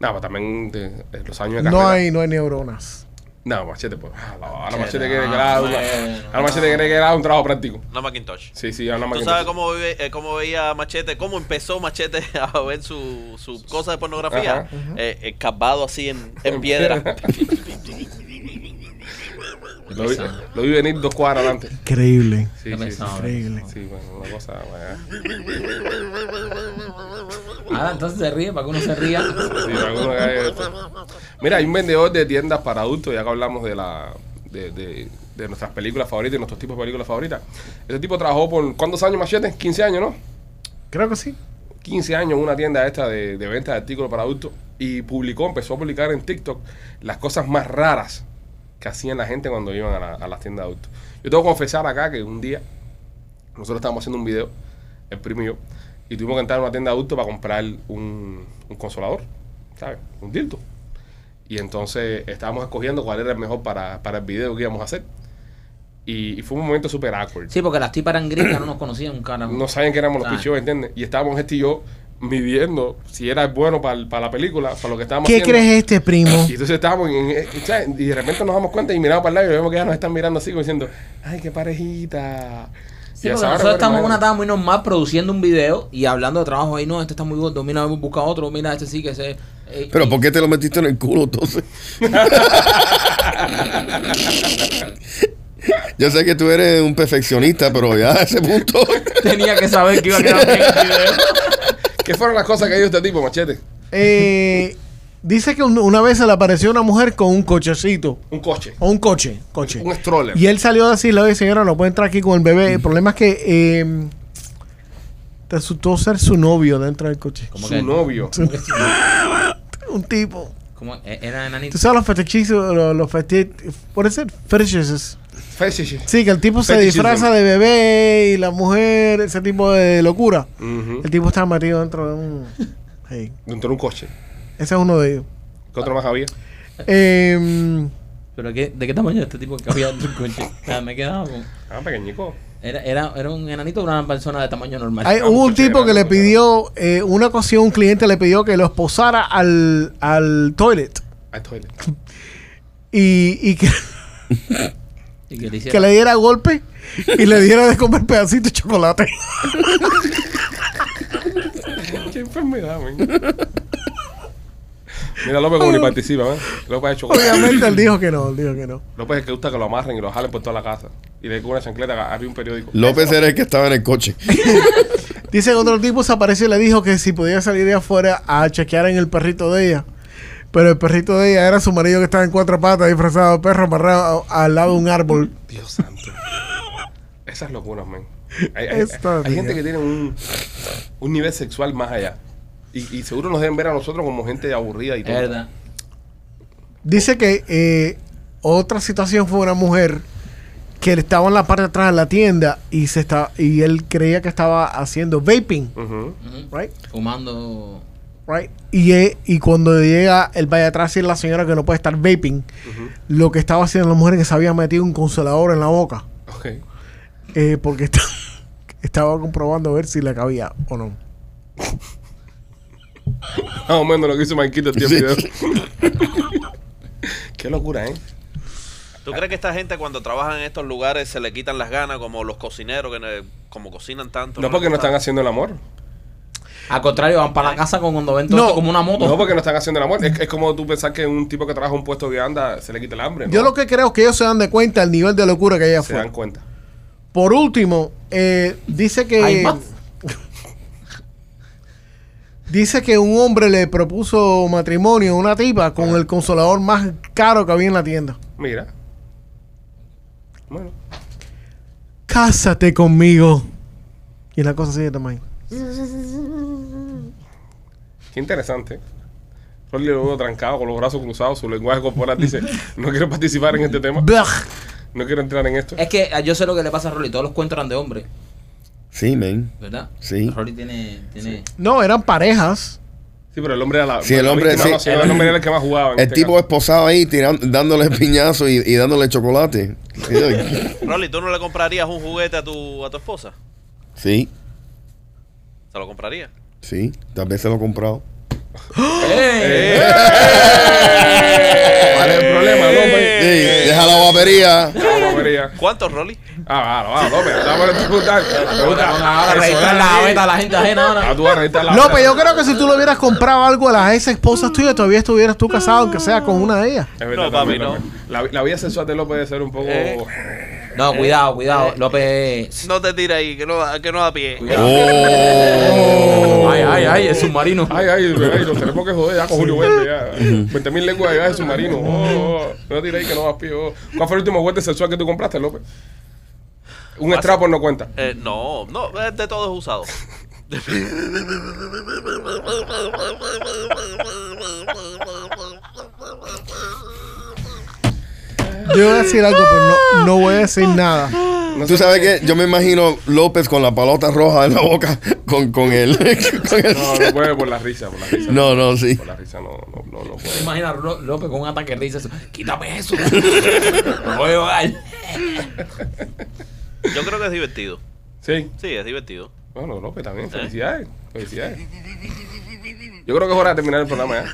[SPEAKER 1] No, pero también de- de los años de carrera.
[SPEAKER 4] No hay, no hay neuronas.
[SPEAKER 1] No, machete, pues. ah, la- Ahora
[SPEAKER 3] Machete,
[SPEAKER 1] machete quiere
[SPEAKER 3] ah,
[SPEAKER 1] que le haga
[SPEAKER 3] bueno,
[SPEAKER 1] una- ahora
[SPEAKER 3] no.
[SPEAKER 1] machete quiere que le haga un trabajo práctico.
[SPEAKER 6] No Macintosh.
[SPEAKER 1] Sí, sí, ahora
[SPEAKER 6] ¿Tú
[SPEAKER 1] más
[SPEAKER 6] sabes cómo, vive- eh, cómo veía Machete, cómo empezó Machete a ver su, su cosa de pornografía?
[SPEAKER 1] Ajá.
[SPEAKER 6] Eh, escarbado así en, en piedra.
[SPEAKER 1] Lo vi, lo vi venir dos cuadras adelante.
[SPEAKER 4] Increíble.
[SPEAKER 1] Sí,
[SPEAKER 3] Qué
[SPEAKER 1] sí, sí.
[SPEAKER 3] pesado.
[SPEAKER 4] Increíble.
[SPEAKER 1] Sí, bueno, una cosa. bueno,
[SPEAKER 3] Ahora Ah, entonces se ríe para que uno se ría.
[SPEAKER 1] sí, alguno que hay- Mira, hay un vendedor de tiendas para adultos, ya que hablamos de la de, de, de nuestras películas favoritas y nuestros tipos de películas favoritas. Ese tipo trabajó por. ¿Cuántos años, machete? 15 años, ¿no?
[SPEAKER 4] Creo que sí.
[SPEAKER 1] 15 años en una tienda esta de, de venta de artículos para adultos y publicó, empezó a publicar en TikTok las cosas más raras que hacían la gente cuando iban a, la- a las tiendas de adultos. Yo tengo que confesar acá que un día nosotros estábamos haciendo un video, el primo y yo, y tuvimos que entrar a una tienda de adultos para comprar un, un consolador, ¿sabes? Un dildo. Y entonces estábamos escogiendo cuál era el mejor para, para el video que íbamos a hacer. Y, y fue un momento súper awkward.
[SPEAKER 3] Sí, porque las tipas eran gringas, no nos conocían, carajo.
[SPEAKER 1] No sabían que éramos los
[SPEAKER 3] Claro.
[SPEAKER 1] pichos, ¿entiendes? Y estábamos este y yo midiendo si era bueno para el- para la película, para lo que estábamos
[SPEAKER 4] ¿Qué
[SPEAKER 1] haciendo.
[SPEAKER 4] crees este primo?
[SPEAKER 1] Y entonces estábamos en- en- en- ¿sabes? y de repente nos damos cuenta y miramos para el lado y vemos que ya nos están mirando así como diciendo, ay, qué parejita.
[SPEAKER 3] Sí,
[SPEAKER 1] Y a
[SPEAKER 3] porque
[SPEAKER 1] esa hora,
[SPEAKER 3] nosotros
[SPEAKER 1] bueno,
[SPEAKER 3] estamos en
[SPEAKER 1] imagínate.
[SPEAKER 3] una etapa muy normal produciendo un video y hablando de trabajo ahí, no, este está muy gordo, mira, hemos buscado otro, mira, este sí que se... eh,
[SPEAKER 5] Pero
[SPEAKER 3] y-
[SPEAKER 5] ¿por qué te lo metiste en el culo entonces? Yo sé que tú eres un perfeccionista, pero ya a ese punto.
[SPEAKER 3] tenía que saber que iba a quedar bien el video.
[SPEAKER 1] ¿Qué fueron las cosas que dijo este tipo, machete?
[SPEAKER 4] Eh, dice que un- una vez se le apareció una mujer con un cochecito.
[SPEAKER 1] Un coche.
[SPEAKER 4] O un coche. coche.
[SPEAKER 1] Un stroller.
[SPEAKER 4] Y él salió a decirle, oye señora, no puede entrar aquí con el bebé. El problema es que eh, resultó ser su novio dentro del coche.
[SPEAKER 3] ¿Cómo que-
[SPEAKER 1] Su novio.
[SPEAKER 4] Un tipo.
[SPEAKER 3] cómo- eh, era enanito?
[SPEAKER 4] Tú sabes los fetichizos, los, los feti- ¿por eso? Fetishes.
[SPEAKER 1] Fetiche.
[SPEAKER 4] Sí, que el tipo se
[SPEAKER 1] Fetichism.
[SPEAKER 4] disfraza de bebé y la mujer, ese tipo de locura.
[SPEAKER 1] Ujú.
[SPEAKER 4] El tipo estaba metido dentro de un... Sí.
[SPEAKER 1] Dentro de un coche.
[SPEAKER 4] Ese es uno de ellos. Em,
[SPEAKER 1] ¿Qué otro más había?
[SPEAKER 4] Eh,
[SPEAKER 3] ¿Pero qué, de qué tamaño era este tipo que había en tu coche? O sea, me quedaba con...
[SPEAKER 1] Ah, pequeñico.
[SPEAKER 3] Era, era, era un enanito, una persona de tamaño normal.
[SPEAKER 4] Hay,
[SPEAKER 1] vamos,
[SPEAKER 4] hubo un
[SPEAKER 1] coche,
[SPEAKER 4] tipo que
[SPEAKER 1] vamos,
[SPEAKER 4] le
[SPEAKER 1] coche.
[SPEAKER 4] pidió, eh, una ocasión un cliente le pidió que lo esposara al, al toilet
[SPEAKER 1] Al toilet.
[SPEAKER 4] y, y que,
[SPEAKER 3] y que le hiciera-
[SPEAKER 4] que le diera golpe y le diera de comer pedacito de chocolate.
[SPEAKER 1] Qué enfermedad, man. Mira López como ni participa, ¿eh? López ha hecho
[SPEAKER 4] Obviamente él dijo que no, él dijo que no.
[SPEAKER 1] López es el que gusta que lo amarren y lo jalen por toda la casa. Y le con una chancleta arriba un periódico.
[SPEAKER 5] López era el que estaba en el coche.
[SPEAKER 4] Dice que otro tipo se apareció y le dijo que si podía salir de afuera a chequear en el perrito de ella. Pero el perrito de ella era su marido que estaba en cuatro patas, disfrazado de perro, amarrado a- al lado de un árbol.
[SPEAKER 1] Dios santo. Esas locuras, man. Hay, hay- hay-
[SPEAKER 4] Esta
[SPEAKER 1] hay gente
[SPEAKER 4] vida.
[SPEAKER 1] que tiene un, un nivel sexual más allá. Y, y seguro nos deben ver a nosotros como gente aburrida y
[SPEAKER 3] Es
[SPEAKER 1] todo.
[SPEAKER 3] verdad.
[SPEAKER 4] Dice que eh, otra situación fue una mujer que estaba en la parte de atrás de la tienda y se está y él creía que estaba haciendo vaping,
[SPEAKER 1] Ujú.
[SPEAKER 3] Ujú.
[SPEAKER 4] right?
[SPEAKER 3] Fumando.
[SPEAKER 4] Right. Y, eh, y cuando llega el vaya atrás y la señora que no puede estar vaping, lo que estaba haciendo la mujer es que se había metido un consolador en la boca.
[SPEAKER 1] Ok.
[SPEAKER 4] Eh, porque está- estaba comprobando a ver si le cabía o no.
[SPEAKER 1] Más o menos lo que hizo Manquito el tío
[SPEAKER 5] Sí.
[SPEAKER 1] video. Qué locura, ¿eh?
[SPEAKER 6] ¿Tú crees que esta gente cuando trabaja en estos lugares se le quitan las ganas como los cocineros que ne- como cocinan tanto?
[SPEAKER 1] No porque no
[SPEAKER 6] les gusta?
[SPEAKER 1] están haciendo el amor.
[SPEAKER 3] Al contrario, van para la casa con cuando ven todo
[SPEAKER 4] No.
[SPEAKER 3] esto como una moto.
[SPEAKER 1] No porque no están haciendo el amor. Es, es como tú pensar que un tipo que trabaja en un puesto de anda se le quita el hambre. ¿no?
[SPEAKER 4] Yo lo que creo es que ellos se dan de cuenta el nivel de locura que hay
[SPEAKER 1] se dan
[SPEAKER 4] afuera.
[SPEAKER 1] cuenta.
[SPEAKER 4] Por último, eh, dice
[SPEAKER 3] Hay
[SPEAKER 4] que.
[SPEAKER 3] más.
[SPEAKER 4] dice que un hombre le propuso matrimonio a una tipa con el consolador más caro que había en la tienda.
[SPEAKER 1] Mira. Bueno.
[SPEAKER 4] Cásate conmigo. Y la cosa así de tamaño.
[SPEAKER 1] Qué interesante. Rolly lo veo trancado con los brazos cruzados, su lenguaje corporal dice, no quiero participar en este tema,
[SPEAKER 4] Blah.
[SPEAKER 1] no quiero entrar en esto.
[SPEAKER 3] Es que ah, yo sé lo que le pasa a Rolly. Todos los cuentos eran de hombre,
[SPEAKER 5] Sí, man.
[SPEAKER 3] ¿verdad?
[SPEAKER 5] Sí.
[SPEAKER 3] Rolly tiene. tiene
[SPEAKER 4] No, eran parejas.
[SPEAKER 1] Sí, pero el hombre era la
[SPEAKER 5] Sí, el
[SPEAKER 1] la
[SPEAKER 5] hombre,
[SPEAKER 1] víctima,
[SPEAKER 5] sí.
[SPEAKER 1] no, sino el hombre era el que más jugaba. en
[SPEAKER 5] El
[SPEAKER 1] este
[SPEAKER 5] tipo
[SPEAKER 1] caso.
[SPEAKER 5] esposado ahí tirando, dándole piñazo y, y dándole chocolate. Sí.
[SPEAKER 6] Rolly, ¿tú no le comprarías un juguete a tu, a tu esposa?
[SPEAKER 5] Sí,
[SPEAKER 6] ¿Se lo compraría?
[SPEAKER 5] sí. Tal vez se lo he comprado.
[SPEAKER 3] ¡Eh!
[SPEAKER 1] ¿Cuál es el problema,
[SPEAKER 5] Sí,
[SPEAKER 1] López?
[SPEAKER 5] deja la guapería.
[SPEAKER 1] Ah, no, María.
[SPEAKER 6] ¿Cuántos, Rolly?
[SPEAKER 1] Ah, va, va, López, está por preguntar. Pregunta.
[SPEAKER 3] Ahora
[SPEAKER 1] Eso
[SPEAKER 3] registrar
[SPEAKER 1] es
[SPEAKER 3] la
[SPEAKER 1] así.
[SPEAKER 3] gaveta a la gente ajena ahora.
[SPEAKER 1] Ah, tú vas a registrar la
[SPEAKER 4] López,
[SPEAKER 1] gaveta.
[SPEAKER 4] yo creo que si tú le hubieras comprado algo a las ex esposas tuyas, todavía estuvieras tú casado, aunque sea con una de ellas.
[SPEAKER 1] Es verdad,
[SPEAKER 6] No, papi,
[SPEAKER 1] también,
[SPEAKER 6] no.
[SPEAKER 1] López. La, la vida sexual de López debe ser un poco...
[SPEAKER 6] Eh.
[SPEAKER 3] No, cuidado,
[SPEAKER 1] eh.
[SPEAKER 3] cuidado. López.
[SPEAKER 6] No te tires ahí, que no, da- que no da pie.
[SPEAKER 5] Oh.
[SPEAKER 7] Ay, ay, ay, el submarino.
[SPEAKER 1] Ay, ay, ay, nos tenemos que joder ya con Julio Verde ya. 20.000 mil lenguas de viaje submarino. Oh, oh, no tires ahí que no vas pío. ¿Cuál fue el último juguete sexual que tú compraste, López? Un strap no cuenta.
[SPEAKER 6] Eh, no, no, es de todos usados.
[SPEAKER 4] Yo voy a decir algo, pero no, no voy a decir nada.
[SPEAKER 1] No
[SPEAKER 5] Tú
[SPEAKER 1] sé-
[SPEAKER 5] sabes que yo me imagino López con la palota roja en la boca, con, con él. con el-
[SPEAKER 1] No, no puede por la risa, por la risa.
[SPEAKER 5] No, no, sí.
[SPEAKER 1] Por la risa no, no, no, no
[SPEAKER 3] ¿Te
[SPEAKER 1] puede.
[SPEAKER 3] imaginas a Ro- López con un ataque de risa? eso, Quítame eso. Me voy a ahogar.
[SPEAKER 6] Yo creo que es divertido.
[SPEAKER 1] Sí,
[SPEAKER 6] Sí, es divertido.
[SPEAKER 1] bueno, López también. Felicidades, felicidades. Yo creo que es hora de terminar el programa ya.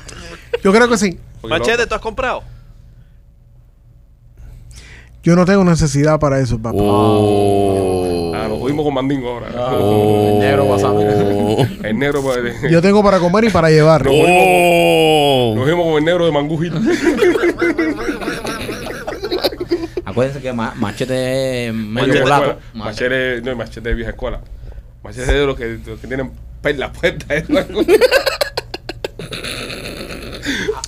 [SPEAKER 4] Yo creo que sí.
[SPEAKER 1] Porque
[SPEAKER 6] Machete,
[SPEAKER 1] López-
[SPEAKER 6] ¿tú has comprado?
[SPEAKER 4] Yo no tengo necesidad para eso, papá.
[SPEAKER 5] Oh.
[SPEAKER 1] Ah, lo jodimos con Mandingo ahora.
[SPEAKER 3] El negro WhatsApp.
[SPEAKER 5] Oh.
[SPEAKER 1] El negro, pues,
[SPEAKER 4] Yo tengo para comer y para llevar.
[SPEAKER 1] nos
[SPEAKER 5] Oh.
[SPEAKER 1] vimos con el negro de Mangú Hill.
[SPEAKER 3] Acuérdense que ma- machete es medio
[SPEAKER 1] Machete,
[SPEAKER 3] mulato.
[SPEAKER 1] bueno, Machete, no, machete de vieja escuela. Machete de los que, de los que tienen perlas puestas. ¿eh?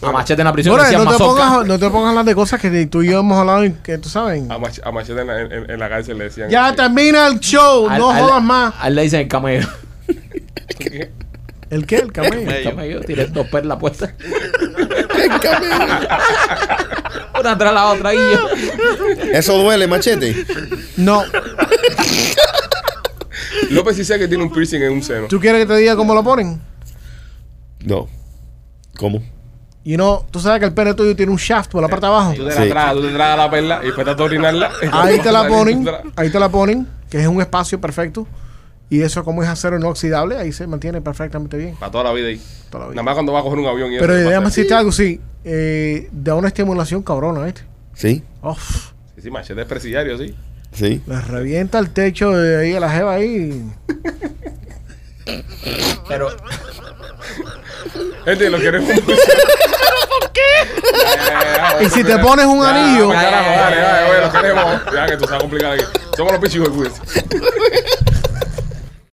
[SPEAKER 3] A machete en la prisión.
[SPEAKER 4] Bueno,
[SPEAKER 3] le decían
[SPEAKER 4] no, te
[SPEAKER 3] mazorca.
[SPEAKER 4] pongas, no te pongas a hablar de cosas que tú y yo hemos hablado y que tú sabes.
[SPEAKER 3] Ah,
[SPEAKER 1] a, mach- a machete en la, en- en la cárcel le decían.
[SPEAKER 4] Ya
[SPEAKER 1] eh,
[SPEAKER 4] termina el show,
[SPEAKER 3] Al-
[SPEAKER 4] no
[SPEAKER 3] al-
[SPEAKER 4] jodas más.
[SPEAKER 3] A él le dicen el camello.
[SPEAKER 1] ¿qué?
[SPEAKER 4] ¿El qué? El camello.
[SPEAKER 3] El camello tiene dos perlas puestas. Una tras la otra. Y yo.
[SPEAKER 5] Eso duele, machete.
[SPEAKER 4] No.
[SPEAKER 1] López sí sabe que tiene un piercing en un seno.
[SPEAKER 4] ¿Tú quieres que te diga cómo lo ponen?
[SPEAKER 5] No. ¿Cómo?
[SPEAKER 4] Y no, tú sabes que el pene tuyo tiene un shaft por la parte de abajo.
[SPEAKER 1] Tú te la
[SPEAKER 5] Sí.
[SPEAKER 1] tragas, tú te tragas la perla y después te vas a orinarla.
[SPEAKER 4] Ahí te la ponen, ahí te la ponen, que es un espacio perfecto. Y eso, como es acero inoxidable, ahí se mantiene perfectamente bien.
[SPEAKER 1] Para toda la vida ahí.
[SPEAKER 4] Toda la vida.
[SPEAKER 1] Nada más cuando va a coger un avión y
[SPEAKER 4] Pero
[SPEAKER 1] eso.
[SPEAKER 4] déjame
[SPEAKER 1] machete.
[SPEAKER 4] decirte algo, sí. eh, da una estimulación cabrona, ¿viste?
[SPEAKER 5] Sí,
[SPEAKER 4] Uf,
[SPEAKER 1] Sí, sí, machete es presidiario, sí.
[SPEAKER 5] sí.
[SPEAKER 4] le revienta el techo de ahí a la jeva ahí.
[SPEAKER 3] Pero,
[SPEAKER 1] Gente, lo queremos mucho. ¿Por qué?
[SPEAKER 4] Y si te pones un anillo-
[SPEAKER 1] Carajo,
[SPEAKER 3] Ya, ya,
[SPEAKER 1] dale,
[SPEAKER 3] ya,
[SPEAKER 1] dale,
[SPEAKER 3] ya,
[SPEAKER 1] oye,
[SPEAKER 3] ya.
[SPEAKER 1] lo queremos. Ya que tú estás complicado aquí. Somos los pichis de